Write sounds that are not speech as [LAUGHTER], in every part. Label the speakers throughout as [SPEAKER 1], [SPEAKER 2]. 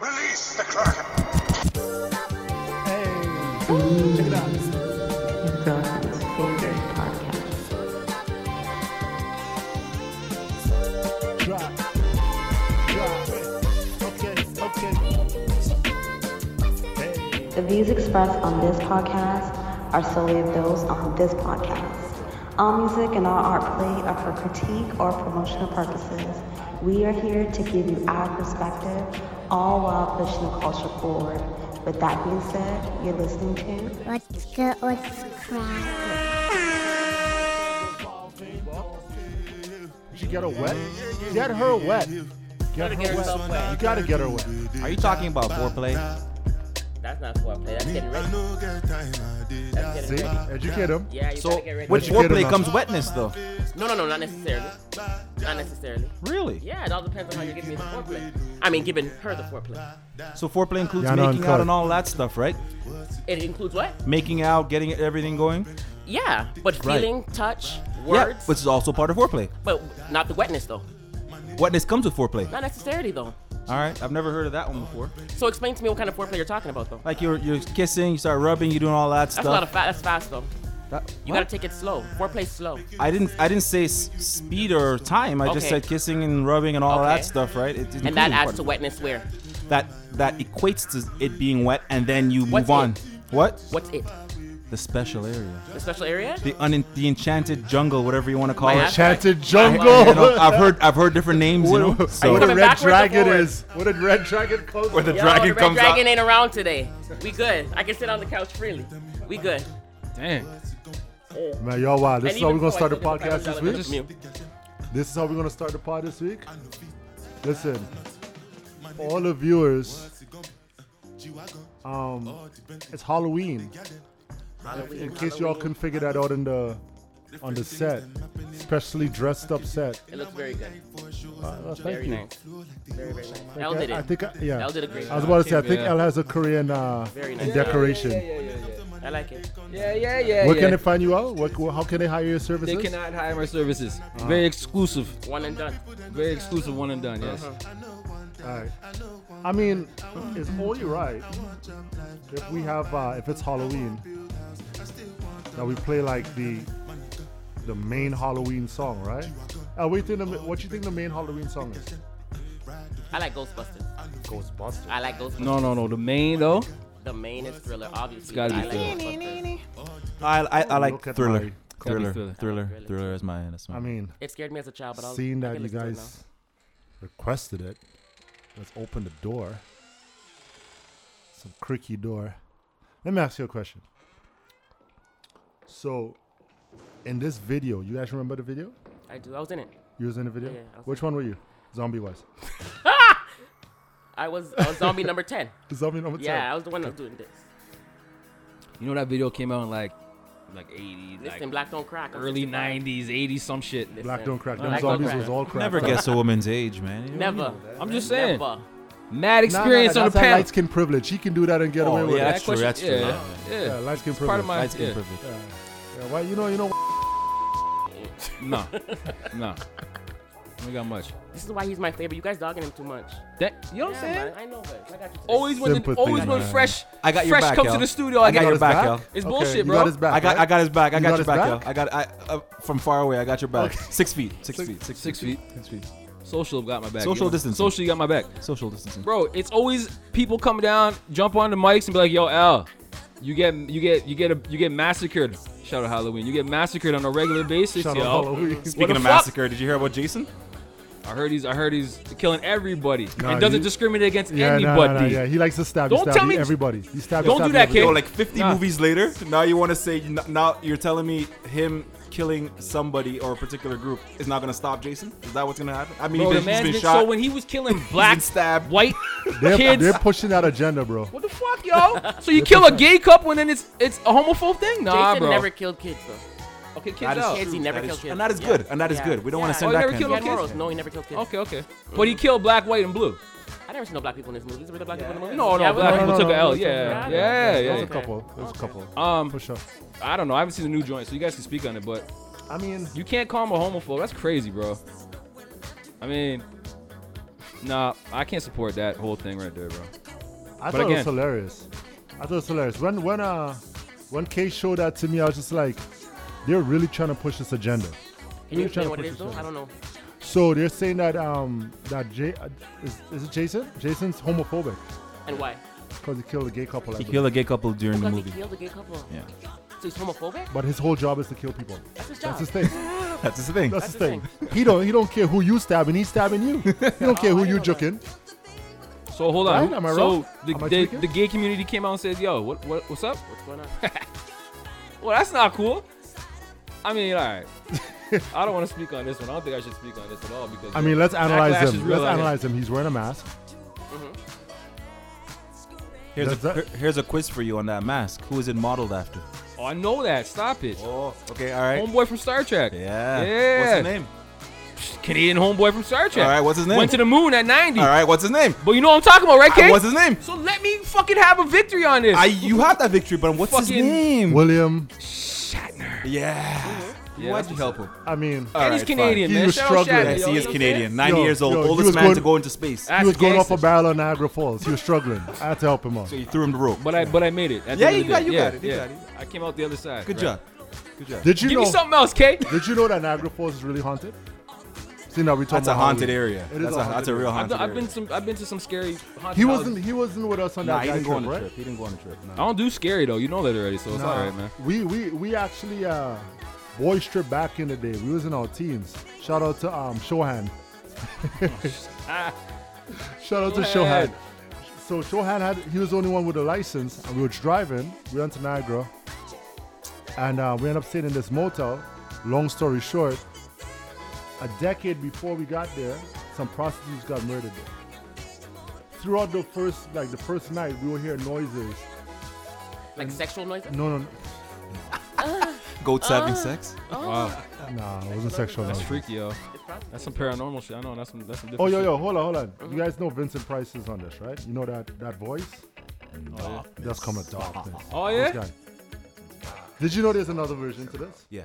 [SPEAKER 1] Release the Kraken!
[SPEAKER 2] Hey, check it out.
[SPEAKER 3] Garfunkel's favorite podcast.
[SPEAKER 2] Drop, drop. Okay, okay. Hey,
[SPEAKER 3] The views expressed on this podcast are solely of those on this podcast. All music and all art played are for critique or promotional purposes. We are here to give you our perspective, all while pushing the culture forward. With that being said, you're listening to
[SPEAKER 4] What's good? What's crap?
[SPEAKER 2] she get her wet. Get her wet. Get her
[SPEAKER 5] get herself
[SPEAKER 2] wet.
[SPEAKER 5] wet.
[SPEAKER 2] You gotta get her wet.
[SPEAKER 6] Are you talking about foreplay?
[SPEAKER 5] That's not foreplay. That's getting ready. That's
[SPEAKER 2] See,
[SPEAKER 5] getting ready.
[SPEAKER 2] educate him.
[SPEAKER 5] Yeah, you
[SPEAKER 6] So
[SPEAKER 5] gotta get ready.
[SPEAKER 6] with
[SPEAKER 2] Educate him
[SPEAKER 6] foreplay
[SPEAKER 2] up.
[SPEAKER 6] comes wetness, though.
[SPEAKER 5] no, no, no, not necessarily. Not necessarily.
[SPEAKER 6] Really?
[SPEAKER 5] Yeah, it all depends on how you're giving me the foreplay. I mean, giving her the foreplay.
[SPEAKER 6] So foreplay includes
[SPEAKER 2] Yana
[SPEAKER 6] making
[SPEAKER 2] Uncut.
[SPEAKER 6] out and all that stuff, right?
[SPEAKER 5] It includes what?
[SPEAKER 6] Making out, getting everything going.
[SPEAKER 5] Yeah, but
[SPEAKER 6] Right.
[SPEAKER 5] feeling, touch,
[SPEAKER 6] Yeah,
[SPEAKER 5] words,
[SPEAKER 6] which is also part of foreplay.
[SPEAKER 5] but not the wetness though.
[SPEAKER 6] Wetness comes with foreplay.
[SPEAKER 5] Not necessarily though.
[SPEAKER 6] All right, I've never heard of that one before.
[SPEAKER 5] So explain to me what kind of foreplay you're talking about though.
[SPEAKER 6] Like you're you're kissing, you start rubbing, you doing all that
[SPEAKER 5] That's
[SPEAKER 6] stuff.
[SPEAKER 5] a lot of fa- that's fast though.
[SPEAKER 6] That-
[SPEAKER 5] You
[SPEAKER 6] what?
[SPEAKER 5] gotta take it slow. Foreplay's slow.
[SPEAKER 6] I didn't I didn't say s- speed or time. I just
[SPEAKER 5] Okay.
[SPEAKER 6] said kissing and rubbing and all
[SPEAKER 5] Okay.
[SPEAKER 6] that stuff, right? It,
[SPEAKER 5] And that adds to wetness where?
[SPEAKER 6] That that equates to it being wet, and then you
[SPEAKER 5] What's
[SPEAKER 6] move on.
[SPEAKER 5] it?
[SPEAKER 6] What?
[SPEAKER 5] What's it?
[SPEAKER 6] The special area,
[SPEAKER 5] The special area?
[SPEAKER 6] the un- the enchanted jungle, whatever you want to call
[SPEAKER 5] My
[SPEAKER 6] it.
[SPEAKER 5] ass
[SPEAKER 2] Enchanted
[SPEAKER 6] You know,
[SPEAKER 2] jungle. [LAUGHS]
[SPEAKER 6] I've heard I've heard different names, you know. So
[SPEAKER 2] What a
[SPEAKER 5] coming
[SPEAKER 2] red
[SPEAKER 5] backwards or
[SPEAKER 2] dragon
[SPEAKER 5] forward?
[SPEAKER 2] is. What a red dragon close.
[SPEAKER 6] Where the
[SPEAKER 5] Yo,
[SPEAKER 6] dragon
[SPEAKER 5] the red
[SPEAKER 6] comes
[SPEAKER 5] dragon
[SPEAKER 6] out.
[SPEAKER 5] ain't around today. We good. I can sit on the couch freely. We good.
[SPEAKER 7] Dang.
[SPEAKER 2] Man, y'all wild. This
[SPEAKER 5] And
[SPEAKER 2] is how
[SPEAKER 5] even
[SPEAKER 2] we're gonna
[SPEAKER 5] so, I
[SPEAKER 2] start the
[SPEAKER 5] still get the
[SPEAKER 2] podcast this
[SPEAKER 5] $5
[SPEAKER 2] week.
[SPEAKER 5] meal.
[SPEAKER 2] This is how we're gonna start the pod this week. Listen, all the viewers, um, it's Halloween. In case y'all couldn't figure that out in the on the set, especially dressed up set.
[SPEAKER 5] It looks very good.
[SPEAKER 2] Uh,
[SPEAKER 5] Very
[SPEAKER 2] thank you.
[SPEAKER 5] nice. Very, very nice.
[SPEAKER 2] I,
[SPEAKER 5] Elle did
[SPEAKER 2] I
[SPEAKER 5] it.
[SPEAKER 2] think I, yeah.
[SPEAKER 5] Elle did a great
[SPEAKER 2] I was
[SPEAKER 5] job.
[SPEAKER 2] about to say I think
[SPEAKER 7] Yeah.
[SPEAKER 2] Elle has a Korean uh,
[SPEAKER 5] Very
[SPEAKER 2] in
[SPEAKER 5] nice.
[SPEAKER 2] decoration.
[SPEAKER 7] Yeah, yeah, yeah,
[SPEAKER 5] I like it.
[SPEAKER 7] yeah, yeah, yeah, yeah.
[SPEAKER 2] Where
[SPEAKER 7] yeah.
[SPEAKER 2] can they find you out? What, how can they hire your services?
[SPEAKER 7] They cannot hire my services.
[SPEAKER 2] Uh-huh.
[SPEAKER 7] Very exclusive.
[SPEAKER 5] One and done.
[SPEAKER 7] Very exclusive. One and done. Yes.
[SPEAKER 2] Uh-huh. Alright. I mean, it's only right if we have uh, if it's Halloween that we play like the the main Halloween song, right? Uh, what you think? The, ma- what you think the main Halloween song is?
[SPEAKER 5] I like Ghostbusters.
[SPEAKER 2] Ghostbusters.
[SPEAKER 5] I like Ghostbusters.
[SPEAKER 7] No, no, no. The main though.
[SPEAKER 5] The main is Thriller, obviously.
[SPEAKER 7] gotta be
[SPEAKER 5] I like Ghostbusters.
[SPEAKER 6] I, I, I like
[SPEAKER 2] Look at
[SPEAKER 6] thriller.
[SPEAKER 2] my-
[SPEAKER 7] Gotta
[SPEAKER 6] thriller,
[SPEAKER 7] be
[SPEAKER 6] thriller,
[SPEAKER 7] thriller.
[SPEAKER 6] thriller,
[SPEAKER 5] Really?
[SPEAKER 6] is my. That's my.
[SPEAKER 2] I mean,
[SPEAKER 5] It scared me as a child, but I was
[SPEAKER 2] seeing
[SPEAKER 5] I
[SPEAKER 2] that
[SPEAKER 5] can
[SPEAKER 2] you
[SPEAKER 5] listen to it
[SPEAKER 2] guys requested it, let's open the door. Some creaky door. Let me ask you a question. So, in this video, you guys remember the video?
[SPEAKER 5] now. I do. I was in it.
[SPEAKER 2] You was in the video?
[SPEAKER 5] Yeah, I was
[SPEAKER 2] Which one were you? Zombie wise.
[SPEAKER 5] I was I was zombie
[SPEAKER 2] [LAUGHS]
[SPEAKER 5] number ten.
[SPEAKER 2] Zombie number 10.
[SPEAKER 5] Yeah, I was the one that was doing this.
[SPEAKER 7] You know that video came out in like, like 80,
[SPEAKER 5] Listen,
[SPEAKER 7] like
[SPEAKER 5] Black Don't Crack. I'm
[SPEAKER 7] early
[SPEAKER 5] 65.
[SPEAKER 7] 90s, 80 some shit.
[SPEAKER 5] Listen,
[SPEAKER 2] Black don't crack. Them
[SPEAKER 5] Black Don't
[SPEAKER 2] zombies
[SPEAKER 5] Crack.
[SPEAKER 2] was all cracked.
[SPEAKER 6] Never
[SPEAKER 2] up.
[SPEAKER 6] guess a woman's age, man. You know?
[SPEAKER 5] Never.
[SPEAKER 7] I'm just saying.
[SPEAKER 5] Never.
[SPEAKER 7] Mad
[SPEAKER 2] Nah, nah,
[SPEAKER 7] experience
[SPEAKER 2] nah,
[SPEAKER 7] on
[SPEAKER 2] that's
[SPEAKER 7] the
[SPEAKER 2] that
[SPEAKER 7] panel.
[SPEAKER 2] light skin privilege. He can do that and get
[SPEAKER 6] Oh,
[SPEAKER 2] away with
[SPEAKER 6] yeah,
[SPEAKER 2] it.
[SPEAKER 6] that's true, that's true,
[SPEAKER 7] Yeah, yeah.
[SPEAKER 2] Yeah, light skin
[SPEAKER 7] It's part
[SPEAKER 2] privilege.
[SPEAKER 7] of my.
[SPEAKER 6] Light skin
[SPEAKER 7] yeah.
[SPEAKER 6] privilege.
[SPEAKER 2] Yeah, why, you know, you know.
[SPEAKER 7] Nah, [LAUGHS] nah. We got much.
[SPEAKER 5] This is why he's my favorite. You guys dogging him too much.
[SPEAKER 7] That you know what I'm
[SPEAKER 5] Yeah, man,
[SPEAKER 7] saying?
[SPEAKER 5] I know it. I got you. today.
[SPEAKER 7] Always when the,
[SPEAKER 2] Sympathy,
[SPEAKER 7] always when
[SPEAKER 2] man.
[SPEAKER 7] fresh.
[SPEAKER 6] I got your
[SPEAKER 7] fresh
[SPEAKER 6] back,
[SPEAKER 7] comes
[SPEAKER 6] y'all.
[SPEAKER 7] to the studio. I,
[SPEAKER 6] I got
[SPEAKER 7] got,
[SPEAKER 6] your
[SPEAKER 7] your
[SPEAKER 6] back, y'all.
[SPEAKER 7] It's
[SPEAKER 2] Okay,
[SPEAKER 7] bullshit,
[SPEAKER 2] you
[SPEAKER 7] bro.
[SPEAKER 2] got his back.
[SPEAKER 6] I got,
[SPEAKER 2] right?
[SPEAKER 6] I got his back. I
[SPEAKER 2] You got
[SPEAKER 6] got, your
[SPEAKER 2] his
[SPEAKER 6] back,
[SPEAKER 2] back?
[SPEAKER 6] y'all. I got, I uh, from far away. I got your back.
[SPEAKER 2] Okay.
[SPEAKER 6] Six feet. Six, feet. Six,
[SPEAKER 7] Six
[SPEAKER 6] feet.
[SPEAKER 7] feet.
[SPEAKER 6] Six feet.
[SPEAKER 7] Social got my back.
[SPEAKER 6] Social
[SPEAKER 7] yo.
[SPEAKER 6] distancing.
[SPEAKER 7] Social, you got my back.
[SPEAKER 6] Social distancing.
[SPEAKER 7] bro it's always people come down jump on the mics and be like yo al you get you get you get a, you get massacred shout out halloween you get massacred on a regular basis
[SPEAKER 2] Shout out
[SPEAKER 7] yo
[SPEAKER 2] Halloween.
[SPEAKER 6] Speaking
[SPEAKER 7] the
[SPEAKER 6] of
[SPEAKER 7] fuck?
[SPEAKER 6] massacre, did you hear about Jason?
[SPEAKER 7] i heard he's i heard he's killing everybody
[SPEAKER 2] Nah,
[SPEAKER 7] and doesn't
[SPEAKER 2] he-
[SPEAKER 7] discriminate against
[SPEAKER 2] Yeah, nah, nah,
[SPEAKER 7] anybody
[SPEAKER 2] nah, yeah, he likes to stab.
[SPEAKER 7] Don't
[SPEAKER 2] you, stab
[SPEAKER 7] tell
[SPEAKER 2] you,
[SPEAKER 7] me-
[SPEAKER 2] everybody. He stab, you,
[SPEAKER 7] Don't
[SPEAKER 2] stab
[SPEAKER 7] do
[SPEAKER 2] you,
[SPEAKER 7] that,
[SPEAKER 2] everybody.
[SPEAKER 6] Yo,
[SPEAKER 7] kid.
[SPEAKER 6] like 50
[SPEAKER 7] Nah.
[SPEAKER 6] movies later, now you want to say n- now you're telling me him killing somebody or a particular group is not gonna stop Jason? Is that what's gonna happen? I mean,
[SPEAKER 7] Bro, the
[SPEAKER 6] he's,
[SPEAKER 7] man's
[SPEAKER 6] he's been
[SPEAKER 7] been,
[SPEAKER 6] shot.
[SPEAKER 7] so when he
[SPEAKER 6] [LAUGHS]
[SPEAKER 7] was killing black,
[SPEAKER 6] stabbed.
[SPEAKER 7] white
[SPEAKER 2] [LAUGHS] They're,
[SPEAKER 7] kids.
[SPEAKER 2] they're pushing that agenda, bro.
[SPEAKER 7] what the fuck, yo? So you kill a gay couple and then it's it's a homophobe thing? Nah,
[SPEAKER 5] Jason
[SPEAKER 7] bro.
[SPEAKER 5] never killed kids though.
[SPEAKER 7] okay, kids
[SPEAKER 6] That is
[SPEAKER 7] out.
[SPEAKER 5] Kids, he
[SPEAKER 6] true.
[SPEAKER 5] never
[SPEAKER 6] That is
[SPEAKER 5] killed
[SPEAKER 6] true.
[SPEAKER 5] kids.
[SPEAKER 6] And that is good. And that is good. We don't wanna send
[SPEAKER 7] Oh, he
[SPEAKER 6] that
[SPEAKER 7] never
[SPEAKER 6] kind of-
[SPEAKER 5] He had
[SPEAKER 7] killed no
[SPEAKER 5] morals.
[SPEAKER 7] kids?
[SPEAKER 5] No, he never killed kids.
[SPEAKER 7] Okay, okay. But he killed black, white, and blue.
[SPEAKER 5] I never seen no black people in his movies. Were there black people in the movies?
[SPEAKER 7] No, no,
[SPEAKER 5] Yeah,
[SPEAKER 7] black
[SPEAKER 5] but-
[SPEAKER 7] people
[SPEAKER 2] no,
[SPEAKER 7] took
[SPEAKER 2] no,
[SPEAKER 7] a L.
[SPEAKER 2] no,
[SPEAKER 7] Yeah,
[SPEAKER 5] no.
[SPEAKER 7] yeah,
[SPEAKER 2] There's
[SPEAKER 7] yeah.
[SPEAKER 2] a couple. There's a couple.
[SPEAKER 7] Um,
[SPEAKER 2] For sure.
[SPEAKER 7] I don't know. I haven't seen the new joint, so you guys can speak on it. But
[SPEAKER 2] I mean,
[SPEAKER 7] you can't call him a homophobe. That's crazy, bro. I mean, nah, I can't support that whole thing right there, bro.
[SPEAKER 2] I
[SPEAKER 7] But
[SPEAKER 2] thought it was
[SPEAKER 7] again-
[SPEAKER 2] hilarious. I thought it was hilarious. When when uh when Kay showed that to me, I was just like, they're really trying to push this agenda.
[SPEAKER 8] Can you
[SPEAKER 2] We're
[SPEAKER 8] explain
[SPEAKER 2] trying to
[SPEAKER 8] what it
[SPEAKER 2] push
[SPEAKER 8] is
[SPEAKER 2] this
[SPEAKER 8] though? I
[SPEAKER 2] agenda.
[SPEAKER 8] don't know.
[SPEAKER 2] So they're saying that um that Jay uh, is, is it Jason? Jason's homophobic
[SPEAKER 8] And why?
[SPEAKER 2] because he killed a gay couple. I
[SPEAKER 6] He
[SPEAKER 2] believe.
[SPEAKER 6] killed a gay couple during the
[SPEAKER 8] Because he
[SPEAKER 6] movie.
[SPEAKER 8] killed a gay couple.
[SPEAKER 6] Yeah,
[SPEAKER 8] So he's homophobic?
[SPEAKER 2] but his whole job is to kill people.
[SPEAKER 8] That's his
[SPEAKER 2] That's
[SPEAKER 8] job. [LAUGHS]
[SPEAKER 2] his thing.
[SPEAKER 6] that's his thing.
[SPEAKER 2] That's, his
[SPEAKER 8] the
[SPEAKER 2] thing. he don't he don't care who you stabbing. He's stabbing you. He
[SPEAKER 8] [LAUGHS]
[SPEAKER 2] don't care who
[SPEAKER 8] I
[SPEAKER 2] you
[SPEAKER 8] know that.
[SPEAKER 2] jucking.
[SPEAKER 7] So hold on.
[SPEAKER 2] Right? Am I
[SPEAKER 7] so
[SPEAKER 2] wrong?
[SPEAKER 7] the,
[SPEAKER 2] Am I
[SPEAKER 7] the,
[SPEAKER 2] tweaking?
[SPEAKER 7] the gay community came out and said, "Yo, what, what what's up?
[SPEAKER 8] What's going on?
[SPEAKER 7] Well, that's not cool." I mean, all
[SPEAKER 6] [LAUGHS]
[SPEAKER 7] right. I don't want to speak on this one. I don't think I should speak on this at all because
[SPEAKER 2] I mean, let's analyze
[SPEAKER 7] Backlash is
[SPEAKER 2] him.
[SPEAKER 7] real
[SPEAKER 2] Let's
[SPEAKER 7] out here.
[SPEAKER 2] analyze him. He's wearing a mask.
[SPEAKER 6] Here's
[SPEAKER 2] Does
[SPEAKER 6] a,
[SPEAKER 2] that-
[SPEAKER 6] here's a quiz for you on that mask. Who is it modeled after?
[SPEAKER 7] Oh, I know that. Stop it.
[SPEAKER 6] Oh, okay, all right.
[SPEAKER 7] Homeboy from Star Trek.
[SPEAKER 6] Yeah.
[SPEAKER 7] Yeah.
[SPEAKER 6] What's his name?
[SPEAKER 7] Canadian homeboy from Star Trek.
[SPEAKER 6] All right, what's his name?
[SPEAKER 7] Went to the moon at 90.
[SPEAKER 6] All right, what's his name?
[SPEAKER 7] But you know what I'm talking about, right, Kate?
[SPEAKER 6] What's his name?
[SPEAKER 7] So let me fucking have a victory on this.
[SPEAKER 6] I you have that victory, but what's his
[SPEAKER 7] Fucking-
[SPEAKER 6] name?
[SPEAKER 2] William.
[SPEAKER 7] Shatner.
[SPEAKER 6] Yeah.
[SPEAKER 7] Yeah,
[SPEAKER 6] Why'd
[SPEAKER 7] that's
[SPEAKER 6] you help him?
[SPEAKER 2] I mean,
[SPEAKER 6] All
[SPEAKER 7] and
[SPEAKER 6] right,
[SPEAKER 7] he's Canadian,
[SPEAKER 2] fine.
[SPEAKER 7] man.
[SPEAKER 2] He was
[SPEAKER 7] Shout out
[SPEAKER 2] struggling.
[SPEAKER 7] Shatner,
[SPEAKER 6] Yes,
[SPEAKER 7] yo,
[SPEAKER 6] he
[SPEAKER 7] you
[SPEAKER 6] is
[SPEAKER 7] know what I'm
[SPEAKER 6] Canadian.
[SPEAKER 7] saying?
[SPEAKER 6] 90
[SPEAKER 2] Yo,
[SPEAKER 6] years old,
[SPEAKER 2] yo, he
[SPEAKER 6] oldest
[SPEAKER 2] was
[SPEAKER 6] man
[SPEAKER 2] going-
[SPEAKER 6] to go into space.
[SPEAKER 7] That's
[SPEAKER 2] he was going off
[SPEAKER 7] gangster.
[SPEAKER 2] a barrel on Niagara Falls. He was struggling. I had to help him out.
[SPEAKER 6] So you threw him the rope.
[SPEAKER 7] But I but I made it. at the
[SPEAKER 6] Yeah,
[SPEAKER 7] end of
[SPEAKER 6] you
[SPEAKER 7] the
[SPEAKER 6] got-
[SPEAKER 7] day.
[SPEAKER 6] you
[SPEAKER 7] yeah,
[SPEAKER 6] got it, you
[SPEAKER 7] yeah.
[SPEAKER 6] got it.
[SPEAKER 7] I came out the other side.
[SPEAKER 6] Good
[SPEAKER 7] right.
[SPEAKER 6] job. Good job.
[SPEAKER 2] Did you
[SPEAKER 7] Give
[SPEAKER 2] know?
[SPEAKER 7] me something else, Kate.
[SPEAKER 2] Did you know that Niagara Falls is really haunted? See now we talking
[SPEAKER 6] That's a
[SPEAKER 2] about
[SPEAKER 6] haunted
[SPEAKER 2] Halloween.
[SPEAKER 6] area.
[SPEAKER 2] It is
[SPEAKER 6] That's
[SPEAKER 2] a
[SPEAKER 6] a
[SPEAKER 2] haunted
[SPEAKER 6] that's a real
[SPEAKER 2] area.
[SPEAKER 7] I've,
[SPEAKER 6] haunted
[SPEAKER 7] done- I've
[SPEAKER 6] area.
[SPEAKER 7] been some. I've been to some scary. haunted
[SPEAKER 2] He
[SPEAKER 7] houses.
[SPEAKER 2] wasn't. He wasn't with us on
[SPEAKER 6] Nah,
[SPEAKER 2] that
[SPEAKER 6] he
[SPEAKER 2] guy
[SPEAKER 6] didn't go
[SPEAKER 2] trip,
[SPEAKER 6] on a
[SPEAKER 2] right?
[SPEAKER 6] trip. He didn't go on a trip. no.
[SPEAKER 7] I don't do scary though. You know that already, so it's
[SPEAKER 2] Nah.
[SPEAKER 7] all right, man.
[SPEAKER 2] We we we actually uh, boys trip back in the day. We was in our teens. Shout out to um Shohan. [LAUGHS] Shout out to
[SPEAKER 7] Shohan.
[SPEAKER 2] Shohan. So Shohan had he was the only one with a license, and we were driving. We went to Niagara, and uh, we ended up staying in this motel. Long story short, a decade before we got there, some prostitutes got murdered there. Throughout the first like the first night, we were hearing noises.
[SPEAKER 8] Like sexual noise?
[SPEAKER 2] No, no,
[SPEAKER 6] Goats
[SPEAKER 7] Uh.
[SPEAKER 6] having sex?
[SPEAKER 7] Wow,
[SPEAKER 2] Nah, it wasn't sexual.
[SPEAKER 7] that's
[SPEAKER 2] no.
[SPEAKER 7] freaky, yo.
[SPEAKER 8] It's prostitutes.
[SPEAKER 7] That's some paranormal shit. I know. That's some. That's some.
[SPEAKER 2] Oh,
[SPEAKER 7] different
[SPEAKER 2] yo,
[SPEAKER 7] shit.
[SPEAKER 2] yo, hold on, hold on. You guys know Vincent Price is on this, right? You know that that voice? That's coming darkness.
[SPEAKER 7] Oh
[SPEAKER 2] This
[SPEAKER 7] yeah.
[SPEAKER 2] guy. Did you know there's another version to this?
[SPEAKER 6] Yeah.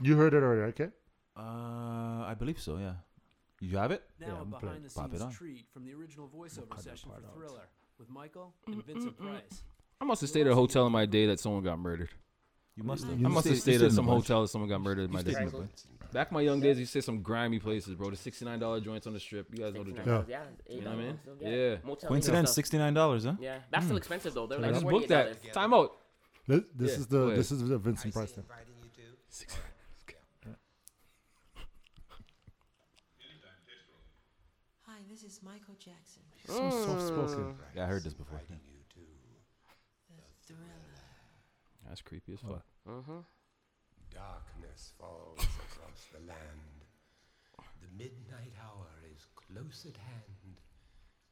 [SPEAKER 2] You heard it already, okay?
[SPEAKER 6] Uh, I believe so. Yeah. You have it?
[SPEAKER 1] Now a behind the
[SPEAKER 6] Pop it on.
[SPEAKER 1] scenes treat from the original voiceover session for Thriller with Michael and Vincent Price.
[SPEAKER 7] I must have stayed at a hotel in my day that someone got murdered.
[SPEAKER 6] You must have.
[SPEAKER 7] I must have stayed at some hotel that someone got murdered in my day.
[SPEAKER 8] Franklin.
[SPEAKER 7] Back in my young days, you say some grimy places, bro. The sixty-nine dollar joints on the strip. You guys know the
[SPEAKER 8] Sixty-nine
[SPEAKER 7] joint.
[SPEAKER 8] dollars, Yeah.
[SPEAKER 7] You know what I mean?
[SPEAKER 8] $8,
[SPEAKER 7] Yeah.
[SPEAKER 8] Motel and
[SPEAKER 6] Coincidence,
[SPEAKER 8] stuff.
[SPEAKER 6] sixty nine dollars, huh?
[SPEAKER 8] Yeah, that's still expensive though. They're
[SPEAKER 7] I
[SPEAKER 8] like
[SPEAKER 7] just
[SPEAKER 8] forty-eight
[SPEAKER 7] booked that.
[SPEAKER 8] dollars.
[SPEAKER 7] Time out.
[SPEAKER 2] This, this
[SPEAKER 7] Yeah,
[SPEAKER 2] is
[SPEAKER 7] go
[SPEAKER 2] the
[SPEAKER 7] ahead.
[SPEAKER 2] this is the Vincent Price thing.
[SPEAKER 9] Hi, this is Michael Jackson.
[SPEAKER 2] So
[SPEAKER 7] Mm.
[SPEAKER 2] soft spoken.
[SPEAKER 6] Yeah, I heard this before.
[SPEAKER 7] That's creepy as fuck.
[SPEAKER 10] Darkness falls across the land. The midnight hour is close at hand.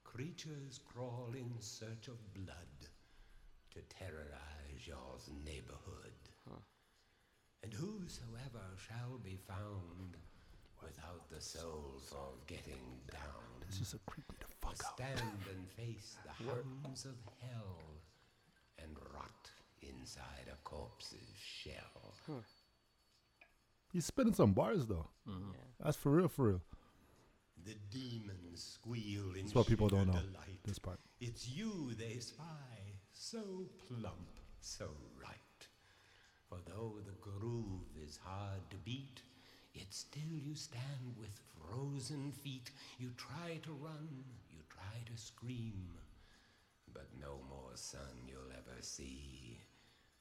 [SPEAKER 10] Creatures crawl in search of blood to terrorize your neighborhood. And whosoever shall be found without the souls of getting down will stand and face the hounds of hell and rot inside a corpse's shell.
[SPEAKER 2] He's spinning some bars though.
[SPEAKER 7] Mm-hmm.
[SPEAKER 2] That's for real, for real.
[SPEAKER 10] The demons squeal in
[SPEAKER 2] That's what people
[SPEAKER 10] sheer
[SPEAKER 2] don't know.
[SPEAKER 10] delight.
[SPEAKER 2] This part.
[SPEAKER 10] It's you they spy, so plump, so right. For though the groove is hard to beat, yet still you stand with frozen feet. You try to run, you try to scream, but no more sun you'll ever see.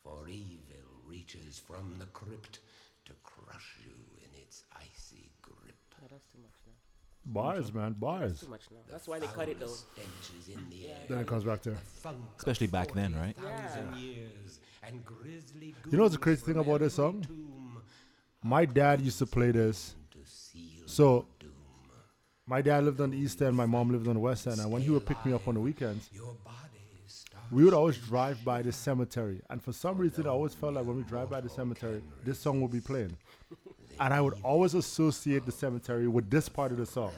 [SPEAKER 10] For evil reaches from the crypt to crush you in its icy grip.
[SPEAKER 8] That's too much now.
[SPEAKER 2] Bars, man, bars.
[SPEAKER 8] Too much now. That's why they cut it though.
[SPEAKER 10] Stenches in the air.
[SPEAKER 2] Then it comes back there.
[SPEAKER 10] Funk of
[SPEAKER 6] Especially back then, right?
[SPEAKER 10] 40,000 years and grizzly
[SPEAKER 2] You know what's the
[SPEAKER 10] ghouls
[SPEAKER 2] crazy thing about this
[SPEAKER 10] from
[SPEAKER 2] song?
[SPEAKER 10] every tomb
[SPEAKER 2] My dad used to play this. So my dad lived on the east end, my mom lived on the west end, and when he would pick me up on the weekends,
[SPEAKER 10] Your body starts
[SPEAKER 2] we would always drive by the cemetery. And for some reason, I always felt like when we drive by the cemetery, this song would be playing. And I would always associate the cemetery with this part of the song.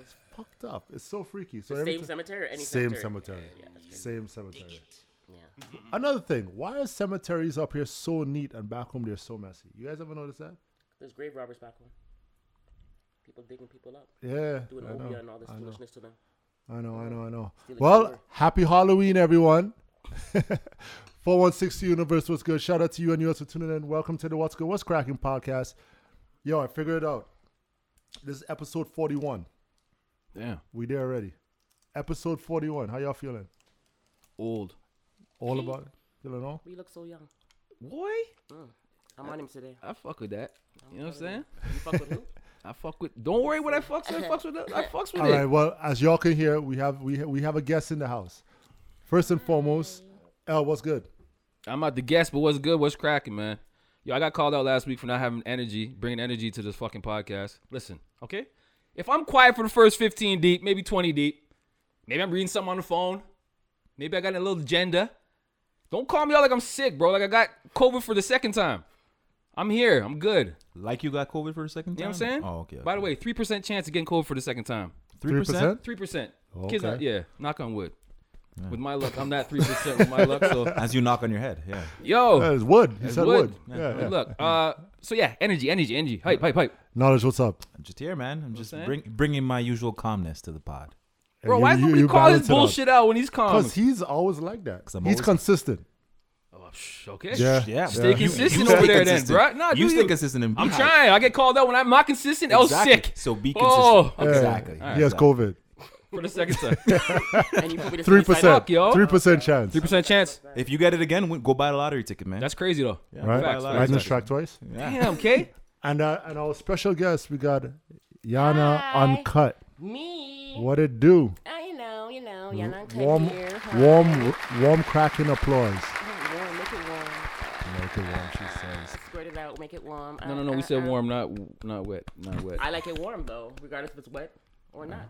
[SPEAKER 2] It's fucked up. It's so freaky. So every
[SPEAKER 8] Same
[SPEAKER 2] ti-
[SPEAKER 8] cemetery or any
[SPEAKER 2] same
[SPEAKER 8] cemetery?
[SPEAKER 2] cemetery. Same cemetery.
[SPEAKER 8] Yeah.
[SPEAKER 2] Another thing, why are cemeteries up here so neat and back home they're so messy? You guys ever notice that?
[SPEAKER 8] There's grave robbers back home. People digging people up,
[SPEAKER 2] Yeah.
[SPEAKER 8] doing
[SPEAKER 2] I know,
[SPEAKER 8] obia and all this
[SPEAKER 2] I know.
[SPEAKER 8] foolishness to them.
[SPEAKER 2] I know, I know, I know.
[SPEAKER 8] Steal a
[SPEAKER 2] Well,
[SPEAKER 8] shower.
[SPEAKER 2] happy Halloween, everyone. [LAUGHS] 416 Universe, what's good? Shout out to you and yours for tuning in. Welcome to the What's Good, What's Cracking podcast. Yo, I figured it out. This is episode 41.
[SPEAKER 7] Damn,
[SPEAKER 2] We there already. Episode 41. How y'all feeling?
[SPEAKER 7] old.
[SPEAKER 2] All about it? Feeling all?
[SPEAKER 8] We look so young.
[SPEAKER 7] Boy,
[SPEAKER 8] I'm on him today.
[SPEAKER 7] I fuck with that. You know what I'm saying?
[SPEAKER 8] You fuck with who?
[SPEAKER 7] I fuck with. Don't worry what I fucks with. I fucks with. That. I fucks with
[SPEAKER 2] All
[SPEAKER 7] it.
[SPEAKER 2] right. Well, as y'all can hear, we have we ha- we have a guest in the house. First and foremost, L, what's good?
[SPEAKER 7] I'm out to guess, but what's good? What's cracking, man? Yo, I got called out last week for not having energy, bringing energy to this fucking podcast. Listen, okay? If I'm quiet for the first 15 deep, maybe 20 deep, maybe I'm reading something on the phone, maybe I got a little agenda. Don't call me out like I'm sick, bro. Like I got COVID for the second time. I'm here. I'm good.
[SPEAKER 6] Like you got COVID for a second time?
[SPEAKER 7] You know what I'm saying?
[SPEAKER 6] Oh, okay.
[SPEAKER 7] By the way, 3% chance of getting COVID for the second time.
[SPEAKER 2] 3%?
[SPEAKER 7] 3%.
[SPEAKER 2] Okay.
[SPEAKER 7] Kids are- yeah, knock on wood. With my luck, I'm not 3% with my luck, so.
[SPEAKER 6] As you knock on your head, yeah.
[SPEAKER 7] Yo.
[SPEAKER 2] That is wood. He
[SPEAKER 7] It's
[SPEAKER 2] said wood. Yeah. yeah.
[SPEAKER 7] Good luck. Uh, so yeah, energy, energy, energy. Hype, hype, hype.
[SPEAKER 2] Knowledge, what's up?
[SPEAKER 6] I'm just here, man. I'm just
[SPEAKER 7] saying?
[SPEAKER 6] bring, bringing my usual calmness to the pod.
[SPEAKER 7] Bro,
[SPEAKER 2] You-
[SPEAKER 7] why
[SPEAKER 2] you-
[SPEAKER 7] is nobody
[SPEAKER 2] you
[SPEAKER 7] calling
[SPEAKER 2] balance
[SPEAKER 7] this
[SPEAKER 2] it out.
[SPEAKER 7] bullshit out when he's calm?
[SPEAKER 2] Because he's always like that.
[SPEAKER 6] 'Cause I'm
[SPEAKER 2] he's
[SPEAKER 6] always-
[SPEAKER 2] consistent.
[SPEAKER 7] Oh, psh, okay.
[SPEAKER 2] Yeah.
[SPEAKER 6] Yeah,
[SPEAKER 2] Stay
[SPEAKER 6] bro.
[SPEAKER 7] consistent
[SPEAKER 6] stay
[SPEAKER 7] over there then,
[SPEAKER 6] consistent.
[SPEAKER 7] bruh. Nah,
[SPEAKER 6] you
[SPEAKER 7] do
[SPEAKER 6] stay
[SPEAKER 7] you.
[SPEAKER 6] consistent. And be
[SPEAKER 7] I'm
[SPEAKER 6] hype.
[SPEAKER 7] trying. I get called out when I'm not consistent. I was
[SPEAKER 6] Exactly.
[SPEAKER 7] sick.
[SPEAKER 6] So be
[SPEAKER 7] Oh,
[SPEAKER 6] consistent.
[SPEAKER 7] okay.
[SPEAKER 6] Exactly.
[SPEAKER 7] All right.
[SPEAKER 2] He has COVID.
[SPEAKER 7] For the second time.
[SPEAKER 8] And you probably just
[SPEAKER 2] Three
[SPEAKER 8] wanna sign
[SPEAKER 2] percent.
[SPEAKER 8] up.
[SPEAKER 7] up, yo.
[SPEAKER 2] Three percent chance.
[SPEAKER 7] 3% chance.
[SPEAKER 6] If you get it again, win- go buy a lottery ticket, man.
[SPEAKER 7] That's crazy, though.
[SPEAKER 2] Right.
[SPEAKER 7] Facts,
[SPEAKER 2] Right
[SPEAKER 7] facts,
[SPEAKER 2] in the
[SPEAKER 7] facts.
[SPEAKER 2] track twice.
[SPEAKER 7] Damn, okay?
[SPEAKER 2] And uh, and our special guest, we got Yana Uncut.
[SPEAKER 5] Me,
[SPEAKER 2] What it do?
[SPEAKER 5] I know, you know, y'all not cut
[SPEAKER 2] Warm,
[SPEAKER 5] here. huh?
[SPEAKER 2] warm, warm, cracking applause.
[SPEAKER 5] warm, make it warm.
[SPEAKER 2] Make it warm, she says.
[SPEAKER 5] Squirt it out, make it warm.
[SPEAKER 7] No,
[SPEAKER 5] Uh,
[SPEAKER 7] no, no.
[SPEAKER 5] uh,
[SPEAKER 7] We said
[SPEAKER 5] uh.
[SPEAKER 7] warm, not not wet. Not wet.
[SPEAKER 8] I like it warm though, regardless if it's wet or
[SPEAKER 7] Mm.
[SPEAKER 8] not.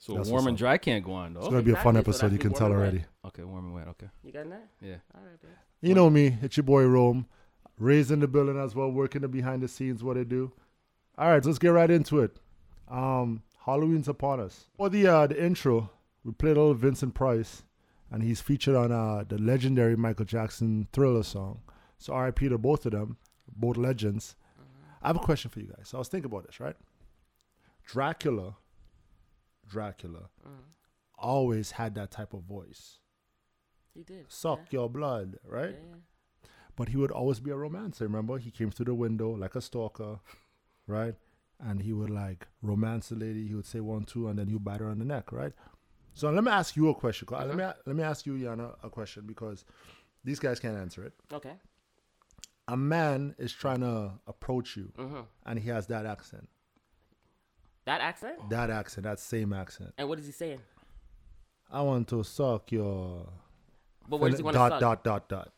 [SPEAKER 7] So
[SPEAKER 2] That's
[SPEAKER 7] warm
[SPEAKER 2] what's
[SPEAKER 7] and
[SPEAKER 2] up.
[SPEAKER 7] dry can't go on, though.
[SPEAKER 2] It's gonna be a
[SPEAKER 8] Exactly,
[SPEAKER 2] fun
[SPEAKER 8] so
[SPEAKER 2] episode.
[SPEAKER 8] that's
[SPEAKER 2] You
[SPEAKER 8] the
[SPEAKER 2] can
[SPEAKER 8] warm
[SPEAKER 2] tell
[SPEAKER 8] and wet.
[SPEAKER 2] already.
[SPEAKER 7] Okay, warm and wet. Okay.
[SPEAKER 8] You got that?
[SPEAKER 7] Yeah.
[SPEAKER 8] All right, babe.
[SPEAKER 2] You know me. It's your boy Rome. Raised in the building as well. Working the behind the scenes. What it do? All right, let's get right into it. Um, Halloween's upon us. For the uh, the intro, we played a little Vincent Price, and he's featured on uh, the legendary Michael Jackson Thriller song. So R.I.P. to both of them, both legends. I have a question for you guys. So I was thinking about this, right? Dracula, Dracula, always had that type of voice.
[SPEAKER 8] You did.
[SPEAKER 2] Suck your blood, right? But he would always be a romancer. Remember, he came through the window like a stalker, [LAUGHS] right? And he would like romance the lady. He would say one, two, and then he would bite her on the neck, right? So let me ask you a question. 'cause- Let me
[SPEAKER 8] Uh-huh.
[SPEAKER 2] let me ask you, Yana, a question because these guys can't answer it.
[SPEAKER 8] Okay.
[SPEAKER 2] A man is trying to approach you,
[SPEAKER 8] Mm-hmm.
[SPEAKER 2] and he has that accent,
[SPEAKER 8] That accent?
[SPEAKER 2] that accent, that same accent.
[SPEAKER 8] And what is he saying?
[SPEAKER 2] I want to suck your
[SPEAKER 8] But where's he going
[SPEAKER 2] dot
[SPEAKER 8] to suck?
[SPEAKER 2] dot dot dot.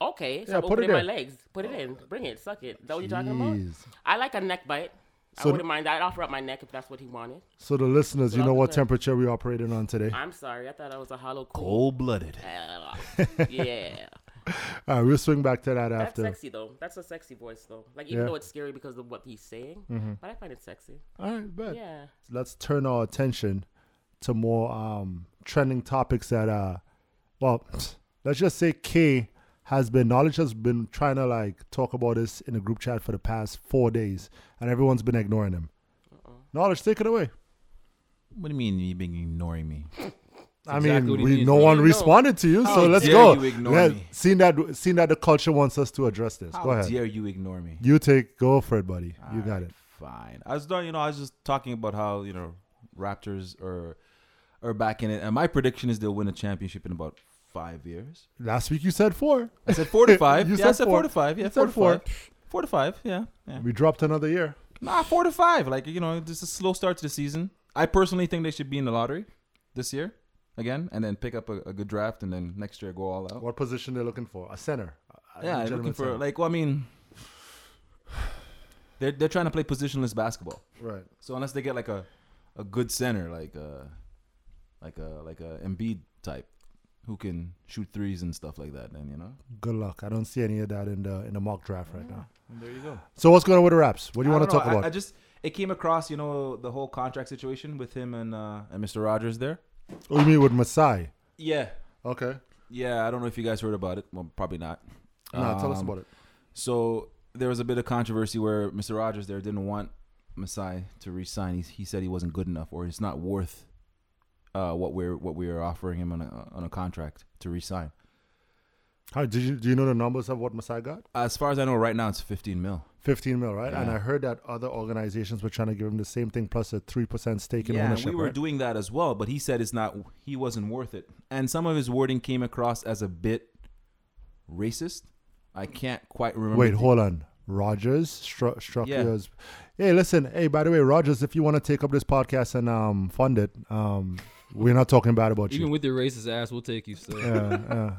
[SPEAKER 8] Okay, so
[SPEAKER 2] Yeah,
[SPEAKER 8] I'm
[SPEAKER 2] put
[SPEAKER 8] opening
[SPEAKER 2] it
[SPEAKER 8] my
[SPEAKER 2] in.
[SPEAKER 8] legs. Put it in. Bring it. Suck it. Is that what you're talking about?
[SPEAKER 2] Jeez.
[SPEAKER 8] I like a neck bite.
[SPEAKER 2] So-
[SPEAKER 8] I wouldn't mind that. I'd offer up my neck if that's what he wanted.
[SPEAKER 2] So the listeners, you
[SPEAKER 8] Without
[SPEAKER 2] know
[SPEAKER 8] the
[SPEAKER 2] what
[SPEAKER 8] bed.
[SPEAKER 2] temperature we're operating on today.
[SPEAKER 8] I'm sorry. I thought I was a hollow cool.
[SPEAKER 6] Cold blooded.
[SPEAKER 8] [LAUGHS]
[SPEAKER 2] [LAUGHS]
[SPEAKER 8] yeah.
[SPEAKER 2] All right, we'll swing back to that
[SPEAKER 8] That's
[SPEAKER 2] after.
[SPEAKER 8] sexy, though. That's a sexy voice, though. Like, even
[SPEAKER 2] Yeah. Mm-hmm.
[SPEAKER 8] though it's scary because of what he's saying, but I find it sexy.
[SPEAKER 2] All right, bet.
[SPEAKER 8] Yeah.
[SPEAKER 2] Let's turn our attention to more um, trending topics that, uh, well, [SNIFFS] let's just say K has been, knowledge has been trying to like talk about this in the group chat for the past four days, and everyone's been ignoring him. Knowledge, take it away.
[SPEAKER 6] What do you mean you've been ignoring me?
[SPEAKER 2] I
[SPEAKER 7] exactly
[SPEAKER 2] mean,
[SPEAKER 7] what he
[SPEAKER 2] we
[SPEAKER 7] needs.
[SPEAKER 2] no
[SPEAKER 7] You
[SPEAKER 2] one
[SPEAKER 8] know.
[SPEAKER 2] responded to you, so
[SPEAKER 6] How
[SPEAKER 2] let's
[SPEAKER 6] dare
[SPEAKER 2] go.
[SPEAKER 6] you ignore me.
[SPEAKER 2] Seeing that, seeing that the culture wants us to address this.
[SPEAKER 6] How
[SPEAKER 2] go ahead.
[SPEAKER 6] dare you ignore me?
[SPEAKER 2] You take, go for it, buddy. you got
[SPEAKER 6] Alright,
[SPEAKER 2] it.
[SPEAKER 6] Fine. I was done. You know, I was just talking about how you know Raptors are are back in it, and my prediction is they'll win a championship in about five years.
[SPEAKER 2] Last week you said four.
[SPEAKER 6] I said
[SPEAKER 2] [LAUGHS]
[SPEAKER 6] four to five.
[SPEAKER 2] You
[SPEAKER 6] yeah, I
[SPEAKER 2] said
[SPEAKER 6] said
[SPEAKER 2] four.
[SPEAKER 6] four to five. Yeah,
[SPEAKER 2] You
[SPEAKER 6] four
[SPEAKER 2] said
[SPEAKER 6] to
[SPEAKER 2] four.
[SPEAKER 6] five. Four to five. Yeah, yeah.
[SPEAKER 2] We dropped another year.
[SPEAKER 6] Nah, four to five. Like you know, this is a slow start to the season. I personally think they should be in the lottery this year again, and then pick up a, a good draft, and then next year go all out.
[SPEAKER 2] What position they're looking for? A center. A- a
[SPEAKER 6] yeah,
[SPEAKER 2] legitimate
[SPEAKER 6] looking for
[SPEAKER 2] center.
[SPEAKER 6] like. Well, I mean, they're they're trying to play positionless basketball.
[SPEAKER 2] right.
[SPEAKER 6] So unless they get like a, a good center, like a, like a like a Embiid type, who can shoot threes and stuff like that, then you know.
[SPEAKER 2] Good luck. I don't see any of that in the in the mock draft right now.
[SPEAKER 6] there you go.
[SPEAKER 2] So what's going on with the raps? What do you
[SPEAKER 6] I
[SPEAKER 2] want to
[SPEAKER 6] don't know,
[SPEAKER 2] talk
[SPEAKER 6] I-
[SPEAKER 2] about?
[SPEAKER 6] I, just it came across, you know, the whole contract situation with him and uh, and Mr. Rogers there.
[SPEAKER 2] oh, you mean with Masai?
[SPEAKER 6] Yeah,
[SPEAKER 2] Okay.
[SPEAKER 6] yeah. I don't know if you guys heard about it. Well, probably not.
[SPEAKER 2] Nah, tell us
[SPEAKER 6] Um,
[SPEAKER 2] about it.
[SPEAKER 6] So there was a bit of controversy where Mr. Rogers there didn't want Masai to resign. He, he said he wasn't good enough or it's not worth uh, what we're what we are offering him on a on a contract to resign.
[SPEAKER 2] How did you do you know the numbers of what Masai got?
[SPEAKER 6] As far as I know, right now it's 15 mil.
[SPEAKER 2] 15 mil, right? And
[SPEAKER 6] Yeah.
[SPEAKER 2] I heard that other organizations were trying to give him the same thing plus a 3% stake in
[SPEAKER 6] yeah, and
[SPEAKER 2] ownership.
[SPEAKER 6] we were
[SPEAKER 2] right?
[SPEAKER 6] doing that as well, but he said it's not. He wasn't worth it, and some of his wording came across as a bit racist. I can't quite remember.
[SPEAKER 2] Wait,
[SPEAKER 6] the-
[SPEAKER 2] hold on. Rogers struck struck
[SPEAKER 6] Yeah.
[SPEAKER 2] you as Hey, listen. Hey, by the way, Rogers, if you want to take up this podcast and um fund it, um we're not talking bad about
[SPEAKER 7] Even
[SPEAKER 2] you. Uh,
[SPEAKER 7] with your racist ass, we'll take you still.
[SPEAKER 2] Yeah, yeah.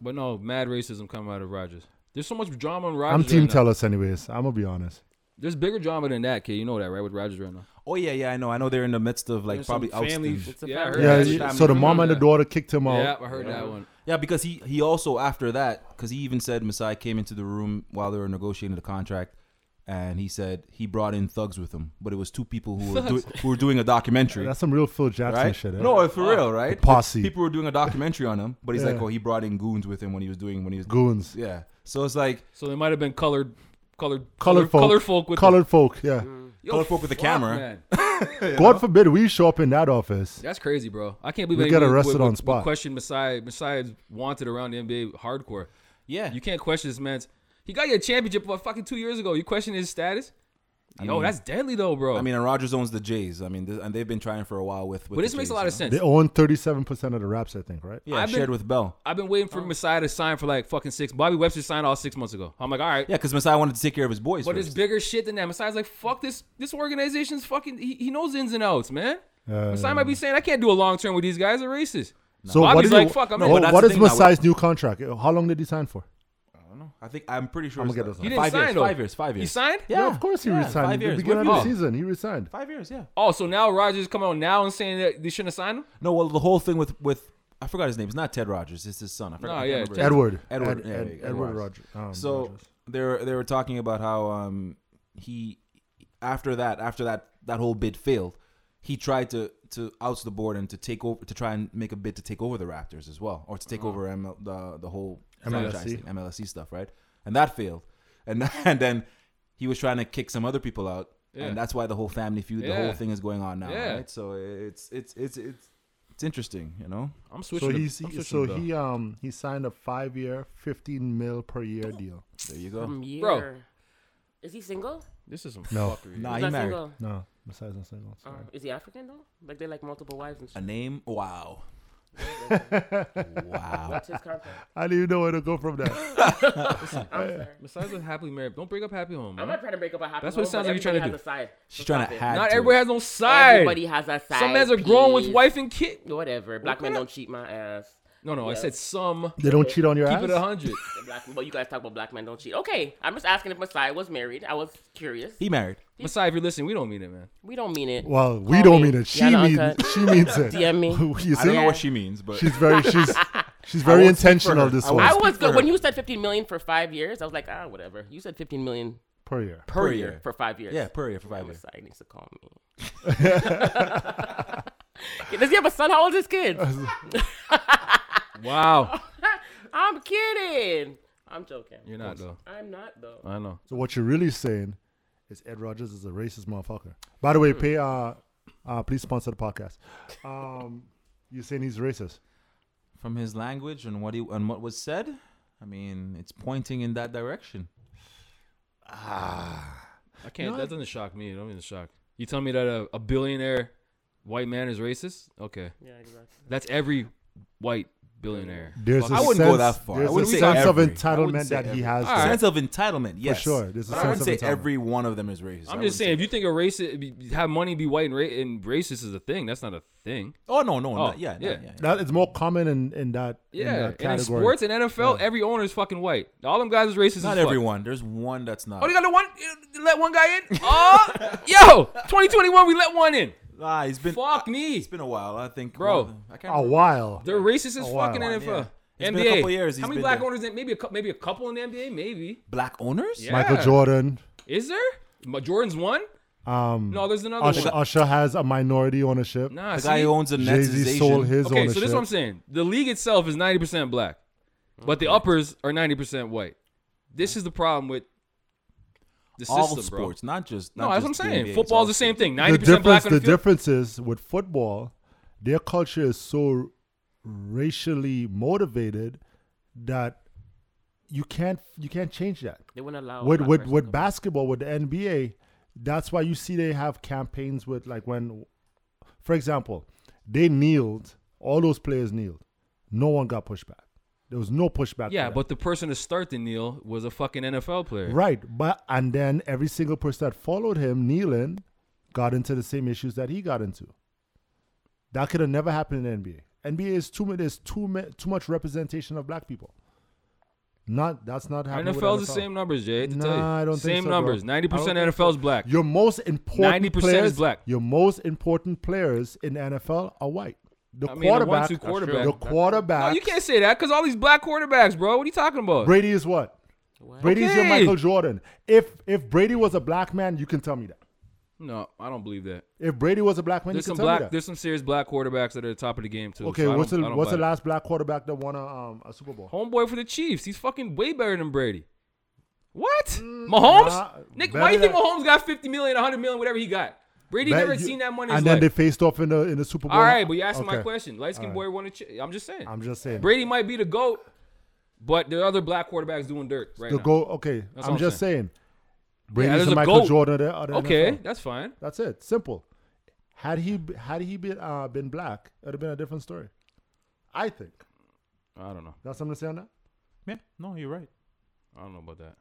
[SPEAKER 7] But no, mad racism coming out of Rogers. There's so much drama on Rogers.
[SPEAKER 2] I'm team
[SPEAKER 7] right now.
[SPEAKER 2] tellus anyways. I'm going to be honest.
[SPEAKER 7] There's bigger drama than that, kid. You know that, right? With Rogers right now.
[SPEAKER 6] Oh yeah, yeah, I know. I know they're in the midst of like
[SPEAKER 7] There's
[SPEAKER 6] probably
[SPEAKER 7] some family-
[SPEAKER 6] ousting.
[SPEAKER 7] It's a Yeah, I family- heard
[SPEAKER 2] Yeah,
[SPEAKER 7] that.
[SPEAKER 2] y- so the
[SPEAKER 7] Family
[SPEAKER 2] mom
[SPEAKER 7] member.
[SPEAKER 2] and the daughter kicked him out.
[SPEAKER 7] Yeah, I heard that one.
[SPEAKER 6] Yeah, because he he also after that because he even said Masai came into the room while they were negotiating the contract, and he said he brought in thugs with him, but it was two people who were do,
[SPEAKER 7] Thugs.
[SPEAKER 6] who were doing a documentary.
[SPEAKER 2] That's some real Phil Jackson
[SPEAKER 6] right?
[SPEAKER 2] shit. eh?
[SPEAKER 6] No, for real, right?
[SPEAKER 2] The posse.
[SPEAKER 6] People were doing a documentary on him, but he's like,
[SPEAKER 2] Yeah.
[SPEAKER 6] oh, he brought in goons with him when he was doing when he was
[SPEAKER 2] Goons.
[SPEAKER 6] Yeah, so it's like
[SPEAKER 7] So they might have been colored, colored,
[SPEAKER 2] Colored folk.
[SPEAKER 7] colored folk with
[SPEAKER 2] Colored folk, yeah.
[SPEAKER 7] Yo,
[SPEAKER 6] colored folk with a
[SPEAKER 7] fuck,
[SPEAKER 6] camera.
[SPEAKER 7] man.
[SPEAKER 2] God forbid we show up in that office.
[SPEAKER 7] That's crazy, bro. I can't believe
[SPEAKER 2] We got
[SPEAKER 7] anyone would-
[SPEAKER 2] arrested
[SPEAKER 7] would-
[SPEAKER 2] on
[SPEAKER 7] would
[SPEAKER 2] spot.
[SPEAKER 7] Question Messiah. Messiah's wanted around the NBA hardcore.
[SPEAKER 6] Yeah,
[SPEAKER 7] You can't question this man's. He got you a championship about fucking two years ago. You question his status? Yo,
[SPEAKER 6] mean-
[SPEAKER 7] that's deadly though, bro.
[SPEAKER 6] I mean, and Rogers owns the Jays. I mean, th- and they've been trying for a while with. with
[SPEAKER 7] but
[SPEAKER 6] the
[SPEAKER 7] this makes a
[SPEAKER 6] Jays,
[SPEAKER 7] lot
[SPEAKER 6] you
[SPEAKER 7] of
[SPEAKER 6] know?
[SPEAKER 7] sense.
[SPEAKER 2] They own 37% of the raps, I think, right?
[SPEAKER 6] Yeah,
[SPEAKER 7] I've been-
[SPEAKER 6] shared with Bell.
[SPEAKER 7] I've been waiting
[SPEAKER 6] Oh.
[SPEAKER 7] for Messiah to sign for like fucking six. Bobby Webster signed all six months ago. I'm like, all right.
[SPEAKER 6] Yeah, because Masai wanted to take care of his boys.
[SPEAKER 7] But
[SPEAKER 6] first.
[SPEAKER 7] it's bigger shit than that. Messiah's like, fuck this. This organization's fucking. He, he knows ins and outs, man.
[SPEAKER 2] Uh,
[SPEAKER 7] Messiah might be saying, I can't do a long term with these guys. They're racist.
[SPEAKER 2] So what
[SPEAKER 7] Bobby's
[SPEAKER 2] is
[SPEAKER 7] like, fuck, I'm in.
[SPEAKER 6] but that's
[SPEAKER 2] what
[SPEAKER 6] the
[SPEAKER 2] is
[SPEAKER 6] thing now,
[SPEAKER 2] Masai's new contract? Uh, How long did he sign for?
[SPEAKER 6] I think I'm pretty sure.
[SPEAKER 2] I'm
[SPEAKER 6] it's
[SPEAKER 2] gonna get
[SPEAKER 6] like
[SPEAKER 2] those
[SPEAKER 7] He didn't
[SPEAKER 6] five
[SPEAKER 7] sign
[SPEAKER 6] years,
[SPEAKER 7] though.
[SPEAKER 6] Five years. Five years.
[SPEAKER 7] He signed?
[SPEAKER 6] Yeah,
[SPEAKER 2] Yeah, of course he
[SPEAKER 6] yeah,
[SPEAKER 2] resigned.
[SPEAKER 6] Five years.
[SPEAKER 2] At the beginning
[SPEAKER 6] What
[SPEAKER 2] of
[SPEAKER 6] if-
[SPEAKER 2] the season, he resigned.
[SPEAKER 6] Five years. Yeah.
[SPEAKER 7] Oh, so now Rogers coming out now and saying that they shouldn't have signed him?
[SPEAKER 6] No, well, the whole thing with with I forgot his name. It's not Ted Rogers. It's his son. I forgot.
[SPEAKER 7] No,
[SPEAKER 6] I
[SPEAKER 7] yeah,
[SPEAKER 6] can't remember
[SPEAKER 7] Ted-
[SPEAKER 6] his-
[SPEAKER 2] Edward.
[SPEAKER 6] Edward.
[SPEAKER 2] Ed-
[SPEAKER 6] yeah,
[SPEAKER 2] Ed-
[SPEAKER 6] yeah,
[SPEAKER 2] Edward Roger. um,
[SPEAKER 6] so
[SPEAKER 2] Rogers.
[SPEAKER 6] they were they were talking about how um he after that after that that whole bid failed, he tried to to oust the board and to take over to try and make a bid to take over the Raptors as well, or to take over ML, the the whole
[SPEAKER 2] MLSE.
[SPEAKER 6] franchise thing, MLSE stuff, right? And that failed, and [LAUGHS] and then he was trying to kick some other people out,
[SPEAKER 7] Yeah.
[SPEAKER 6] and that's why the whole family feud, the
[SPEAKER 7] Yeah.
[SPEAKER 6] whole thing is going on now,
[SPEAKER 7] Yeah.
[SPEAKER 6] right? So it's it's it's it's it's interesting, you know.
[SPEAKER 7] I'm
[SPEAKER 2] So
[SPEAKER 7] switching. to-
[SPEAKER 2] he's
[SPEAKER 7] I'm switching
[SPEAKER 2] so
[SPEAKER 7] to Bell.
[SPEAKER 2] he um he signed a five year, fifteen mil per year deal.
[SPEAKER 6] There you go.
[SPEAKER 5] From year.
[SPEAKER 7] Bro.
[SPEAKER 5] Is he single?
[SPEAKER 7] This is some
[SPEAKER 2] No.
[SPEAKER 7] fuckery.
[SPEAKER 6] Nah,
[SPEAKER 5] He's
[SPEAKER 6] he
[SPEAKER 5] not
[SPEAKER 6] married.
[SPEAKER 5] single.
[SPEAKER 2] No, Masai's not single.
[SPEAKER 5] Uh,
[SPEAKER 2] Sorry.
[SPEAKER 5] is he African though? Like they like multiple wives and
[SPEAKER 6] A
[SPEAKER 5] shit.
[SPEAKER 6] name? Wow. wow.
[SPEAKER 5] What's his contract?
[SPEAKER 2] I don't even know where to go from that.
[SPEAKER 7] [LAUGHS]
[SPEAKER 5] I'm sorry.
[SPEAKER 7] Besides a happily married, don't break up happy home.
[SPEAKER 5] I'm
[SPEAKER 7] Man.
[SPEAKER 5] not trying to break up a happy
[SPEAKER 7] That's what it
[SPEAKER 5] home,
[SPEAKER 7] sounds
[SPEAKER 5] but
[SPEAKER 7] like you're trying to
[SPEAKER 5] everybody has a side.
[SPEAKER 6] [LAUGHS] She's
[SPEAKER 5] So
[SPEAKER 6] trying
[SPEAKER 5] stop
[SPEAKER 6] to
[SPEAKER 5] it.
[SPEAKER 6] add.
[SPEAKER 7] Not
[SPEAKER 6] to
[SPEAKER 7] everybody
[SPEAKER 6] it.
[SPEAKER 7] has no side.
[SPEAKER 5] Everybody has a side.
[SPEAKER 7] some men's are grown with
[SPEAKER 5] piece.
[SPEAKER 7] wife and kid.
[SPEAKER 5] Whatever. Black men
[SPEAKER 7] kinda-
[SPEAKER 5] don't cheat my ass.
[SPEAKER 7] No, no, I
[SPEAKER 5] Yeah.
[SPEAKER 7] said some.
[SPEAKER 2] They don't cheat on your
[SPEAKER 7] Keep it
[SPEAKER 2] ass.
[SPEAKER 5] [LAUGHS]
[SPEAKER 7] hundred.
[SPEAKER 5] The Black, but you guys talk about black men don't cheat. Okay, I'm just asking if Messiah was married. I was curious.
[SPEAKER 6] He married.
[SPEAKER 7] Messiah, if you're listening, we don't mean it, man.
[SPEAKER 5] We don't mean it.
[SPEAKER 2] Well, we
[SPEAKER 5] Call
[SPEAKER 2] don't
[SPEAKER 5] me.
[SPEAKER 2] mean it. She
[SPEAKER 5] Yana
[SPEAKER 2] means
[SPEAKER 5] Uncut.
[SPEAKER 2] she means
[SPEAKER 6] [LAUGHS]
[SPEAKER 2] it. [LAUGHS]
[SPEAKER 5] DM me.
[SPEAKER 2] you
[SPEAKER 6] I don't know
[SPEAKER 2] see,
[SPEAKER 6] what she means, but
[SPEAKER 2] she's very
[SPEAKER 6] [LAUGHS]
[SPEAKER 2] she's she's very
[SPEAKER 6] won't speak for
[SPEAKER 2] intentional.
[SPEAKER 6] her.
[SPEAKER 2] This
[SPEAKER 6] I
[SPEAKER 2] one
[SPEAKER 5] I
[SPEAKER 6] Speak
[SPEAKER 5] was
[SPEAKER 6] for
[SPEAKER 5] good
[SPEAKER 6] her.
[SPEAKER 5] when you said 15 million for five years. I was like, ah, whatever. You said 15 million
[SPEAKER 2] per year.
[SPEAKER 5] per,
[SPEAKER 6] Per
[SPEAKER 5] year.
[SPEAKER 6] year.
[SPEAKER 5] for five years.
[SPEAKER 6] yeah, per year for
[SPEAKER 5] Messiah
[SPEAKER 6] five years.
[SPEAKER 5] needs to call me. [LAUGHS] Does he have a son? How old is his kid? [LAUGHS]
[SPEAKER 7] Wow.
[SPEAKER 5] I'm kidding. I'm joking.
[SPEAKER 7] You're not though.
[SPEAKER 5] I'm not though.
[SPEAKER 7] I know.
[SPEAKER 2] So what you're really saying is Ed Rogers is a racist motherfucker. By the way,
[SPEAKER 6] Hmm.
[SPEAKER 2] pay uh, uh please sponsor the podcast. Um, you're saying he's racist.
[SPEAKER 6] From his language and what he and what was said, I mean, it's pointing in that direction. Ah.
[SPEAKER 7] I can't. that doesn't shock me. It don't even shock. You tell me that a, a billionaire white man is racist? Okay,
[SPEAKER 5] Yeah, exactly.
[SPEAKER 7] that's every white billionaire.
[SPEAKER 2] There's
[SPEAKER 7] Fuck.
[SPEAKER 2] a
[SPEAKER 6] I wouldn't
[SPEAKER 2] sense,
[SPEAKER 6] go that far. I
[SPEAKER 2] There's a
[SPEAKER 6] wouldn't say
[SPEAKER 2] sense of
[SPEAKER 6] every. I
[SPEAKER 2] entitlement
[SPEAKER 6] wouldn't say
[SPEAKER 2] that he
[SPEAKER 6] every.
[SPEAKER 2] has.
[SPEAKER 7] All right.
[SPEAKER 6] Sense of entitlement, yes,
[SPEAKER 2] sure, there's a
[SPEAKER 6] But I
[SPEAKER 2] sense
[SPEAKER 6] wouldn't
[SPEAKER 2] of
[SPEAKER 6] say
[SPEAKER 2] entitlement.
[SPEAKER 6] every one of them is racist. I
[SPEAKER 7] I'm
[SPEAKER 6] wouldn't
[SPEAKER 7] just saying, if
[SPEAKER 6] say
[SPEAKER 7] you think a racist be- have money be white and, ra- and racist is a thing, that's not a thing.
[SPEAKER 6] that. Oh no, no,
[SPEAKER 7] Oh,
[SPEAKER 6] no, yeah,
[SPEAKER 7] yeah.
[SPEAKER 6] yeah, yeah.
[SPEAKER 2] That is more common in in that in
[SPEAKER 7] Yeah,
[SPEAKER 2] that
[SPEAKER 7] and in
[SPEAKER 2] category.
[SPEAKER 7] sports and NFL, every owner is fucking white. All them guys is racist.
[SPEAKER 6] Not
[SPEAKER 7] as fuck.
[SPEAKER 6] everyone. There's one that's not.
[SPEAKER 7] Oh, they got the one. you Let one guy in. [LAUGHS] Oh, yo, 2021, we let one in.
[SPEAKER 6] ah, he's been.
[SPEAKER 7] Fuck me.
[SPEAKER 6] It's been a while. I think,
[SPEAKER 7] Bro.
[SPEAKER 6] one of them- I can't.
[SPEAKER 2] a
[SPEAKER 6] remember.
[SPEAKER 2] while.
[SPEAKER 7] They're racist as
[SPEAKER 2] Oh, wow.
[SPEAKER 7] fucking NFL.
[SPEAKER 6] Yeah. It's
[SPEAKER 7] NBA.
[SPEAKER 6] been a couple years
[SPEAKER 7] How
[SPEAKER 6] he's
[SPEAKER 7] many
[SPEAKER 6] been
[SPEAKER 7] black
[SPEAKER 6] there.
[SPEAKER 7] owners? In, maybe a couple. Maybe a couple in the NBA. Maybe.
[SPEAKER 6] Black owners.
[SPEAKER 7] Yeah.
[SPEAKER 2] Michael Jordan.
[SPEAKER 7] Is there? Ma- Jordan's one.
[SPEAKER 2] Um,
[SPEAKER 7] No, there's another
[SPEAKER 2] Usher,
[SPEAKER 7] one.
[SPEAKER 2] Usher has a minority ownership.
[SPEAKER 7] Nah,
[SPEAKER 6] The
[SPEAKER 7] see?
[SPEAKER 6] guy who owns the
[SPEAKER 2] Jay
[SPEAKER 6] Nets is
[SPEAKER 2] Z
[SPEAKER 6] Asian.
[SPEAKER 2] sold his
[SPEAKER 7] Okay,
[SPEAKER 2] ownership.
[SPEAKER 7] so this is what I'm saying. The league itself is 90% black, but the uppers are 90% white. This is the problem with the
[SPEAKER 6] All
[SPEAKER 7] system, bro.
[SPEAKER 6] sports, not just.
[SPEAKER 7] No,
[SPEAKER 6] not
[SPEAKER 7] that's what I'm
[SPEAKER 6] just the NBA,
[SPEAKER 7] saying.
[SPEAKER 6] it's
[SPEAKER 7] Football's
[SPEAKER 6] all
[SPEAKER 7] the same
[SPEAKER 6] sports.
[SPEAKER 7] thing.
[SPEAKER 2] the
[SPEAKER 7] 90%
[SPEAKER 2] difference
[SPEAKER 7] black on
[SPEAKER 2] the
[SPEAKER 7] the field.
[SPEAKER 2] difference is with football their culture is so racially motivated that you can't you can't change that.
[SPEAKER 5] They wouldn't allow a
[SPEAKER 2] with
[SPEAKER 5] black
[SPEAKER 2] with
[SPEAKER 5] person
[SPEAKER 2] with basketball with the NBA. That's why you see they have campaigns with like when, for example, they kneeled. All those players kneeled. No one got pushback. There was no pushback.
[SPEAKER 7] Yeah,
[SPEAKER 2] for that.
[SPEAKER 7] but the person to start the kneel was a fucking NFL player.
[SPEAKER 2] Right, but and then every single person that followed him kneeling got into the same issues that he got into. That could have never happened in the NBA. NBA is too much. There's too ma- too much representation of black people. Not that's not happening. with
[SPEAKER 7] NFL's the
[SPEAKER 2] NFL.
[SPEAKER 7] same numbers, Jay. I hate to
[SPEAKER 2] Nah,
[SPEAKER 7] tell you.
[SPEAKER 2] I don't think
[SPEAKER 7] same
[SPEAKER 2] so, bro.
[SPEAKER 7] numbers. Ninety
[SPEAKER 2] I
[SPEAKER 7] percent
[SPEAKER 2] don't think
[SPEAKER 7] NFL's black.
[SPEAKER 2] Your most important
[SPEAKER 7] 90% is
[SPEAKER 2] players,
[SPEAKER 7] black.
[SPEAKER 2] Your most important players in NFL are white. The
[SPEAKER 7] I mean, the
[SPEAKER 2] quarterback,
[SPEAKER 7] one-two quarterback.
[SPEAKER 2] the
[SPEAKER 7] That's true.
[SPEAKER 2] quarterback.
[SPEAKER 7] No, you can't say that because all these black quarterbacks, bro. What are you talking about?
[SPEAKER 2] Brady is what? Brady is your
[SPEAKER 7] Okay.
[SPEAKER 2] Michael Jordan. If if Brady was a black man, you can tell me that.
[SPEAKER 7] No, I don't believe that.
[SPEAKER 2] If Brady was a black man,
[SPEAKER 7] There's
[SPEAKER 2] you
[SPEAKER 7] some
[SPEAKER 2] can tell me
[SPEAKER 7] black.
[SPEAKER 2] that.
[SPEAKER 7] There's some serious black quarterbacks that are at the top of the game too.
[SPEAKER 2] Okay,
[SPEAKER 7] so I
[SPEAKER 2] what's
[SPEAKER 7] don't-
[SPEAKER 2] the
[SPEAKER 7] I don't
[SPEAKER 2] what's
[SPEAKER 7] buy
[SPEAKER 2] the
[SPEAKER 7] it.
[SPEAKER 2] last black quarterback that won a, um, a Super Bowl?
[SPEAKER 7] homeboy for the Chiefs? He's fucking way better than Brady. What?
[SPEAKER 2] Mm,
[SPEAKER 7] Mahomes?
[SPEAKER 2] nah,
[SPEAKER 7] Nick,
[SPEAKER 2] better
[SPEAKER 7] why you think
[SPEAKER 2] than-
[SPEAKER 7] Mahomes got 50 million, 100 million, whatever he got? Brady
[SPEAKER 2] Bet
[SPEAKER 7] never
[SPEAKER 2] you-
[SPEAKER 7] seen that money. In
[SPEAKER 2] And
[SPEAKER 7] his
[SPEAKER 2] then
[SPEAKER 7] life.
[SPEAKER 2] they faced off in the in the Super Bowl.
[SPEAKER 7] All right, but you asked my
[SPEAKER 2] Okay.
[SPEAKER 7] question. Light skinned
[SPEAKER 2] All
[SPEAKER 7] boy won a. Ch- I'm just saying.
[SPEAKER 2] I'm just saying.
[SPEAKER 7] Brady might be the goat, but there are other black quarterbacks doing dirt right
[SPEAKER 2] the
[SPEAKER 7] now.
[SPEAKER 2] go. Okay,
[SPEAKER 7] That's
[SPEAKER 2] I'm
[SPEAKER 7] all I'm
[SPEAKER 2] just saying.
[SPEAKER 7] Yeah,
[SPEAKER 2] Brady's
[SPEAKER 7] there's
[SPEAKER 2] the
[SPEAKER 7] a
[SPEAKER 2] Michael
[SPEAKER 7] GOAT.
[SPEAKER 2] Jordan. Of the, of the
[SPEAKER 7] Okay,
[SPEAKER 2] NFL.
[SPEAKER 7] that's fine.
[SPEAKER 2] that's it. Simple. Had he b- had he been uh, been black, it'd have been a different story. I think.
[SPEAKER 7] I don't know.
[SPEAKER 2] That's something to say on that.
[SPEAKER 6] Yeah, no, you're right.
[SPEAKER 7] I don't know about that.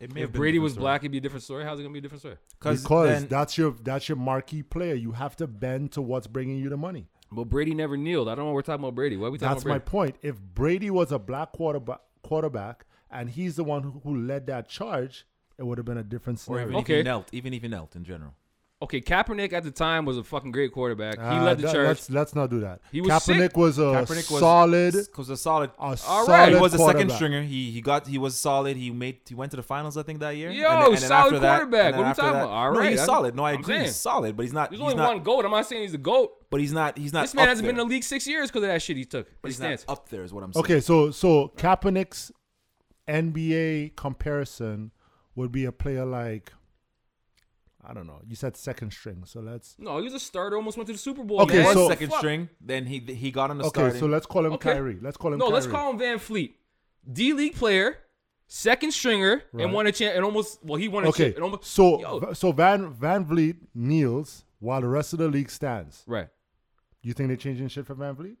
[SPEAKER 6] It
[SPEAKER 7] If Brady was black, it'd be a different story. How's it gonna be a different story?
[SPEAKER 2] Because that's your that's your marquee player. You have to bend to what's bringing you the money.
[SPEAKER 7] But Brady never kneeled. I don't know. What we're talking about Brady. Why are we talking
[SPEAKER 2] That's my
[SPEAKER 7] about Brady?
[SPEAKER 2] point. If Brady was a black quarterback, quarterback, and he's the one who, who led that charge, it would have been a different
[SPEAKER 6] or
[SPEAKER 2] scenario.
[SPEAKER 6] even if
[SPEAKER 7] Okay.
[SPEAKER 6] he knelt, even if he knelt in general.
[SPEAKER 7] Okay, Kaepernick at the time was a fucking great quarterback. He
[SPEAKER 2] Uh,
[SPEAKER 7] led the
[SPEAKER 2] that-
[SPEAKER 7] charge.
[SPEAKER 2] Let's, let's not do that.
[SPEAKER 7] He was
[SPEAKER 2] Kaepernick
[SPEAKER 7] sick.
[SPEAKER 2] was a
[SPEAKER 6] Kaepernick was
[SPEAKER 2] solid, a
[SPEAKER 6] was a solid.
[SPEAKER 2] solid.
[SPEAKER 7] right.
[SPEAKER 6] he was a second
[SPEAKER 2] quarterback.
[SPEAKER 6] stringer. He he got he was solid. He made he went to the finals I think that year.
[SPEAKER 7] Yo,
[SPEAKER 6] then
[SPEAKER 7] solid
[SPEAKER 6] after that-
[SPEAKER 7] quarterback.
[SPEAKER 6] and then
[SPEAKER 7] What are we
[SPEAKER 6] after
[SPEAKER 7] talking
[SPEAKER 6] that-
[SPEAKER 7] about? All
[SPEAKER 6] no,
[SPEAKER 7] right,
[SPEAKER 6] he's
[SPEAKER 7] I'm-
[SPEAKER 6] solid. No, I
[SPEAKER 7] I'm
[SPEAKER 6] agree.
[SPEAKER 7] saying.
[SPEAKER 6] He's solid, but he's not.
[SPEAKER 7] There's
[SPEAKER 6] he's
[SPEAKER 7] only
[SPEAKER 6] not,
[SPEAKER 7] one goat. I'm not saying he's the goat.
[SPEAKER 6] But he's not. He's not.
[SPEAKER 7] This man
[SPEAKER 6] up
[SPEAKER 7] hasn't
[SPEAKER 6] there.
[SPEAKER 7] been in the league six years because of that shit he took.
[SPEAKER 6] But
[SPEAKER 7] His
[SPEAKER 6] he's not
[SPEAKER 7] stance.
[SPEAKER 6] up there is what I'm saying.
[SPEAKER 2] Okay, so so Kaepernick's NBA comparison would be a player like I don't know. You said second string, so let's
[SPEAKER 7] No, he was a starter. Almost went to the Super Bowl.
[SPEAKER 2] Okay,
[SPEAKER 7] man.
[SPEAKER 6] He was
[SPEAKER 2] so-
[SPEAKER 6] second
[SPEAKER 7] Fuck.
[SPEAKER 6] string. Then he he got on the
[SPEAKER 2] okay.
[SPEAKER 6] starting.
[SPEAKER 2] So let's call him
[SPEAKER 7] Okay.
[SPEAKER 2] Kyrie. Let's call him.
[SPEAKER 7] No, let's
[SPEAKER 2] Kyrie.
[SPEAKER 7] call him Van Fleet. D League player, second stringer,
[SPEAKER 2] Right.
[SPEAKER 7] and won a champ. And almost well, he won a
[SPEAKER 2] Okay,
[SPEAKER 7] champ. And almost,
[SPEAKER 2] so
[SPEAKER 7] Yo.
[SPEAKER 2] so Van Van Vliet kneels while the rest of the league stands.
[SPEAKER 7] right.
[SPEAKER 2] You think they're changing shit for Van Vliet?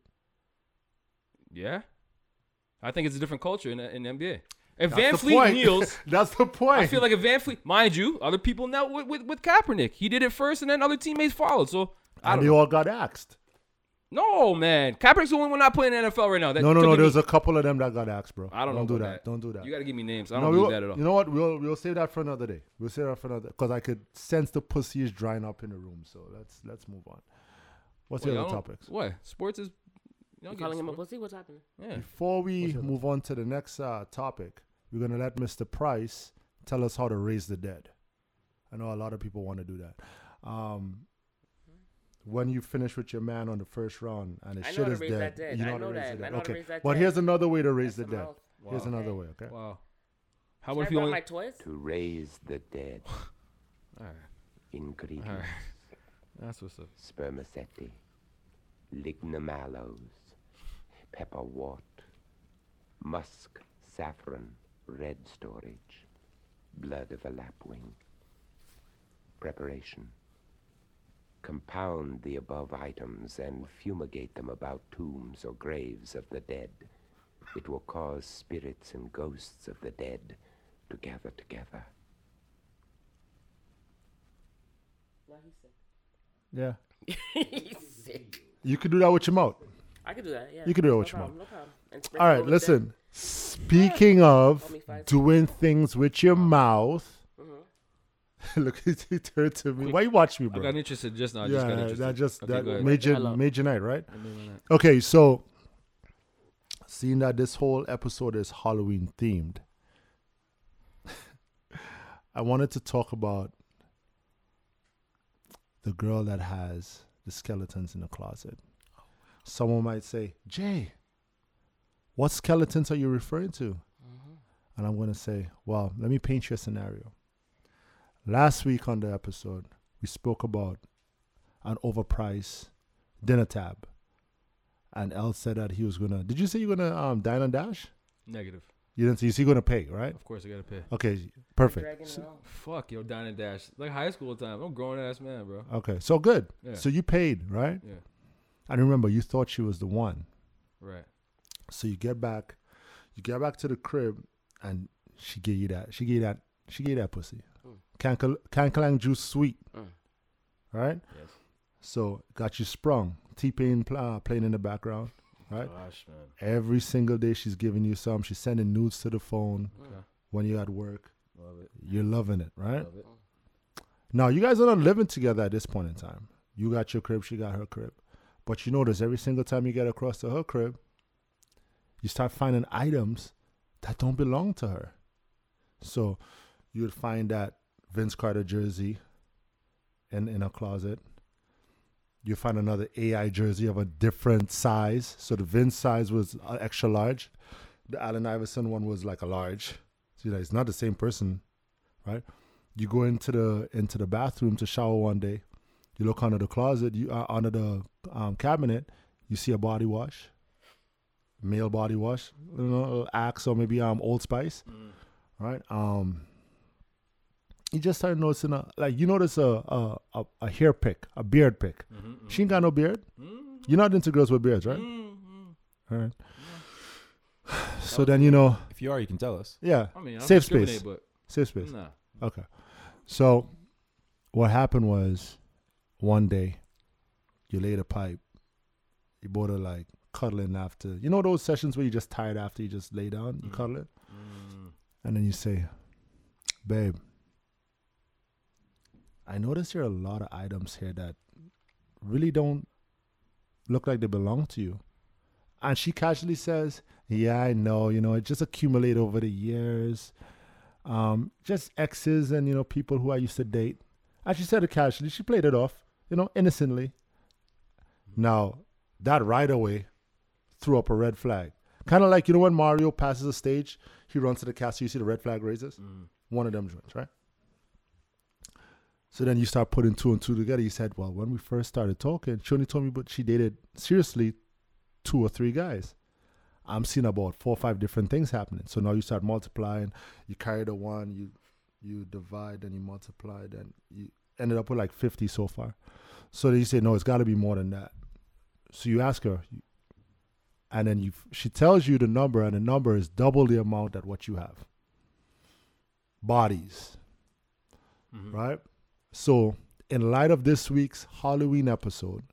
[SPEAKER 7] Yeah, I think it's a different culture in, in the NBA. If
[SPEAKER 2] That's
[SPEAKER 7] Van
[SPEAKER 2] the
[SPEAKER 7] Fleet
[SPEAKER 2] point.
[SPEAKER 7] kneels,
[SPEAKER 2] [LAUGHS] That's the point.
[SPEAKER 7] I feel like if Van Fleet, mind you, other people now with, with with Kaepernick, he did it first, and then other teammates followed. So I
[SPEAKER 2] and
[SPEAKER 7] don't
[SPEAKER 2] they
[SPEAKER 7] know.
[SPEAKER 2] all got axed.
[SPEAKER 7] No man, Kaepernick's the only one not playing in the NFL right now. That
[SPEAKER 2] No, no,
[SPEAKER 7] took
[SPEAKER 2] no.
[SPEAKER 7] a knee.
[SPEAKER 2] There's a couple of them that got axed, bro.
[SPEAKER 7] I don't, know
[SPEAKER 2] do
[SPEAKER 7] about
[SPEAKER 2] that. Don't do that.
[SPEAKER 7] You gotta give me names. I
[SPEAKER 2] No,
[SPEAKER 7] don't
[SPEAKER 2] we
[SPEAKER 7] do
[SPEAKER 2] will-
[SPEAKER 7] that at all.
[SPEAKER 2] You know what? We'll we'll save that for another day. We'll save that for another because I could sense the pussy is drying up in the room. So let's let's move on. What's
[SPEAKER 7] Well,
[SPEAKER 2] the
[SPEAKER 7] y'all
[SPEAKER 2] other
[SPEAKER 7] don't-
[SPEAKER 2] topics?
[SPEAKER 7] What sports is? You
[SPEAKER 5] You calling him a pussy? What's happening?
[SPEAKER 7] Yeah.
[SPEAKER 2] Before we move on to the next uh, topic, we're gonna let Mr. Price tell us how to raise the dead. I know a lot of people want to do that. Um, when you finish with your man on the first round and his
[SPEAKER 5] I know
[SPEAKER 2] shit
[SPEAKER 5] how to
[SPEAKER 2] is
[SPEAKER 5] raise
[SPEAKER 2] dead,
[SPEAKER 5] that dead.
[SPEAKER 2] you
[SPEAKER 5] I
[SPEAKER 2] how to
[SPEAKER 5] know
[SPEAKER 2] raise
[SPEAKER 5] that.
[SPEAKER 2] the
[SPEAKER 5] I
[SPEAKER 2] dead.
[SPEAKER 5] know how to
[SPEAKER 2] okay,
[SPEAKER 5] raise that
[SPEAKER 2] but
[SPEAKER 5] dead.
[SPEAKER 2] here's another way to raise the
[SPEAKER 5] That's
[SPEAKER 2] dead.
[SPEAKER 5] mouth.
[SPEAKER 2] Here's
[SPEAKER 7] Wow.
[SPEAKER 2] another way. Okay.
[SPEAKER 7] Wow. How
[SPEAKER 5] Should
[SPEAKER 7] about
[SPEAKER 5] I
[SPEAKER 7] if you
[SPEAKER 5] bring
[SPEAKER 7] want?
[SPEAKER 5] my toys? [LAUGHS]
[SPEAKER 10] To raise the dead. Ingredients.
[SPEAKER 7] Alright. That's what's up.
[SPEAKER 10] Spermaceti. Lignum aloes. Pepper wort. Musk, saffron, red storage. Blood of a lapwing. Preparation. Compound the above items and fumigate them about tombs or graves of the dead. It will cause spirits and ghosts of the dead to gather together.
[SPEAKER 2] Yeah,
[SPEAKER 5] He's sick.
[SPEAKER 2] you could do that with your mouth.
[SPEAKER 5] I could do that. Yeah.
[SPEAKER 2] You could do it
[SPEAKER 5] no
[SPEAKER 2] what you
[SPEAKER 5] problem,
[SPEAKER 2] want.
[SPEAKER 5] No problem. And spread
[SPEAKER 2] All
[SPEAKER 5] it
[SPEAKER 2] right,
[SPEAKER 5] over the dead.
[SPEAKER 2] listen. Speaking of
[SPEAKER 5] me five Uh-huh.
[SPEAKER 2] doing things with your mouth, [LAUGHS]
[SPEAKER 5] Mm-hmm.
[SPEAKER 2] look, he, he turned to me. Why you watch me,
[SPEAKER 7] I
[SPEAKER 2] bro?
[SPEAKER 7] got interested just now. I just
[SPEAKER 2] yeah,
[SPEAKER 7] got
[SPEAKER 2] yeah,
[SPEAKER 7] interested.
[SPEAKER 2] that just
[SPEAKER 7] Okay,
[SPEAKER 2] that
[SPEAKER 7] go ahead.
[SPEAKER 2] made your
[SPEAKER 5] Hello.
[SPEAKER 2] made your night, right? Okay, so seeing that this whole episode is Halloween themed, [LAUGHS] I wanted to talk about the girl that has the skeletons in the closet. Someone might say, Jay, what skeletons are you referring to?
[SPEAKER 7] Mm-hmm.
[SPEAKER 2] And I'm going to say, well, let me paint you a scenario. Last week on the episode, we spoke about an overpriced dinner tab. And El said that he was gonna. Did you say you're gonna um, dine and dash?
[SPEAKER 7] Negative.
[SPEAKER 2] You didn't. You see, you're gonna pay, right?
[SPEAKER 7] Of course, I gotta pay.
[SPEAKER 2] Okay, perfect. S-
[SPEAKER 7] Fuck yo, dine and dash like high school time. I'm a grown ass man, bro.
[SPEAKER 2] Okay, so good.
[SPEAKER 7] Yeah.
[SPEAKER 2] So you paid, right?
[SPEAKER 7] Yeah.
[SPEAKER 2] And remember, you thought she was the one.
[SPEAKER 7] Right.
[SPEAKER 2] So you get back, you get back to the crib, and she gave you that. She gave you that. She gave you that pussy. Cankle Cankalang juice sweet. Right.
[SPEAKER 7] Yes.
[SPEAKER 2] So got you sprung. T Pain pl- uh, playing in the background. Right.
[SPEAKER 7] Gosh, man.
[SPEAKER 2] Every single day she's giving you some. She's sending nudes to the phone
[SPEAKER 7] Okay.
[SPEAKER 2] when you're at work.
[SPEAKER 7] Love it.
[SPEAKER 2] You're loving it, right?
[SPEAKER 7] Love it.
[SPEAKER 2] Now you guys are not living together at this point in time. You got your crib, she got her crib. But you notice every single time you get across to her crib, you start finding items that don't belong to her. So you'd find that Vince Carter jersey in, in her closet. You find another AI jersey of a different size. So the Vince size was uh, extra large. The Allen Iverson one was like a large. So you know, it's not the same person, right? You go into the into the bathroom to shower one day. You look under the closet, you uh, under the um, cabinet, you see a body wash, male body wash, you know, Axe or maybe um Old Spice,
[SPEAKER 7] Mm.
[SPEAKER 2] right? Um, you just start noticing a like you notice a a, a, a hair pick, a beard pick.
[SPEAKER 7] Mm-hmm,
[SPEAKER 2] She ain't got no beard. You're not into girls with beards, right?
[SPEAKER 7] Mm-hmm.
[SPEAKER 2] All right. [SIGHS] So then you know,
[SPEAKER 6] If you are, you can tell us.
[SPEAKER 2] yeah,
[SPEAKER 7] I mean, I don't
[SPEAKER 2] safe
[SPEAKER 7] discriminate,
[SPEAKER 2] space,
[SPEAKER 7] but
[SPEAKER 2] safe space.
[SPEAKER 7] nah.
[SPEAKER 2] Okay. So what happened was one day you laid a pipe. You both are like cuddling after you know those sessions where you just tired after you just lay down, you cuddle it? And then you say, Babe, I noticed there are a lot of items here that really don't look like they belong to you. And she casually says, Yeah, I know, you know, it just accumulated over the years um, just exes and you know people who I used to date. And she said it casually. She played it off, you know, innocently. Now that right away threw up a red flag, kind of like you know when Mario passes a stage, he runs to the castle. You see the red flag raises. One of them joints, right? So then you start putting two and two together. You said, well, when we first started talking, she only told me, but she dated seriously two or three guys. I'm seeing about four or five different things happening. So now you start multiplying, you carry the one, you you divide, then you multiply, then you ended up with like 50 so far. So then you say, no, it's got to be more than that. So you ask her, you- and then you she tells you the number, and the number is double the amount that what you have. Bodies, right? So in light of this week's Halloween episode,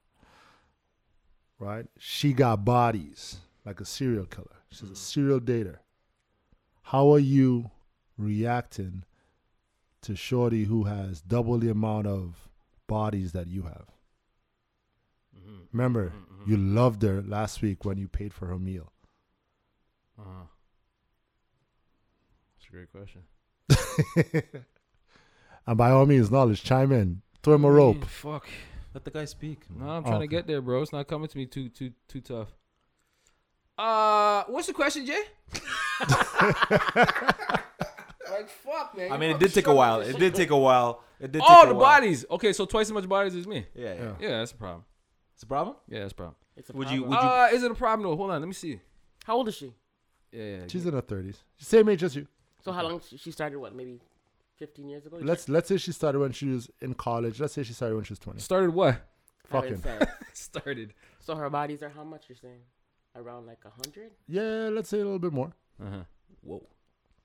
[SPEAKER 2] right? She got bodies like a serial killer. She's a serial dater. How are you reacting to Shorty who has double the amount of bodies that you have?
[SPEAKER 7] Mm-hmm.
[SPEAKER 2] Remember, you loved her last week when you paid for her meal.
[SPEAKER 7] Uh huh. That's a great question.
[SPEAKER 2] And by all means, knowledge, chime in. Throw him a rope.
[SPEAKER 7] Man, fuck.
[SPEAKER 6] Let the guy speak.
[SPEAKER 7] No, I'm trying
[SPEAKER 2] Okay.
[SPEAKER 7] to get there, bro. It's not coming to me too too too tough. Uh, what's the question, Jay? like fuck, man.
[SPEAKER 6] I mean, it did take a while. It did take a while. It did.
[SPEAKER 7] Oh,
[SPEAKER 6] take a
[SPEAKER 7] the
[SPEAKER 6] while.
[SPEAKER 7] bodies. Okay, so twice as much bodies as me.
[SPEAKER 6] Yeah, yeah.
[SPEAKER 7] Yeah, that's a problem.
[SPEAKER 6] It's a problem.
[SPEAKER 7] Yeah, that's a problem.
[SPEAKER 5] It's a
[SPEAKER 6] Would you?
[SPEAKER 5] problem.
[SPEAKER 6] Would you?
[SPEAKER 7] uh, is it a problem though? Hold on, let me see.
[SPEAKER 5] How old is she?
[SPEAKER 7] Yeah, yeah, yeah.
[SPEAKER 2] She's in her thirties. Same age as you.
[SPEAKER 5] So how long she- she started? What, maybe fifteen years ago?
[SPEAKER 2] Let's let's say she started when she was in college. Let's say she started when she was twenty.
[SPEAKER 7] started what?
[SPEAKER 5] Having
[SPEAKER 2] Fucking
[SPEAKER 5] sex.
[SPEAKER 7] [LAUGHS] started.
[SPEAKER 5] So her bodies are how much? You're saying around like a hundred?
[SPEAKER 2] yeah, let's say a little bit more.
[SPEAKER 7] Uh huh. Whoa,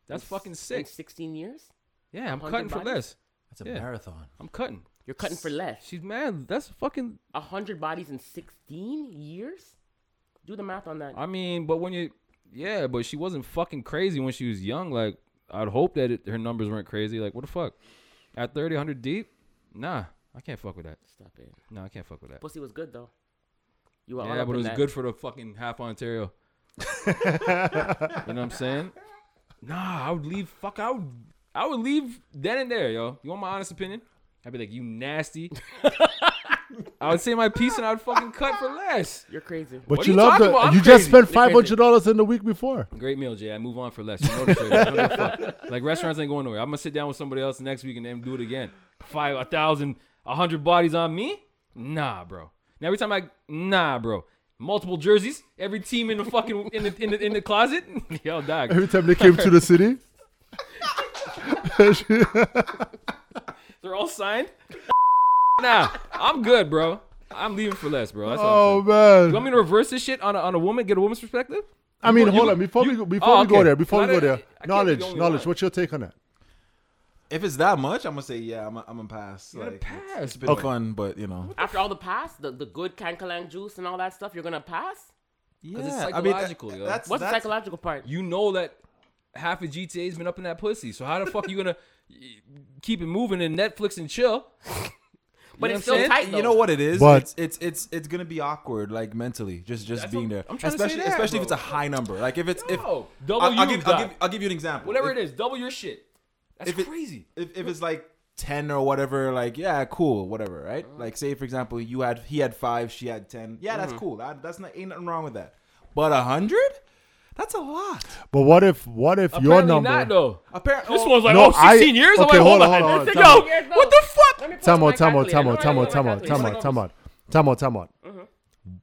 [SPEAKER 7] that's fucking
[SPEAKER 5] In
[SPEAKER 7] sick.
[SPEAKER 5] sixteen years?
[SPEAKER 7] Yeah, I'm
[SPEAKER 5] 100
[SPEAKER 7] cutting for
[SPEAKER 5] bodies?
[SPEAKER 7] less.
[SPEAKER 6] That's a
[SPEAKER 7] Yeah.
[SPEAKER 6] marathon.
[SPEAKER 7] I'm cutting.
[SPEAKER 5] You're cutting for less.
[SPEAKER 7] She's mad. That's fucking.
[SPEAKER 5] A hundred bodies in sixteen years? Do the math on that.
[SPEAKER 7] I mean, but when you, yeah, but she wasn't fucking crazy when she was young. Like, I'd hope that it, her numbers weren't crazy. Like, what the fuck? At 30, 100 deep? Nah, I can't fuck with that.
[SPEAKER 5] Stop it.
[SPEAKER 7] Nah, I can't fuck with that.
[SPEAKER 5] Pussy was good though. You were all
[SPEAKER 7] Yeah,
[SPEAKER 5] up in
[SPEAKER 7] but it was
[SPEAKER 5] that.
[SPEAKER 7] good for the fucking half Ontario. you know what I'm saying? Nah, I would leave. Fuck, I would, I would leave then and there, yo. You want my honest opinion? I'd be like, you nasty. I would say my piece and I would fucking cut for less.
[SPEAKER 5] You're crazy.
[SPEAKER 2] But
[SPEAKER 7] What are
[SPEAKER 2] you
[SPEAKER 7] you
[SPEAKER 2] loved
[SPEAKER 7] talking
[SPEAKER 2] her.
[SPEAKER 7] about? I'm
[SPEAKER 2] You just
[SPEAKER 7] crazy.
[SPEAKER 2] spent
[SPEAKER 5] You're
[SPEAKER 2] five
[SPEAKER 5] crazy.
[SPEAKER 2] hundred dollars in the week before.
[SPEAKER 7] Great meal, Jay. I move on for less. You know this already. I don't give a fuck. Like restaurants ain't going nowhere. I'm gonna sit down with somebody else next week and then do it again. Five, a thousand, a hundred bodies on me? Nah, bro. Now every time I nah, bro, multiple jerseys, every team in the fucking in the in the, in the closet. [LAUGHS] Yo, dog.
[SPEAKER 2] Every time they came to the
[SPEAKER 7] [LAUGHS]
[SPEAKER 2] city, [LAUGHS]
[SPEAKER 7] they're all signed. [LAUGHS] nah, I'm good, bro. I'm leaving for less, bro. That's all.
[SPEAKER 2] oh
[SPEAKER 7] I'm saying.
[SPEAKER 2] man.
[SPEAKER 7] You want me to reverse this shit on a, on a woman? Get a woman's perspective?
[SPEAKER 2] I mean,
[SPEAKER 7] You-
[SPEAKER 2] hold
[SPEAKER 7] you-
[SPEAKER 2] on. Before we
[SPEAKER 7] you-
[SPEAKER 2] go, before
[SPEAKER 7] Oh,
[SPEAKER 2] we go
[SPEAKER 7] okay.
[SPEAKER 2] there, before we
[SPEAKER 7] Well,
[SPEAKER 2] go
[SPEAKER 7] I-
[SPEAKER 2] there,
[SPEAKER 7] I can't be the
[SPEAKER 2] knowledge,
[SPEAKER 7] only
[SPEAKER 2] knowledge.
[SPEAKER 7] one.
[SPEAKER 2] What's your take on that?
[SPEAKER 6] If it's that much, I'm gonna say yeah. I'm a, I'm gonna pass.
[SPEAKER 7] gonna
[SPEAKER 6] Like, it's-
[SPEAKER 7] pass,
[SPEAKER 6] It's been
[SPEAKER 7] but-
[SPEAKER 6] fun, but you know.
[SPEAKER 5] After all the pass, the, the good cankalang juice and all that stuff, you're gonna pass?
[SPEAKER 6] Yeah,
[SPEAKER 7] 'Cause it's
[SPEAKER 6] I mean, that-
[SPEAKER 7] psychological, yo.
[SPEAKER 6] That's,
[SPEAKER 5] What's the
[SPEAKER 6] that's,
[SPEAKER 5] psychological part?
[SPEAKER 7] you know that half of GTA's been up in that pussy. So how the fuck you gonna keep it moving and Netflix and chill?
[SPEAKER 5] But it's
[SPEAKER 7] You know what I'm
[SPEAKER 5] still
[SPEAKER 7] saying?
[SPEAKER 5] tight. Though.
[SPEAKER 6] You know what it is?
[SPEAKER 2] But-
[SPEAKER 6] it's, it's it's it's gonna be awkward, like mentally, just just
[SPEAKER 7] That's
[SPEAKER 6] being
[SPEAKER 7] what-
[SPEAKER 6] there.
[SPEAKER 7] I'm trying to say
[SPEAKER 6] especially
[SPEAKER 7] that,
[SPEAKER 6] especially if
[SPEAKER 7] bro.
[SPEAKER 6] it's a high number. Like if it's if
[SPEAKER 7] No, double
[SPEAKER 6] I'll, I'll
[SPEAKER 7] you,
[SPEAKER 6] give, I'll
[SPEAKER 7] doc.
[SPEAKER 6] give I'll give you an example.
[SPEAKER 7] Whatever
[SPEAKER 6] If-
[SPEAKER 7] it is, double your shit. That's
[SPEAKER 6] if it-
[SPEAKER 7] crazy.
[SPEAKER 6] If, if it's like ten or whatever, like yeah, cool, whatever, right?
[SPEAKER 5] Uh-huh.
[SPEAKER 6] Like say for example, you had he had five, she had ten. Yeah, that's cool. That, that's not ain't nothing wrong with that. But a hundred, that's a lot.
[SPEAKER 2] But what if what if your
[SPEAKER 7] Apparently
[SPEAKER 2] number?
[SPEAKER 7] not though.
[SPEAKER 6] Apparently,
[SPEAKER 7] This one's like,
[SPEAKER 2] No,
[SPEAKER 7] oh, 16
[SPEAKER 2] I-
[SPEAKER 7] years? I'm
[SPEAKER 2] okay,
[SPEAKER 7] like, hold,
[SPEAKER 2] hold on,
[SPEAKER 7] on.
[SPEAKER 2] hold on,
[SPEAKER 7] It's like,
[SPEAKER 2] hold on.
[SPEAKER 7] yo, what the fuck?
[SPEAKER 5] Let me pull up
[SPEAKER 2] Tamo,
[SPEAKER 5] my
[SPEAKER 2] Tamo,
[SPEAKER 5] calculator.
[SPEAKER 2] Tamo,
[SPEAKER 5] Let me
[SPEAKER 2] Tamo,
[SPEAKER 5] pull up my
[SPEAKER 2] Tamo, Tamo,
[SPEAKER 5] calculator.
[SPEAKER 2] Tamo, Tamo, Tamo.
[SPEAKER 7] Mm-hmm.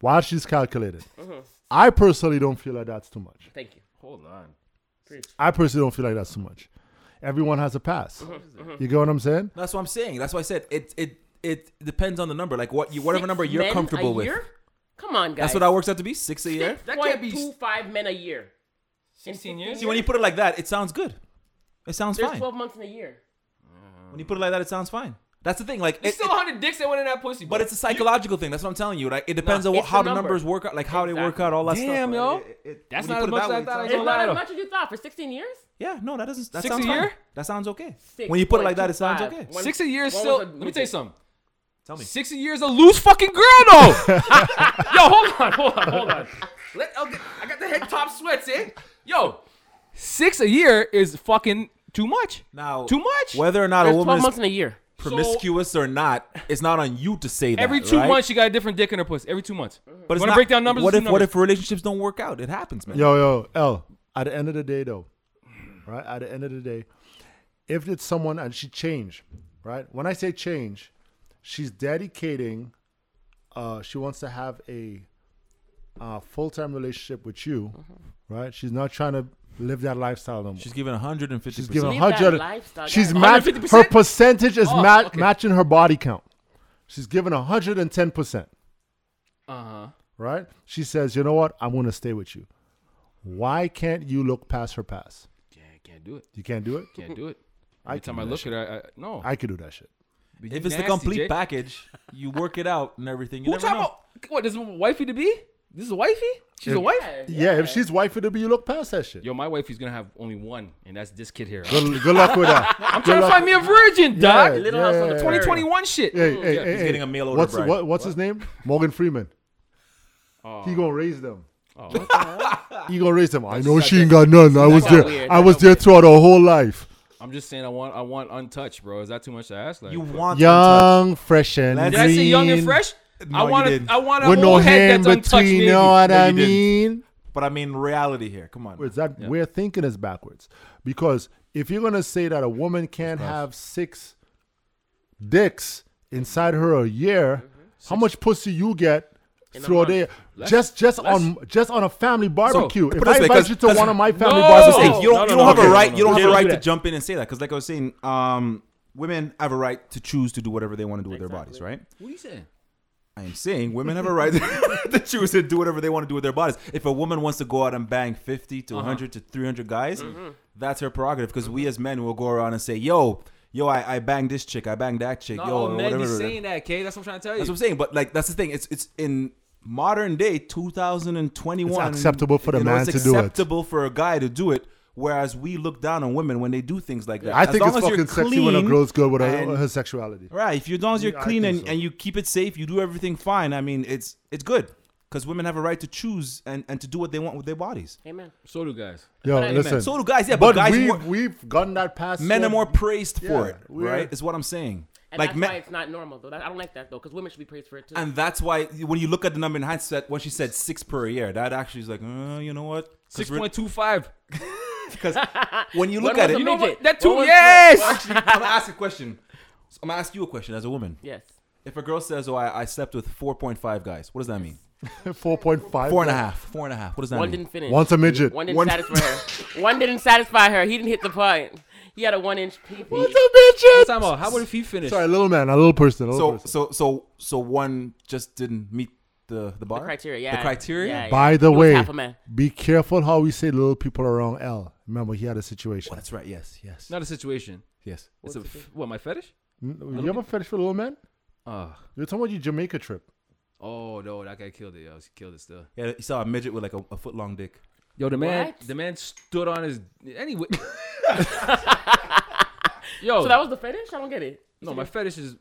[SPEAKER 2] While she's calculated, I personally don't feel like that's too much.
[SPEAKER 5] Thank you.
[SPEAKER 7] Hold on.
[SPEAKER 2] I personally don't feel like that's too much. Everyone has a pass.
[SPEAKER 7] Mm-hmm.
[SPEAKER 2] You get what I'm saying?
[SPEAKER 6] That's what I'm saying. That's why I said it. It it depends on the number. Like what you whatever
[SPEAKER 5] Six
[SPEAKER 6] number you're
[SPEAKER 5] men
[SPEAKER 6] comfortable
[SPEAKER 5] a
[SPEAKER 6] with.
[SPEAKER 5] year? Come on, guys.
[SPEAKER 6] That's what that works out to be. Six a year.
[SPEAKER 7] That
[SPEAKER 5] That
[SPEAKER 7] can't
[SPEAKER 5] can't
[SPEAKER 7] be-
[SPEAKER 5] men a year.
[SPEAKER 7] 16 years?
[SPEAKER 6] See, when you put it like that, it sounds good. It sounds
[SPEAKER 5] There's
[SPEAKER 6] fine.
[SPEAKER 5] 12 months in a year.
[SPEAKER 6] When you put it like that, it sounds fine. That's the thing. Like,
[SPEAKER 7] There's
[SPEAKER 6] it,
[SPEAKER 7] still
[SPEAKER 6] it-
[SPEAKER 7] 100 dicks that went in that pussy.
[SPEAKER 6] but it's a psychological thing. That's what I'm telling you. Like, it depends on what,
[SPEAKER 5] it's
[SPEAKER 6] how
[SPEAKER 5] the
[SPEAKER 6] the
[SPEAKER 5] number.
[SPEAKER 6] numbers work out, like how they work
[SPEAKER 5] Exactly.
[SPEAKER 6] out, all that stuff.
[SPEAKER 7] Damn, yo.
[SPEAKER 6] It- it- it-
[SPEAKER 7] That's
[SPEAKER 6] when you
[SPEAKER 7] not as
[SPEAKER 6] put it that
[SPEAKER 7] much as I
[SPEAKER 6] way,
[SPEAKER 7] thought I
[SPEAKER 6] it
[SPEAKER 7] was
[SPEAKER 5] It's
[SPEAKER 7] gonna
[SPEAKER 6] sounds-
[SPEAKER 7] lie.
[SPEAKER 5] not
[SPEAKER 7] though.
[SPEAKER 5] as much as you thought for 16 years.
[SPEAKER 6] Yeah, no, that doesn't. That
[SPEAKER 7] Six
[SPEAKER 6] sounds
[SPEAKER 7] a year?
[SPEAKER 6] fine. That sounds okay. when you put it like that, it sounds
[SPEAKER 5] 6.25.
[SPEAKER 6] okay.
[SPEAKER 5] When-
[SPEAKER 7] Six a year
[SPEAKER 5] when
[SPEAKER 7] is
[SPEAKER 5] was
[SPEAKER 7] still.
[SPEAKER 5] it-
[SPEAKER 7] Let me tell you something.
[SPEAKER 6] Tell me.
[SPEAKER 7] Six a year is a loose fucking girl
[SPEAKER 2] [LAUGHS]
[SPEAKER 7] though. Yo, hold on, hold on, hold on. Let, I'll get- I got the head top sweats, eh? Yo, six a year is fucking too much.
[SPEAKER 6] Now,
[SPEAKER 7] too much.
[SPEAKER 6] Whether or not a
[SPEAKER 5] There's 12
[SPEAKER 6] woman
[SPEAKER 5] months
[SPEAKER 6] is
[SPEAKER 5] in a year.
[SPEAKER 6] promiscuous or not, it's not on you to say that.
[SPEAKER 7] every two
[SPEAKER 6] right?
[SPEAKER 7] months you got a different dick in her pussy. Every two months.
[SPEAKER 2] Mm-hmm.
[SPEAKER 6] But it's
[SPEAKER 7] Wanna
[SPEAKER 6] not-
[SPEAKER 7] break down numbers?
[SPEAKER 6] What
[SPEAKER 7] Let's
[SPEAKER 6] if
[SPEAKER 7] do
[SPEAKER 6] what
[SPEAKER 7] numbers.
[SPEAKER 6] if relationships don't work out? It happens, man.
[SPEAKER 2] Yo, yo, L. At the end of the day, though, right? At the end of the day, if it's someone and she changed, right? When I say change, she's dedicating. Uh, she wants to have a uh, full-time relationship with you, right? She's not trying to live that lifestyle no more.
[SPEAKER 6] She's giving 150.
[SPEAKER 2] She's giving
[SPEAKER 5] Leave that
[SPEAKER 2] hundred.
[SPEAKER 5] lifestyle,
[SPEAKER 2] She's
[SPEAKER 5] guys.
[SPEAKER 2] match,
[SPEAKER 7] 150%?
[SPEAKER 2] Her percentage is
[SPEAKER 7] Oh,
[SPEAKER 2] ma-
[SPEAKER 7] okay.
[SPEAKER 2] matching her body count. She's given hundred and ten percent.
[SPEAKER 7] Uh huh.
[SPEAKER 2] Right? She says, "You know what? I'm going to stay with you." Why can't you look past her past?
[SPEAKER 7] Yeah, can't do it.
[SPEAKER 2] You can't do it.
[SPEAKER 7] Can't do it.
[SPEAKER 2] Mm-hmm. I
[SPEAKER 7] Every
[SPEAKER 2] can
[SPEAKER 7] time I
[SPEAKER 2] do that
[SPEAKER 7] look
[SPEAKER 2] shit.
[SPEAKER 7] at her, I, I no.
[SPEAKER 2] I could do that shit.
[SPEAKER 7] But
[SPEAKER 6] If
[SPEAKER 7] you
[SPEAKER 6] it's the
[SPEAKER 7] nasty,
[SPEAKER 6] complete
[SPEAKER 7] Jay.
[SPEAKER 6] package, you work it out and everything. You
[SPEAKER 7] Who
[SPEAKER 6] never
[SPEAKER 7] talking
[SPEAKER 6] know.
[SPEAKER 7] about? What this is wifey to be? This is wifey? She's a
[SPEAKER 2] If-
[SPEAKER 7] wife.
[SPEAKER 2] Yeah, if she's wifey to be, you look past that shit.
[SPEAKER 7] Yo, my wifey's gonna have only one, and that's this kid here.
[SPEAKER 2] Good, good luck with that.
[SPEAKER 7] I'm trying to find me a virgin,
[SPEAKER 2] Yeah,
[SPEAKER 7] dog.
[SPEAKER 5] Little House on the
[SPEAKER 2] yeah,
[SPEAKER 5] Prairie.
[SPEAKER 7] 2021 shit.
[SPEAKER 2] Hey, hey,
[SPEAKER 7] Yeah.
[SPEAKER 2] hey,
[SPEAKER 6] He's
[SPEAKER 2] hey.
[SPEAKER 6] getting a mail order
[SPEAKER 2] What's
[SPEAKER 6] bride.
[SPEAKER 2] what, what's his name? Morgan Freeman.
[SPEAKER 6] Oh.
[SPEAKER 2] He gonna raise them.
[SPEAKER 7] [LAUGHS]
[SPEAKER 2] he gonna raise them. I know she ain't got none. I was
[SPEAKER 5] got
[SPEAKER 2] there.
[SPEAKER 5] weird.
[SPEAKER 2] I
[SPEAKER 5] That
[SPEAKER 2] was
[SPEAKER 5] got
[SPEAKER 2] there throughout her whole life.
[SPEAKER 7] I'm just saying, I want, I want untouched, bro. Is that too much to ask? Like,
[SPEAKER 6] You want to
[SPEAKER 2] Young, fresh, and
[SPEAKER 6] Let's-
[SPEAKER 7] did I say young and
[SPEAKER 2] green.
[SPEAKER 7] fresh?
[SPEAKER 6] No,
[SPEAKER 7] I
[SPEAKER 6] you
[SPEAKER 7] want, a,
[SPEAKER 6] didn't.
[SPEAKER 7] I want a
[SPEAKER 2] With no
[SPEAKER 7] whole head
[SPEAKER 2] hand
[SPEAKER 7] that's untouched.
[SPEAKER 2] between,
[SPEAKER 7] Maybe.
[SPEAKER 2] you know what
[SPEAKER 6] No,
[SPEAKER 2] I
[SPEAKER 6] you didn't.
[SPEAKER 2] mean?
[SPEAKER 6] But I mean, reality here. Come on.
[SPEAKER 2] Is that we're thinking is backwards? Because if you're gonna say that a woman can't have six dicks inside her a year,
[SPEAKER 6] Mm-hmm.
[SPEAKER 2] how much pussy you get throughout the year? Just just on just on a family barbecue. if
[SPEAKER 6] put it
[SPEAKER 2] I
[SPEAKER 6] this way,
[SPEAKER 2] invite
[SPEAKER 6] 'cause-
[SPEAKER 2] you to
[SPEAKER 6] 'cause-
[SPEAKER 2] one of my family
[SPEAKER 7] No!
[SPEAKER 6] That's the
[SPEAKER 2] barbecues,
[SPEAKER 6] thing. You don't,
[SPEAKER 7] Oh, No, no,
[SPEAKER 6] you
[SPEAKER 7] no,
[SPEAKER 6] don't have
[SPEAKER 7] okay,
[SPEAKER 6] a right.
[SPEAKER 7] no,
[SPEAKER 6] You don't
[SPEAKER 7] no,
[SPEAKER 6] have a
[SPEAKER 7] no.
[SPEAKER 6] right
[SPEAKER 2] Do
[SPEAKER 6] to
[SPEAKER 2] that.
[SPEAKER 6] jump in and say that because, like I was saying, um, women have a right to choose to do whatever they want to do with their bodies, right?
[SPEAKER 7] What are you saying?
[SPEAKER 6] I am saying women have a right [LAUGHS] to choose to do whatever they want to do with their bodies. If a woman wants to go out and bang 50
[SPEAKER 7] Uh-huh.
[SPEAKER 6] to 100 to 300 guys,
[SPEAKER 7] Mm-hmm.
[SPEAKER 6] that's her prerogative because we as men will go around and say, yo, yo, I, I banged this chick, I banged that chick,
[SPEAKER 7] Not
[SPEAKER 6] yo,
[SPEAKER 7] all men
[SPEAKER 6] whatever.
[SPEAKER 7] be
[SPEAKER 6] whatever.
[SPEAKER 7] saying that, Kay. That's what I'm trying to tell you.
[SPEAKER 6] That's what I'm saying. But like, that's the thing. It's it's in modern day 2021.
[SPEAKER 2] It's acceptable for the
[SPEAKER 6] you know,
[SPEAKER 2] man
[SPEAKER 6] it's
[SPEAKER 2] to do it.
[SPEAKER 6] Acceptable for a guy to do it. Whereas we look down on women when they do things like that.
[SPEAKER 2] I
[SPEAKER 6] As
[SPEAKER 2] think
[SPEAKER 6] long
[SPEAKER 2] it's
[SPEAKER 6] as you're
[SPEAKER 2] fucking sexy when a
[SPEAKER 6] clean
[SPEAKER 2] girl's good with her,
[SPEAKER 6] and-
[SPEAKER 2] her sexuality.
[SPEAKER 6] Right. If you, as long as you're
[SPEAKER 2] Yeah, I
[SPEAKER 6] clean
[SPEAKER 2] think
[SPEAKER 6] and,
[SPEAKER 2] so.
[SPEAKER 6] and you keep it safe, you do everything fine. I mean, it's it's good because women have a right to choose and, and to do what they want with their bodies.
[SPEAKER 5] Amen.
[SPEAKER 7] So do guys.
[SPEAKER 2] Yo,
[SPEAKER 5] Amen.
[SPEAKER 2] listen.
[SPEAKER 6] So do guys. Yeah,
[SPEAKER 2] but
[SPEAKER 6] but, guys,
[SPEAKER 2] we've,
[SPEAKER 6] more,
[SPEAKER 2] we've gotten that past.
[SPEAKER 6] men are more praised for
[SPEAKER 2] Yeah,
[SPEAKER 6] it.
[SPEAKER 2] we're-
[SPEAKER 6] Right. Is what I'm saying.
[SPEAKER 5] And
[SPEAKER 6] like
[SPEAKER 5] that's
[SPEAKER 6] men.
[SPEAKER 5] why it's not normal, though. That, I don't like that, though, because women should be praised for it, too.
[SPEAKER 6] And that's why when you look at the number in hindsight, when she said six per year, that actually is like, uh, you know what? [LAUGHS]
[SPEAKER 7] Six point two five.
[SPEAKER 6] Because when
[SPEAKER 5] [LAUGHS]
[SPEAKER 6] you look
[SPEAKER 5] When was
[SPEAKER 6] at it,
[SPEAKER 5] the
[SPEAKER 6] you know
[SPEAKER 5] midget?
[SPEAKER 6] what?
[SPEAKER 7] That
[SPEAKER 5] What
[SPEAKER 7] two.
[SPEAKER 5] was-
[SPEAKER 6] [LAUGHS]
[SPEAKER 7] Yes.
[SPEAKER 6] Actually, I'm gonna ask a question. So I'm gonna ask you a question as a woman.
[SPEAKER 5] yes.
[SPEAKER 6] If a girl says, "Oh, I, I slept with 4.5 guys," what does that mean?
[SPEAKER 2] [LAUGHS] Four point five.
[SPEAKER 6] Four and a half. Four and a half. What does that
[SPEAKER 5] One
[SPEAKER 6] mean?
[SPEAKER 5] didn't finish.
[SPEAKER 2] Once a midget.
[SPEAKER 5] One didn't
[SPEAKER 2] [LAUGHS]
[SPEAKER 6] One-
[SPEAKER 5] satisfy her. One didn't satisfy her. He didn't hit the point. He had a one inch pee pee.
[SPEAKER 7] What's time out? How about if he finished?
[SPEAKER 2] Sorry, little man, a little person. A little
[SPEAKER 6] So
[SPEAKER 2] person.
[SPEAKER 6] so so so one just didn't meet the the bar
[SPEAKER 5] The criteria, yeah.
[SPEAKER 6] The criteria.
[SPEAKER 5] Yeah, yeah.
[SPEAKER 2] By the
[SPEAKER 5] He was
[SPEAKER 2] way,
[SPEAKER 5] half a man.
[SPEAKER 7] [LAUGHS]
[SPEAKER 2] be careful how we say little people around L. Remember, he had a situation.
[SPEAKER 6] Oh, that's right. Yes. Yes.
[SPEAKER 7] Not a situation.
[SPEAKER 6] Yes.
[SPEAKER 7] It's a f- what? My fetish?
[SPEAKER 2] N- You ever fetish for little man?
[SPEAKER 7] Oh,
[SPEAKER 2] You're talking about your Jamaica trip.
[SPEAKER 7] oh no, that guy killed it. Yo, he killed it still.
[SPEAKER 6] Yeah. You saw a midget with like a, a foot long dick.
[SPEAKER 7] Yo, the man,
[SPEAKER 5] What?
[SPEAKER 7] the man stood on his
[SPEAKER 5] [COUGHS]
[SPEAKER 7] anyway. [COUGHS] Yo,
[SPEAKER 5] So that was the fetish? I don't get it.
[SPEAKER 7] no, my fetish is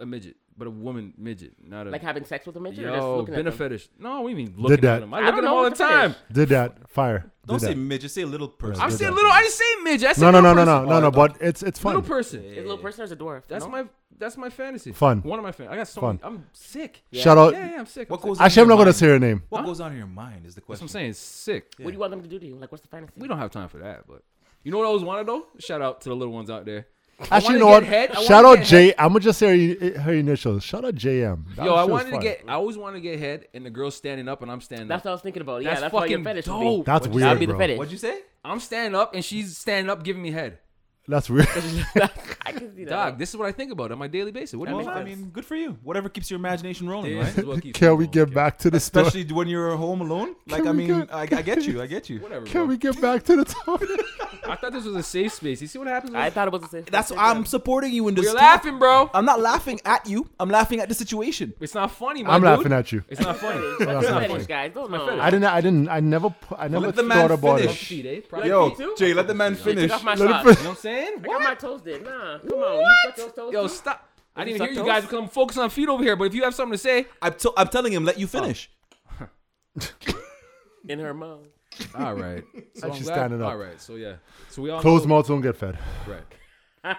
[SPEAKER 7] a midget, but a woman midget, not a
[SPEAKER 5] Like having sex with a midget or just
[SPEAKER 7] Yo,
[SPEAKER 5] looking
[SPEAKER 7] been a
[SPEAKER 5] at them?
[SPEAKER 7] fetish. No, we mean looking
[SPEAKER 2] that.
[SPEAKER 7] at him. I
[SPEAKER 5] I
[SPEAKER 7] look
[SPEAKER 5] don't
[SPEAKER 7] at him
[SPEAKER 5] know
[SPEAKER 7] all the
[SPEAKER 5] what the
[SPEAKER 7] time.
[SPEAKER 5] fetish.
[SPEAKER 2] Did that fire?
[SPEAKER 6] Don't
[SPEAKER 2] Did
[SPEAKER 6] say
[SPEAKER 2] that.
[SPEAKER 6] midget. Say little person.
[SPEAKER 7] I said little. I didn't say midget. I said
[SPEAKER 2] no, no, no,
[SPEAKER 7] little
[SPEAKER 2] no, no, no,
[SPEAKER 7] person.
[SPEAKER 2] no. But it's it's
[SPEAKER 7] Little
[SPEAKER 2] fun.
[SPEAKER 7] person.
[SPEAKER 5] Is little person or is a dwarf?
[SPEAKER 7] That's
[SPEAKER 5] No?
[SPEAKER 7] my that's my fantasy.
[SPEAKER 2] Fun.
[SPEAKER 7] One of my fan. I got so
[SPEAKER 2] Fun.
[SPEAKER 7] many. I'm sick.
[SPEAKER 2] Shout out.
[SPEAKER 7] Yeah, yeah, I'm sick.
[SPEAKER 6] What
[SPEAKER 7] I'm sick.
[SPEAKER 6] goes? on
[SPEAKER 2] Actually,
[SPEAKER 6] in
[SPEAKER 2] I'm
[SPEAKER 6] your
[SPEAKER 2] not gonna
[SPEAKER 6] mind?
[SPEAKER 2] say her name.
[SPEAKER 6] What goes on in your mind is the
[SPEAKER 7] That's what
[SPEAKER 6] question.
[SPEAKER 7] I'm saying. Sick.
[SPEAKER 5] What do you want them to do to you? Like, what's the fantasy?
[SPEAKER 7] We don't have time for that, but you know what I always wanted though? Shout out to the little ones out there.
[SPEAKER 2] Actually, you know
[SPEAKER 7] wanna
[SPEAKER 2] what?
[SPEAKER 7] get head. I wanna
[SPEAKER 2] Shout out
[SPEAKER 7] get
[SPEAKER 2] J. I'm gonna just say her, her initials. Shout out JM. That
[SPEAKER 7] Yo, I
[SPEAKER 2] shit was
[SPEAKER 7] wanted to
[SPEAKER 2] fire.
[SPEAKER 7] get. I always wanted to get head, and the girl standing up, and I'm standing.
[SPEAKER 5] That's
[SPEAKER 7] up.
[SPEAKER 5] what I was thinking about. Yeah,
[SPEAKER 7] That's
[SPEAKER 5] that's, what your
[SPEAKER 7] fucking
[SPEAKER 5] fetish
[SPEAKER 7] dope.
[SPEAKER 5] would be.
[SPEAKER 2] That's
[SPEAKER 7] What'd you
[SPEAKER 2] weird,
[SPEAKER 5] That'd be the
[SPEAKER 2] bro.
[SPEAKER 5] fetish.
[SPEAKER 6] What'd you say?
[SPEAKER 7] I'm standing up, and she's standing up, giving me head.
[SPEAKER 2] That's weird. [LAUGHS]
[SPEAKER 5] [LAUGHS] I can see that.
[SPEAKER 7] Dog, this is what I think about on my daily basis. What do you
[SPEAKER 6] Well,
[SPEAKER 7] mean?
[SPEAKER 6] I mean, good for you. Whatever keeps your imagination rolling,
[SPEAKER 7] [LAUGHS] This
[SPEAKER 6] right?
[SPEAKER 7] is what keeps me
[SPEAKER 2] Can we
[SPEAKER 7] going.
[SPEAKER 2] get back to the story?
[SPEAKER 6] Especially when you're home alone. Like,
[SPEAKER 2] Can
[SPEAKER 6] I
[SPEAKER 2] we
[SPEAKER 6] mean,
[SPEAKER 2] get-
[SPEAKER 6] I, I get you. I get you.
[SPEAKER 7] Whatever. bro.
[SPEAKER 2] Can we get back to the
[SPEAKER 7] [LAUGHS]
[SPEAKER 2] topic?
[SPEAKER 7] I thought this was a safe space. You see what happens? When
[SPEAKER 5] I thought it was the same.
[SPEAKER 6] That's I'm supporting you in this.
[SPEAKER 7] you're laughing, bro.
[SPEAKER 6] I'm not laughing at you. I'm laughing at the situation.
[SPEAKER 7] It's not funny, my
[SPEAKER 2] I'm
[SPEAKER 7] dude.
[SPEAKER 2] laughing at you.
[SPEAKER 7] It's not
[SPEAKER 5] [LAUGHS]
[SPEAKER 7] funny.
[SPEAKER 5] That's
[SPEAKER 2] not
[SPEAKER 5] your
[SPEAKER 2] funny.
[SPEAKER 5] fetish, guys. Don't know.
[SPEAKER 2] I didn't. I didn't. I never. pu- I never
[SPEAKER 6] let the man
[SPEAKER 2] thought about
[SPEAKER 6] finish.
[SPEAKER 2] it.
[SPEAKER 7] Feet, eh? Probably
[SPEAKER 6] Yo,
[SPEAKER 7] feet too.
[SPEAKER 6] Jay, let the man
[SPEAKER 5] Take
[SPEAKER 6] finish.
[SPEAKER 5] off my
[SPEAKER 2] Let it
[SPEAKER 5] socks.
[SPEAKER 2] finish.
[SPEAKER 7] You know what I'm saying?
[SPEAKER 5] I got my
[SPEAKER 7] What?
[SPEAKER 5] toes did. Nah, come on. You suck those toes
[SPEAKER 7] Yo,
[SPEAKER 5] too?
[SPEAKER 7] stop. I
[SPEAKER 5] you
[SPEAKER 7] didn't hear
[SPEAKER 5] suck
[SPEAKER 7] you
[SPEAKER 5] toes?
[SPEAKER 7] guys come focus on feet over here, but if you have something
[SPEAKER 2] [LAUGHS]
[SPEAKER 7] to say,
[SPEAKER 6] I'm, t- I'm telling him, let you finish.
[SPEAKER 5] in her mouth.
[SPEAKER 7] all right. So I'm
[SPEAKER 2] she's
[SPEAKER 7] glad-
[SPEAKER 2] standing up.
[SPEAKER 7] All right. So yeah. So we all
[SPEAKER 2] Closed
[SPEAKER 7] know,
[SPEAKER 2] mouths don't get fed.
[SPEAKER 7] right.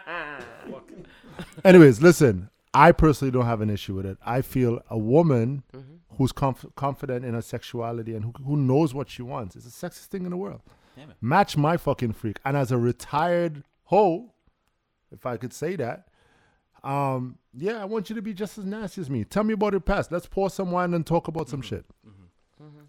[SPEAKER 2] Anyways, listen. I personally don't have an issue with it. I feel a woman who's conf- confident in her sexuality and who, who knows what she wants is the sexiest thing in the world. Match my fucking freak. And as a retired hoe, if I could say that, um, yeah, I want you to be just as nasty as me. Tell me about your past. Let's pour some wine and talk about some shit.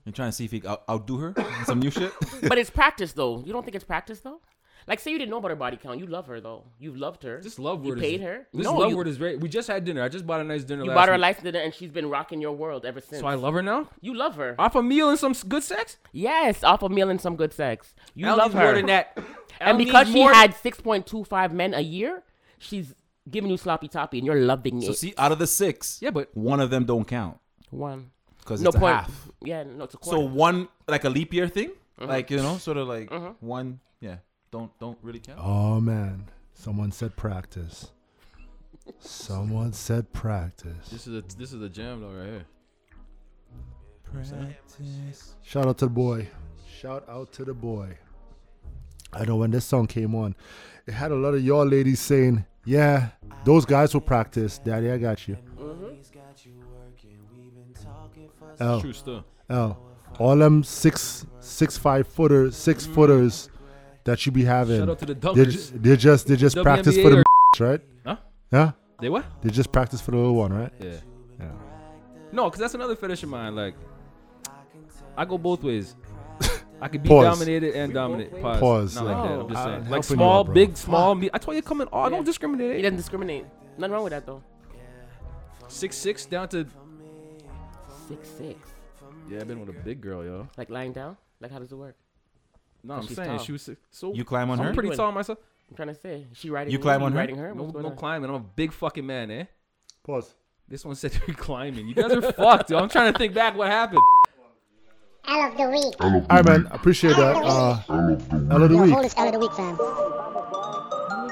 [SPEAKER 6] You're trying to see if he out- outdo her [LAUGHS] on some new
[SPEAKER 7] [LAUGHS]
[SPEAKER 6] shit.
[SPEAKER 5] But it's practice though. You don't think it's practice though? Like say you didn't know about her body count. You love her though. You've loved her.
[SPEAKER 7] This love
[SPEAKER 5] you
[SPEAKER 7] word
[SPEAKER 5] paid
[SPEAKER 7] is,
[SPEAKER 5] her.
[SPEAKER 7] This
[SPEAKER 5] no,
[SPEAKER 7] love
[SPEAKER 5] you,
[SPEAKER 7] word is great. We just had dinner. I just bought a nice dinner.
[SPEAKER 5] you
[SPEAKER 7] last
[SPEAKER 5] bought her a
[SPEAKER 7] week.
[SPEAKER 5] life dinner and she's been rocking your world ever since.
[SPEAKER 7] So I love her now.
[SPEAKER 5] you love her.
[SPEAKER 7] Off a meal and some s- good sex.
[SPEAKER 5] Yes, off a meal and some good sex. You
[SPEAKER 7] Elle
[SPEAKER 5] love
[SPEAKER 7] needs
[SPEAKER 5] her.
[SPEAKER 7] more than that. Elle
[SPEAKER 5] And because
[SPEAKER 7] needs
[SPEAKER 5] she
[SPEAKER 7] more-
[SPEAKER 5] had 6.25 men a year, she's giving you sloppy toppy and you're loving
[SPEAKER 6] so
[SPEAKER 5] it.
[SPEAKER 6] see, out of the six,
[SPEAKER 7] Yeah, but-
[SPEAKER 6] one of them don't count
[SPEAKER 5] One.
[SPEAKER 6] because
[SPEAKER 5] No
[SPEAKER 6] it's a
[SPEAKER 5] point.
[SPEAKER 6] half.
[SPEAKER 5] Yeah, no, it's a
[SPEAKER 6] So
[SPEAKER 5] quarter.
[SPEAKER 6] one, like a leap year thing, like you know, sort of like one. Yeah, don't don't really count.
[SPEAKER 2] Oh man, someone said practice. Someone said practice.
[SPEAKER 7] This is a this is a jam though right here.
[SPEAKER 2] Shout out to the boy. Shout out to the boy. I know when this song came on, it had a lot of y'all ladies saying, "Yeah, those guys will practice, Daddy. I got you."
[SPEAKER 6] Oh.
[SPEAKER 2] L,
[SPEAKER 7] True stuff.
[SPEAKER 2] L, all them six, six five footers, six footers that you be having.
[SPEAKER 7] Shout out to the
[SPEAKER 2] They
[SPEAKER 7] dunkers.
[SPEAKER 2] ju- they just they just practice for
[SPEAKER 7] WNBA
[SPEAKER 2] the [LAUGHS] right?
[SPEAKER 7] Huh?
[SPEAKER 2] Yeah,
[SPEAKER 7] They what?
[SPEAKER 2] they just practice for the little one, right?
[SPEAKER 7] Yeah.
[SPEAKER 2] Yeah.
[SPEAKER 7] No, because that's another fetish of mine. Like, I go both ways. I could be
[SPEAKER 2] Pause.
[SPEAKER 7] dominated and dominant. Pause.
[SPEAKER 2] Pause,
[SPEAKER 7] Not like
[SPEAKER 2] yeah.
[SPEAKER 7] that. I'm just
[SPEAKER 2] I'm
[SPEAKER 7] saying.
[SPEAKER 2] helping
[SPEAKER 7] Like
[SPEAKER 2] you
[SPEAKER 7] small,
[SPEAKER 2] out, bro.
[SPEAKER 7] big, small. Me- I told you, coming all. I don't
[SPEAKER 5] He
[SPEAKER 7] discriminate.
[SPEAKER 5] doesn't discriminate. Nothing wrong with that though.
[SPEAKER 7] Six six down to.
[SPEAKER 5] Six six.
[SPEAKER 7] Yeah, I've been with a big girl, yo.
[SPEAKER 5] Like lying down? Like how does it work?
[SPEAKER 7] No, I'm
[SPEAKER 5] She's
[SPEAKER 7] saying
[SPEAKER 5] tall.
[SPEAKER 7] she was six. so.
[SPEAKER 6] You climb on
[SPEAKER 7] I'm
[SPEAKER 6] her?
[SPEAKER 7] pretty
[SPEAKER 5] Doing.
[SPEAKER 7] tall myself.
[SPEAKER 5] I'm trying to say. Is she riding
[SPEAKER 6] You
[SPEAKER 5] me?
[SPEAKER 6] climb on her?
[SPEAKER 5] riding her?
[SPEAKER 7] No,
[SPEAKER 5] What's going
[SPEAKER 7] no
[SPEAKER 5] on?
[SPEAKER 7] climbing. I'm a big fucking man, eh?
[SPEAKER 2] Pause.
[SPEAKER 7] This one said [LAUGHS] you're climbing. You guys are [LAUGHS] fucked, yo. I'm trying to think back what happened.
[SPEAKER 11] L of the week. L
[SPEAKER 2] All right, man. Appreciate that. Uh, L of the
[SPEAKER 11] Yo,
[SPEAKER 2] week.
[SPEAKER 11] hold this L of the week, fam.
[SPEAKER 5] Elle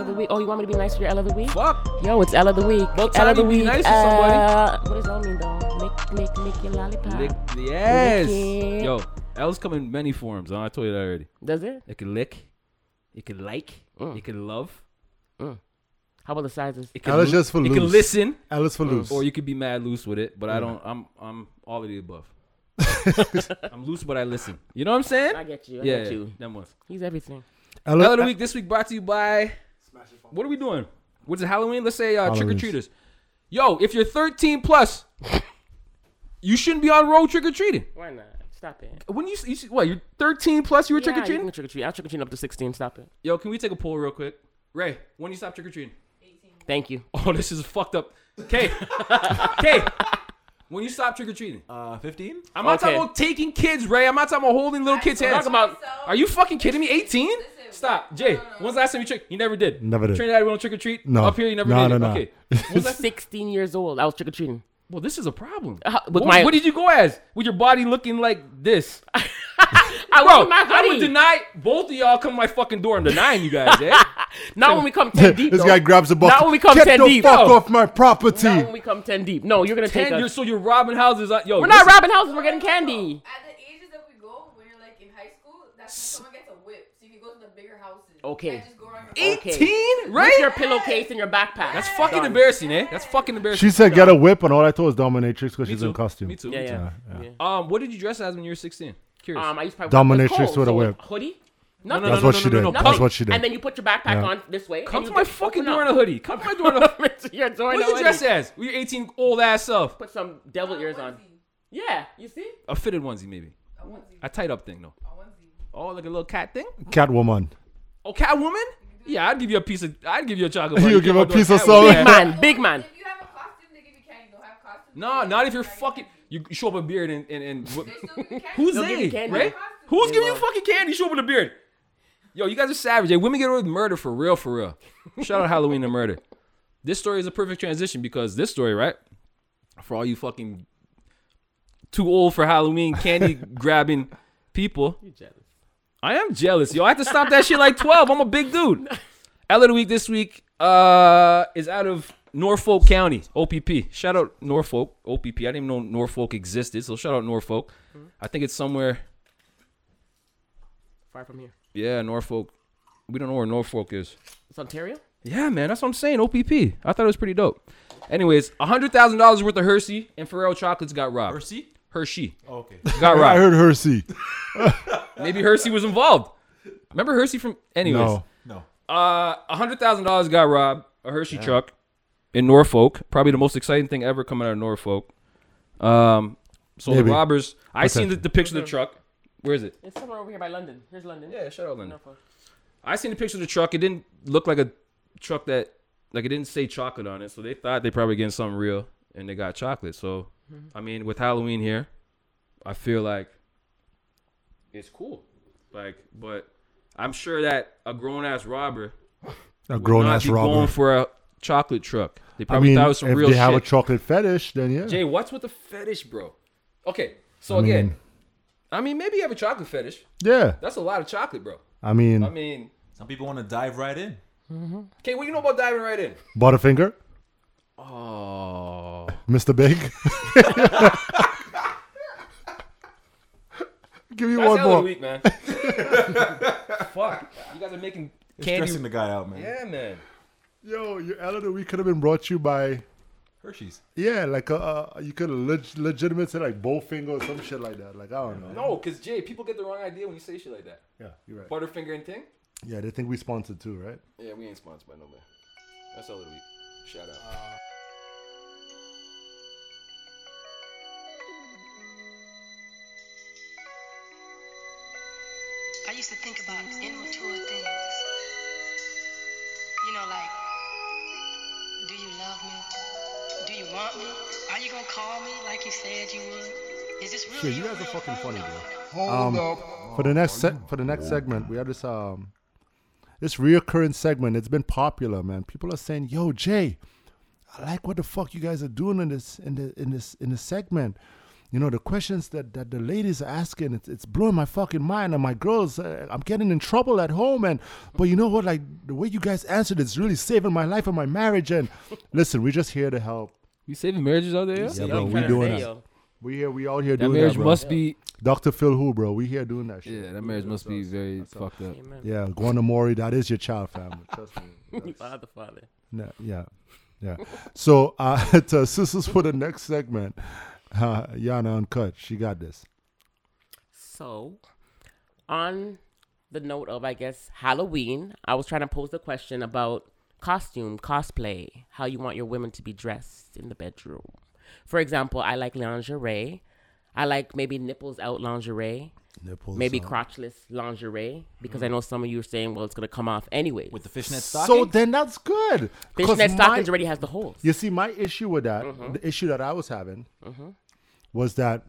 [SPEAKER 5] of the week. Oh, you want me to be nice to your L of the week?
[SPEAKER 7] Fuck.
[SPEAKER 5] Yo, it's L of the week.
[SPEAKER 7] About
[SPEAKER 5] L
[SPEAKER 7] time
[SPEAKER 5] of the
[SPEAKER 7] you be
[SPEAKER 5] week.
[SPEAKER 7] nice to somebody.
[SPEAKER 5] Uh, what does that mean though? Lick, lick, lick your lollipop.
[SPEAKER 7] Lick. Yes.
[SPEAKER 5] it.
[SPEAKER 7] Yo, L's come in many forms. Huh? I told you that already.
[SPEAKER 5] Does it?
[SPEAKER 7] It can lick. It can like.
[SPEAKER 5] Mm.
[SPEAKER 2] Oh.
[SPEAKER 7] It can love.
[SPEAKER 5] How about the sizes?
[SPEAKER 7] It can,
[SPEAKER 2] L is just for
[SPEAKER 7] it can
[SPEAKER 2] loose.
[SPEAKER 7] listen.
[SPEAKER 2] L is for loose. Mm.
[SPEAKER 7] Or you could be mad loose with it, but I don't. I'm I'm all of
[SPEAKER 2] [LAUGHS]
[SPEAKER 7] the above. I'm loose, but I listen. You know what I'm
[SPEAKER 5] [LAUGHS]
[SPEAKER 7] saying?
[SPEAKER 5] I get you. I
[SPEAKER 7] yeah,
[SPEAKER 5] get you.
[SPEAKER 7] them ones.
[SPEAKER 5] He's everything.
[SPEAKER 2] L
[SPEAKER 7] Hell of the week this week brought to you by. What are we doing? What's it Halloween? Let's say uh, trick or
[SPEAKER 2] Halloween's.
[SPEAKER 7] treaters. Yo, if you're 13
[SPEAKER 2] [LAUGHS]
[SPEAKER 7] plus, you shouldn't be on road trick or treating.
[SPEAKER 5] Why not? Stop it.
[SPEAKER 7] When you, you what you're 13 plus, you were
[SPEAKER 5] Yeah,
[SPEAKER 7] trick or
[SPEAKER 5] you
[SPEAKER 7] treating.
[SPEAKER 5] can Trick or treat. I'll trick or treat up to 16. Stop it.
[SPEAKER 7] Yo, can we take a poll real quick? Ray, when you stop trick or treating?
[SPEAKER 5] Thank you.
[SPEAKER 7] Oh, this is fucked up. [LAUGHS] K, K, when you stop trick or treating?
[SPEAKER 6] Uh, 15?
[SPEAKER 7] I'm not
[SPEAKER 5] Okay.
[SPEAKER 7] talking about taking kids, Ray. I'm not talking about holding little kids' hands.
[SPEAKER 5] talking about-
[SPEAKER 7] Are you fucking kidding me? 18? Stop, Jay. When's the last time you trick? You never did.
[SPEAKER 2] Never did.
[SPEAKER 7] Trinidad, we don't trick or treat.
[SPEAKER 2] No.
[SPEAKER 7] Up here, you never
[SPEAKER 2] No, no,
[SPEAKER 7] did.
[SPEAKER 2] no. [LAUGHS]
[SPEAKER 7] Okay.
[SPEAKER 5] I was 16 years old. I was trick or treating.
[SPEAKER 7] Well, this is a problem.
[SPEAKER 5] Uh, with
[SPEAKER 7] what,
[SPEAKER 5] my-
[SPEAKER 7] what did you go as? With your body looking like this?
[SPEAKER 5] [LAUGHS] I
[SPEAKER 7] Bro,
[SPEAKER 5] was in my
[SPEAKER 7] I would
[SPEAKER 5] hoodie.
[SPEAKER 7] deny both of y'all come to my fucking door. I'm denying you
[SPEAKER 5] [LAUGHS]
[SPEAKER 7] guys, eh?
[SPEAKER 5] Not when we come
[SPEAKER 2] [LAUGHS]
[SPEAKER 5] 10 deep.
[SPEAKER 2] this
[SPEAKER 5] though.
[SPEAKER 2] guy grabs a bucket.
[SPEAKER 5] Not when we come
[SPEAKER 2] Get
[SPEAKER 5] 10
[SPEAKER 2] the
[SPEAKER 5] deep.
[SPEAKER 2] fuck
[SPEAKER 7] Oh.
[SPEAKER 5] no.
[SPEAKER 2] off my property.
[SPEAKER 5] Not when we come 10 deep. No, you're going to take
[SPEAKER 7] Ten, you're,
[SPEAKER 5] us.
[SPEAKER 7] so you're robbing houses. uh, Yo,
[SPEAKER 5] We're not
[SPEAKER 7] listen,
[SPEAKER 5] robbing houses. We're getting candy.
[SPEAKER 12] At the ages that we go, when you're like in high school, that's when someone gets a whip. So you can go to the bigger houses.
[SPEAKER 5] Okay.
[SPEAKER 12] You can't just go around your
[SPEAKER 7] 18,
[SPEAKER 5] Okay.
[SPEAKER 7] right?
[SPEAKER 5] With your pillowcase and your backpack.
[SPEAKER 7] That's fucking
[SPEAKER 5] Done.
[SPEAKER 7] embarrassing, eh? That's fucking embarrassing.
[SPEAKER 2] She said get a whip, and all I thought was dominatrix because she's
[SPEAKER 7] too.
[SPEAKER 2] in costume.
[SPEAKER 7] Me too.
[SPEAKER 5] Yeah, yeah.
[SPEAKER 7] Um, what did you dress as when you were 16? Curious.
[SPEAKER 5] Um, I used to probably
[SPEAKER 2] Dominatrix
[SPEAKER 5] it's cold,
[SPEAKER 2] with a
[SPEAKER 5] so
[SPEAKER 2] whip.
[SPEAKER 5] Hoodie? Nothing.
[SPEAKER 2] That's what she did.
[SPEAKER 7] Nothing.
[SPEAKER 2] That's what she did.
[SPEAKER 5] And then you put your backpack
[SPEAKER 2] Yeah.
[SPEAKER 5] on this way.
[SPEAKER 7] Come
[SPEAKER 5] and
[SPEAKER 7] to
[SPEAKER 5] you
[SPEAKER 7] my
[SPEAKER 5] just
[SPEAKER 7] fucking
[SPEAKER 5] open
[SPEAKER 7] door in
[SPEAKER 5] up.
[SPEAKER 7] a hoodie. Come to my door
[SPEAKER 5] [LAUGHS]
[SPEAKER 7] in a hoodie.
[SPEAKER 5] your door in
[SPEAKER 7] What
[SPEAKER 5] a
[SPEAKER 7] did you dress
[SPEAKER 5] hoodie.
[SPEAKER 7] as? With your 18 old ass self.
[SPEAKER 5] Put some devil ears on. Yeah, you see?
[SPEAKER 7] A fitted onesie, maybe. A tight up thing, though. Oh, like a little cat thing?
[SPEAKER 2] Catwoman.
[SPEAKER 7] Oh, Catwoman? Yeah, I'd give you a piece of. I'd give you a chocolate.
[SPEAKER 2] [LAUGHS]
[SPEAKER 7] bar.
[SPEAKER 2] You'll
[SPEAKER 7] came
[SPEAKER 2] give a
[SPEAKER 7] out doing
[SPEAKER 2] piece of
[SPEAKER 7] Catwoman.
[SPEAKER 2] soul.
[SPEAKER 5] Big [LAUGHS] man, big man.
[SPEAKER 12] If you have a costume, they give you candy. Don't have costume.
[SPEAKER 7] No, not if you're fucking. You you show up with a beard and and, and wh- who's
[SPEAKER 5] They'll give you
[SPEAKER 7] they?
[SPEAKER 5] candy.
[SPEAKER 7] Right? Who's
[SPEAKER 5] They
[SPEAKER 7] giving you
[SPEAKER 5] will.
[SPEAKER 7] fucking candy? You show up with a beard. Yo, you guys are savage. Hey, women get away with murder for real, for real. Shout out Halloween to murder. This story is a perfect transition because this story, right? For all you fucking too old for
[SPEAKER 5] [LAUGHS]
[SPEAKER 7] Halloween candy grabbing people. I am jealous, yo. I had to stop that shit like 12. I'm a big dude. L of the week this week uh, is out of Norfolk County, OPP. Shout out Norfolk, OPP. I didn't even know Norfolk existed, so shout out Norfolk. I think it's somewhere,
[SPEAKER 5] Far from here.
[SPEAKER 7] yeah, Norfolk. We don't know where Norfolk is.
[SPEAKER 5] It's Ontario?
[SPEAKER 7] Yeah, man, that's what I'm saying. OPP. I thought it was pretty dope. Anyways, hundred thousand dollars worth of Hershey and Ferrell chocolates got robbed.
[SPEAKER 6] Percy?
[SPEAKER 7] Hershey
[SPEAKER 6] Oh, Okay. [LAUGHS]
[SPEAKER 7] got
[SPEAKER 2] Oh. [LAUGHS] I
[SPEAKER 7] robbed.
[SPEAKER 2] heard Hersey.
[SPEAKER 7] Maybe Hershey was involved. Remember Hershey from? Anyways,
[SPEAKER 2] No.
[SPEAKER 6] No.
[SPEAKER 7] Uh, hundred thousand dollars got robbed a Hershey truck in Norfolk. Probably the most exciting thing ever coming out of Norfolk. Um, so
[SPEAKER 2] Maybe.
[SPEAKER 7] the robbers. I seen
[SPEAKER 2] Potentially.
[SPEAKER 7] the, the picture of the truck. Where is it?
[SPEAKER 5] It's somewhere over here by London. Here's London.
[SPEAKER 7] Yeah, shout out, Linda.
[SPEAKER 5] Norfolk.
[SPEAKER 7] I seen the picture of the truck. It didn't look like a truck that, like it didn't say chocolate on it. So they thought they probably getting something real, and they got chocolate. So, I mean, with Halloween here, I feel like it's cool. Like, but I'm sure that a grown ass robber
[SPEAKER 2] A
[SPEAKER 7] would
[SPEAKER 2] grown
[SPEAKER 7] not
[SPEAKER 2] ass
[SPEAKER 7] be going
[SPEAKER 2] robber.
[SPEAKER 7] for a chocolate truck. They
[SPEAKER 2] I
[SPEAKER 7] probably
[SPEAKER 2] mean,
[SPEAKER 7] thought it was some
[SPEAKER 2] if
[SPEAKER 7] real
[SPEAKER 2] they
[SPEAKER 7] shit.
[SPEAKER 2] have a chocolate fetish, then yeah.
[SPEAKER 7] Jay, what's with the fetish, bro? Okay, so
[SPEAKER 2] I mean-
[SPEAKER 7] again, I mean, maybe you have a chocolate fetish.
[SPEAKER 2] yeah.
[SPEAKER 7] That's a lot of chocolate, bro.
[SPEAKER 2] I mean,
[SPEAKER 7] I mean,
[SPEAKER 6] Some people want to dive right in.
[SPEAKER 7] okay, what do you know about diving right in?
[SPEAKER 2] Butterfinger,
[SPEAKER 7] Oh,
[SPEAKER 2] Mr. Big. [LAUGHS] Give you
[SPEAKER 7] that's
[SPEAKER 2] one
[SPEAKER 7] hell of
[SPEAKER 2] more.
[SPEAKER 7] the
[SPEAKER 2] [LAUGHS]
[SPEAKER 7] week, man. Fuck, you guys are making
[SPEAKER 6] It's
[SPEAKER 7] candy.
[SPEAKER 6] stressing the guy out, man.
[SPEAKER 7] Yeah, man.
[SPEAKER 2] Yo, your L of the week could have been brought to you by.
[SPEAKER 6] Hershey's.
[SPEAKER 2] Yeah, like uh, uh you could leg- legitimate say like Bowfinger or some shit like that. Like I don't know.
[SPEAKER 7] No, cause Jay, people get the wrong idea when you say shit like that.
[SPEAKER 2] Yeah, you're right.
[SPEAKER 7] Butterfinger and thing.
[SPEAKER 2] Yeah, they think we sponsored too, right?
[SPEAKER 7] Yeah, we ain't sponsored by nobody. That's all of the week. Shout out.
[SPEAKER 13] I used to think about immature things. You know, like, do you love me? Do you want me? Are you gonna call me like you said you would? Is this really
[SPEAKER 6] Shit, you
[SPEAKER 13] your
[SPEAKER 6] guys are
[SPEAKER 13] real
[SPEAKER 6] fucking
[SPEAKER 13] phone
[SPEAKER 6] funny,
[SPEAKER 13] number?
[SPEAKER 2] Um, for the next se- for the next segment, we have this um this reoccurring segment. It's been popular, man. People are saying, "Yo, Jay, I like what the fuck you guys are doing in this in the in this in this segment." You know the questions that, that the ladies are asking, it's, it's blowing my fucking mind. And my girls, uh, I'm getting in trouble at home. And but you know what? Like the way you guys answered, it's really saving my life and my marriage. And listen, we're just here to help.
[SPEAKER 7] You saving marriages out there?
[SPEAKER 2] Yeah, bro, we doing
[SPEAKER 5] [LAUGHS]
[SPEAKER 2] that. We here, we all here
[SPEAKER 7] That
[SPEAKER 2] doing
[SPEAKER 7] marriage
[SPEAKER 2] that, bro.
[SPEAKER 7] must be
[SPEAKER 2] Dr. Phil Who, bro. We here doing that shit.
[SPEAKER 7] yeah. That marriage must be very fucked up.
[SPEAKER 2] Yeah, Guanamori, that is your child family. Trust me.
[SPEAKER 5] Father, father.
[SPEAKER 2] No, yeah, yeah. So uh, [LAUGHS] to sisters for the next segment, uh, Yana Uncut, she got this.
[SPEAKER 5] So, on the note of, I guess, Halloween, I was trying to pose the question about costume, cosplay, how you want your women to be dressed in the bedroom. For example, I like lingerie. I like maybe nipples out lingerie.
[SPEAKER 6] Nipples
[SPEAKER 5] maybe
[SPEAKER 6] out.
[SPEAKER 5] crotchless lingerie because I know some of you are saying, well, it's gonna come off anyway. With
[SPEAKER 6] the fishnet
[SPEAKER 2] So then that's good. 'cause
[SPEAKER 5] fishnet stockings
[SPEAKER 2] my-
[SPEAKER 5] already has the holes.
[SPEAKER 2] You see, my issue with that,
[SPEAKER 5] Mhm.
[SPEAKER 2] the issue that I was having,
[SPEAKER 5] Mhm.
[SPEAKER 2] was that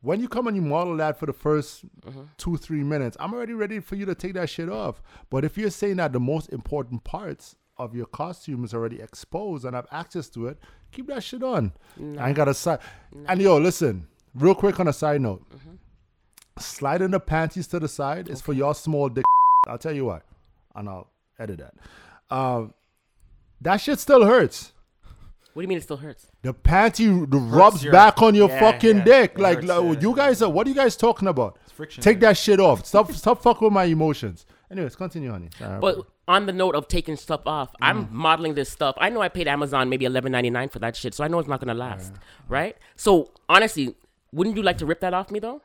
[SPEAKER 2] when you come and you model that for the 1st two, three minutes, I'm already ready for you to take that shit off. But if you're saying that the most important parts of your costume is already exposed and have access to it, keep that shit on. I ain't got a side. And yo, listen, real quick on a side note, sliding the panties to the side is for your small dick. I'll tell you why, and I'll edit that. Um, that shit still hurts.
[SPEAKER 5] What do you mean it still hurts?
[SPEAKER 2] The panty the rubs
[SPEAKER 5] your-
[SPEAKER 2] back on your
[SPEAKER 5] Yeah,
[SPEAKER 2] fucking
[SPEAKER 5] yeah.
[SPEAKER 2] dick.
[SPEAKER 5] It
[SPEAKER 2] Like,
[SPEAKER 5] hurts,
[SPEAKER 2] like,
[SPEAKER 5] yeah.
[SPEAKER 2] you guys are. What are you guys talking about?
[SPEAKER 5] friction,
[SPEAKER 2] Take that shit off. Stop. stop fucking with my emotions. Anyways, continue, honey. Sorry.
[SPEAKER 5] But on the note of taking stuff off,
[SPEAKER 2] Mm.
[SPEAKER 5] I'm modeling this stuff. I know I paid Amazon maybe eleven ninety nine for that shit, so I know it's not gonna last, right? So honestly, wouldn't you like to rip that off me though?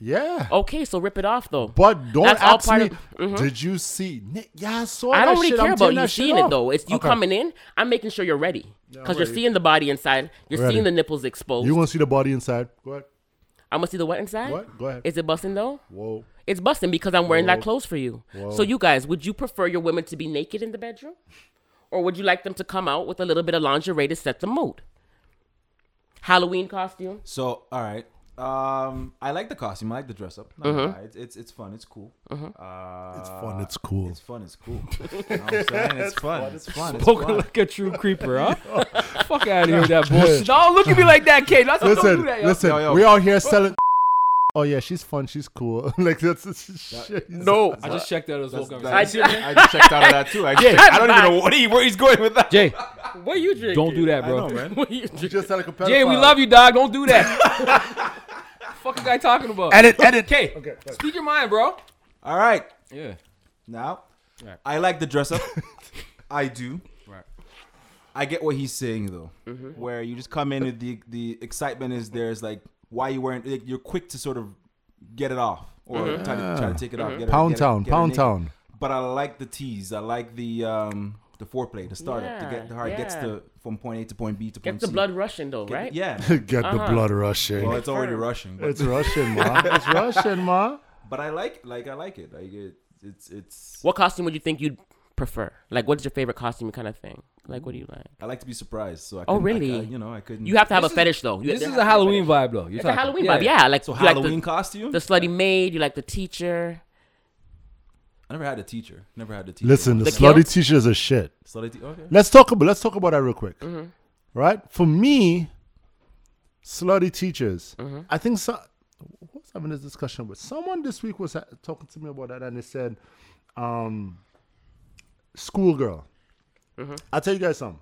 [SPEAKER 2] Yeah.
[SPEAKER 5] Okay, so rip it off though.
[SPEAKER 2] But don't
[SPEAKER 5] That's all
[SPEAKER 2] ask
[SPEAKER 5] part
[SPEAKER 2] me.
[SPEAKER 5] of- Mhm.
[SPEAKER 2] Did you see? Nick, Yeah, I saw.
[SPEAKER 5] I
[SPEAKER 2] that
[SPEAKER 5] don't really
[SPEAKER 2] shit.
[SPEAKER 5] care
[SPEAKER 2] I'm
[SPEAKER 5] about
[SPEAKER 2] taking
[SPEAKER 5] you
[SPEAKER 2] that shit
[SPEAKER 5] seeing it
[SPEAKER 2] off.
[SPEAKER 5] though. It's you
[SPEAKER 2] Okay.
[SPEAKER 5] coming in. I'm making sure you're ready
[SPEAKER 2] I'm
[SPEAKER 5] because you're
[SPEAKER 2] ready.
[SPEAKER 5] seeing the body inside. You're
[SPEAKER 2] Ready.
[SPEAKER 5] seeing the nipples exposed.
[SPEAKER 2] You want to see the body inside? Go ahead.
[SPEAKER 5] I'm gonna see the what inside.
[SPEAKER 2] What? Go ahead.
[SPEAKER 5] Is it busting though?
[SPEAKER 2] Whoa.
[SPEAKER 5] It's busting because I'm wearing
[SPEAKER 2] Whoa.
[SPEAKER 5] that clothes for you.
[SPEAKER 2] Whoa.
[SPEAKER 5] So you guys, would you prefer your women to be naked in the bedroom, or would you like them to come out with a little bit of lingerie to set the mood? Halloween costume.
[SPEAKER 6] So, all right. Um, I like the costume. I like the dress up. Not gonna
[SPEAKER 5] Mhm.
[SPEAKER 6] lie. It's, it's it's fun. It's cool.
[SPEAKER 2] It's
[SPEAKER 6] Uh,
[SPEAKER 2] fun, it's cool.
[SPEAKER 6] It's fun. It's cool. You know what I'm saying? It's fun. It's fun. It's
[SPEAKER 7] Spoken
[SPEAKER 6] fun.
[SPEAKER 7] like a true creeper, huh? Fuck out of here with that bullshit. Don't look [LAUGHS] at me like that, Kate. That's
[SPEAKER 2] listen,
[SPEAKER 7] don't do that, yo.
[SPEAKER 2] listen. We out here selling. [LAUGHS] Oh yeah, she's fun. She's cool. [LAUGHS] like that's, that's shit.
[SPEAKER 7] No. I just checked out of this whole
[SPEAKER 6] That's-
[SPEAKER 7] conversation.
[SPEAKER 6] that's- I just checked out of that too. I,
[SPEAKER 7] Jay,
[SPEAKER 6] I don't even know what he, where he's going with that.
[SPEAKER 7] [LAUGHS] Jay,
[SPEAKER 5] What are you drinking?
[SPEAKER 7] don't do that, bro.
[SPEAKER 6] I know, man.
[SPEAKER 5] What are you drinking?
[SPEAKER 2] Just had like a
[SPEAKER 7] Jay, we love you, dog. Don't do that. Fuck guy talking about.
[SPEAKER 6] Edit, edit.
[SPEAKER 7] Kay,
[SPEAKER 2] Okay, go ahead.
[SPEAKER 7] speak your mind, bro.
[SPEAKER 6] [LAUGHS] All right.
[SPEAKER 7] Yeah.
[SPEAKER 6] Now,
[SPEAKER 7] Right.
[SPEAKER 6] I like the dress up. I do.
[SPEAKER 7] Right.
[SPEAKER 6] I get what he's saying though,
[SPEAKER 5] Mm-hmm.
[SPEAKER 6] where you just come in and the the excitement is there. It's like why you wearing? Like, you're quick to sort of get it off or
[SPEAKER 5] Mm-hmm.
[SPEAKER 6] try, to, try to take it off.
[SPEAKER 2] Mhm.
[SPEAKER 6] Get her-
[SPEAKER 2] Pound
[SPEAKER 6] get her-
[SPEAKER 2] town,
[SPEAKER 6] get her
[SPEAKER 2] pound
[SPEAKER 6] naked.
[SPEAKER 2] town.
[SPEAKER 6] But I like the tease. I like the um the foreplay, the startup to
[SPEAKER 5] Yeah,
[SPEAKER 6] get how it gets
[SPEAKER 5] yeah.
[SPEAKER 6] to from point A to point B to point
[SPEAKER 5] Gets the
[SPEAKER 6] C.
[SPEAKER 5] blood rushing though,
[SPEAKER 6] Get-
[SPEAKER 5] right?
[SPEAKER 6] Yeah.
[SPEAKER 2] [LAUGHS] Get the
[SPEAKER 5] Uh-huh.
[SPEAKER 2] blood rushing.
[SPEAKER 6] Well, it's already rushing. But,
[SPEAKER 2] It's Russian, ma. It's Russian, ma.
[SPEAKER 6] but I like like I like it. Like it, it's it's
[SPEAKER 5] What costume would you think you'd prefer? Like, what's your favorite costume kind of thing? Like, what do you like?
[SPEAKER 6] I like to be surprised. So I
[SPEAKER 5] Oh,
[SPEAKER 6] couldn't- I-
[SPEAKER 5] really?
[SPEAKER 6] I- you know, I couldn't.
[SPEAKER 5] You have to have
[SPEAKER 6] This
[SPEAKER 5] a
[SPEAKER 6] is-
[SPEAKER 5] fetish though. You-
[SPEAKER 7] This
[SPEAKER 5] there
[SPEAKER 7] is
[SPEAKER 5] has
[SPEAKER 7] a
[SPEAKER 5] to be
[SPEAKER 7] Halloween
[SPEAKER 5] fetish.
[SPEAKER 7] vibe, though. You're
[SPEAKER 5] It's a
[SPEAKER 7] talking.
[SPEAKER 5] Halloween vibe. Yeah, like
[SPEAKER 6] So
[SPEAKER 5] you like the-
[SPEAKER 6] Halloween costume.
[SPEAKER 5] the slutty maid. You like the teacher.
[SPEAKER 6] I never had a teacher. Never had a teacher.
[SPEAKER 2] [LAUGHS] Listen, the,
[SPEAKER 5] The
[SPEAKER 2] slutty
[SPEAKER 5] kilt?
[SPEAKER 2] teacher is a shit.
[SPEAKER 6] Slutty te- okay.
[SPEAKER 2] Mm-hmm. Let's talk about let's talk about that real quick. Right? For me, slutty teachers. I think so. Who was having this discussion with someone this week was ha- talking to me about that, and they said, um, "Schoolgirl." I'll tell you guys something.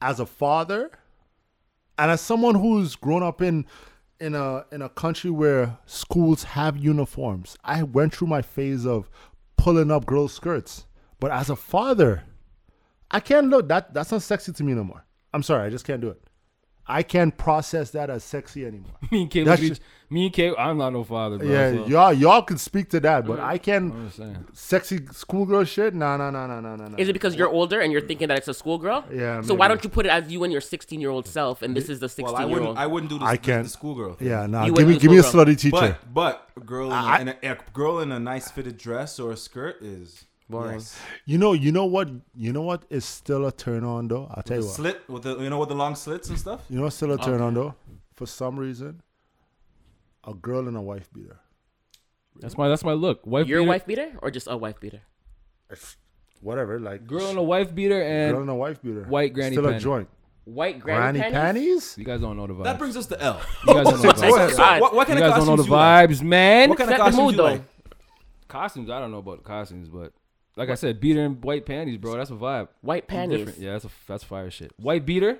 [SPEAKER 2] As a father, and as someone who's grown up in in a in a country where schools have uniforms, I went through my phase of pulling up girls' skirts. But as a father, I can't look that that's not sexy to me no more. I'm sorry, I just can't do it. I can't process that as sexy anymore.
[SPEAKER 7] [LAUGHS] Me and Kay,
[SPEAKER 2] That's
[SPEAKER 7] look at
[SPEAKER 2] just-
[SPEAKER 7] each- me and Kay, I'm not no father, bro.
[SPEAKER 2] yeah,
[SPEAKER 7] so-
[SPEAKER 2] y'all y'all can speak to that, but I
[SPEAKER 7] I'm
[SPEAKER 2] can
[SPEAKER 7] just saying.
[SPEAKER 2] sexy schoolgirl shit. Nah, nah, nah, nah, nah, nah. nah.
[SPEAKER 5] Is it because you're older and you're thinking that it's a schoolgirl?
[SPEAKER 2] Yeah,
[SPEAKER 5] So why
[SPEAKER 2] maybe.
[SPEAKER 5] don't you put it as you and your 16 year old self, and this is the 16
[SPEAKER 6] Well, I
[SPEAKER 5] year
[SPEAKER 6] wouldn't.
[SPEAKER 5] old?
[SPEAKER 6] I wouldn't do this.
[SPEAKER 2] I
[SPEAKER 6] I
[SPEAKER 2] can't.
[SPEAKER 6] can't. The schoolgirl. thing.
[SPEAKER 2] Yeah, nah.
[SPEAKER 5] You
[SPEAKER 2] Give me
[SPEAKER 5] went to
[SPEAKER 2] give me a
[SPEAKER 5] schoolgirl.
[SPEAKER 2] slutty teacher.
[SPEAKER 6] But but a girl in,
[SPEAKER 2] I-
[SPEAKER 6] a, in a, a girl in a nice fitted dress or a skirt is
[SPEAKER 5] Boring.
[SPEAKER 6] yes.
[SPEAKER 2] You know, you know what, you know what is still a turn on though. I'll tell
[SPEAKER 6] The
[SPEAKER 2] you what.
[SPEAKER 6] slit with the you know with the long slits and stuff.
[SPEAKER 2] You know what's still a turn on though? For some reason, a girl and a wife beater.
[SPEAKER 7] That's my that's my look. Wife
[SPEAKER 5] You're a
[SPEAKER 7] beater,
[SPEAKER 5] wife beater or just a wife beater?
[SPEAKER 2] It's whatever, like
[SPEAKER 7] girl and a wife beater and
[SPEAKER 2] girl and a wife beater.
[SPEAKER 7] white granny
[SPEAKER 2] Still a
[SPEAKER 7] panty.
[SPEAKER 2] joint.
[SPEAKER 5] White granny,
[SPEAKER 2] Granny
[SPEAKER 5] panties?
[SPEAKER 2] panties?
[SPEAKER 7] you guys don't know the vibes.
[SPEAKER 6] That brings
[SPEAKER 5] [LAUGHS]
[SPEAKER 6] us to L.
[SPEAKER 7] you guys [LAUGHS] don't know the
[SPEAKER 2] Go ahead.
[SPEAKER 7] vibes.
[SPEAKER 6] So what, what
[SPEAKER 7] You
[SPEAKER 6] kind of
[SPEAKER 7] guys don't know
[SPEAKER 6] costumes
[SPEAKER 7] the
[SPEAKER 6] you like?
[SPEAKER 7] vibes, man.
[SPEAKER 6] What kind of
[SPEAKER 5] Set the
[SPEAKER 6] costumes
[SPEAKER 5] mood,
[SPEAKER 6] you
[SPEAKER 5] though.
[SPEAKER 6] like?
[SPEAKER 7] costumes? I don't know about costumes, but like I said, beater and white panties, bro. That's a vibe.
[SPEAKER 5] White
[SPEAKER 7] I'm
[SPEAKER 5] panties.
[SPEAKER 7] different. Yeah, that's a that's fire shit. White beater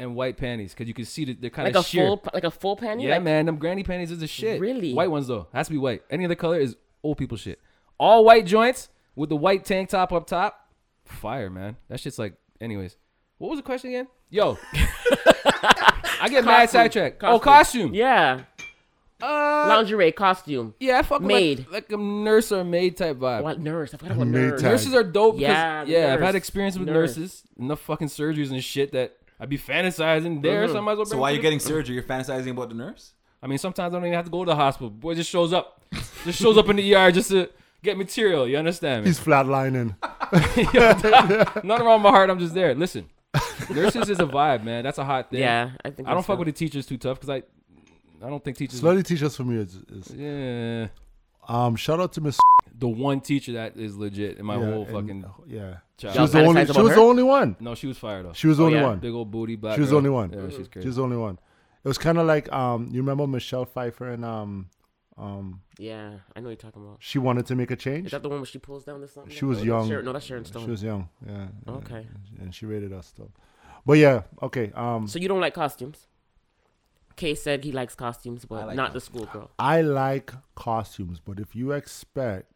[SPEAKER 7] and white panties, cause you can see that they're kind
[SPEAKER 5] Like
[SPEAKER 7] of
[SPEAKER 5] a
[SPEAKER 7] sheer.
[SPEAKER 5] full, pa- like a full panty.
[SPEAKER 7] yeah,
[SPEAKER 5] like,
[SPEAKER 7] man, them granny panties is the shit.
[SPEAKER 5] Really?
[SPEAKER 7] White ones though, has to be white. Any other color is old people shit. All white joints with the white tank top up top, fire, man. That shit's like, anyways. What was the question again? Yo, [LAUGHS] I get mad sidetracked. Oh, costume.
[SPEAKER 5] Yeah.
[SPEAKER 7] Uh,
[SPEAKER 5] lingerie costume.
[SPEAKER 7] Yeah, I fuck with,
[SPEAKER 5] made.
[SPEAKER 7] Like, like a nurse or a maid type vibe.
[SPEAKER 5] What nurse? I forgot
[SPEAKER 7] about
[SPEAKER 5] Maid nurse. type.
[SPEAKER 7] Nurses are dope. Because,
[SPEAKER 5] Yeah,
[SPEAKER 7] yeah, yeah. I've
[SPEAKER 5] nurse.
[SPEAKER 7] had experience with
[SPEAKER 5] Nurse.
[SPEAKER 7] nurses. Enough fucking surgeries and shit that I'd be fantasizing there.
[SPEAKER 5] Mm-hmm.
[SPEAKER 7] So I might as well.
[SPEAKER 6] So
[SPEAKER 7] bring
[SPEAKER 6] why are
[SPEAKER 7] it to
[SPEAKER 6] you
[SPEAKER 7] the-
[SPEAKER 6] getting surgery? You're fantasizing about the nurse?
[SPEAKER 7] I mean, sometimes I don't even have to go to the hospital. Boy just shows up, just shows up in the ER just to get material. You understand me?
[SPEAKER 2] He's flatlining.
[SPEAKER 7] Nothing wrong with my heart. I'm just there. Listen, nurses is a vibe, man. That's a hot thing.
[SPEAKER 5] Yeah, I think
[SPEAKER 7] I don't
[SPEAKER 5] that's
[SPEAKER 7] fuck
[SPEAKER 5] hot.
[SPEAKER 7] with the teachers too tough because I, I don't think teachers.
[SPEAKER 2] Slowly teach us from you. Is, is,
[SPEAKER 7] Yeah.
[SPEAKER 2] Um, shout out to Miss.
[SPEAKER 7] The one teacher that is legit in my
[SPEAKER 2] Yeah,
[SPEAKER 7] whole
[SPEAKER 2] and- uh,
[SPEAKER 7] fucking
[SPEAKER 2] yeah.
[SPEAKER 7] Child.
[SPEAKER 2] She was the only. She was the only one.
[SPEAKER 7] No, she was fired up.
[SPEAKER 2] She was the
[SPEAKER 7] Oh,
[SPEAKER 2] only
[SPEAKER 7] yeah.
[SPEAKER 2] one.
[SPEAKER 7] Big old booty black.
[SPEAKER 2] She was the
[SPEAKER 7] girl.
[SPEAKER 2] only one.
[SPEAKER 7] Yeah, she's crazy.
[SPEAKER 2] She was the only one. It was kind of like um, you remember Michelle Pfeiffer and um, um,
[SPEAKER 5] Yeah, I know what you're talking about.
[SPEAKER 2] she wanted to make a change.
[SPEAKER 5] Is that the one where she pulls down the something?
[SPEAKER 2] She was
[SPEAKER 5] No, that's
[SPEAKER 2] young.
[SPEAKER 5] Sharon- no, that's Sharon Stone.
[SPEAKER 2] She was young. Yeah.
[SPEAKER 7] Oh.
[SPEAKER 5] Okay.
[SPEAKER 2] And, and she rated us though. But yeah. Okay. Um,
[SPEAKER 5] So you don't like costumes? Kay said he likes costumes, but
[SPEAKER 6] like
[SPEAKER 5] not the schoolgirl.
[SPEAKER 2] I like costumes, but if you expect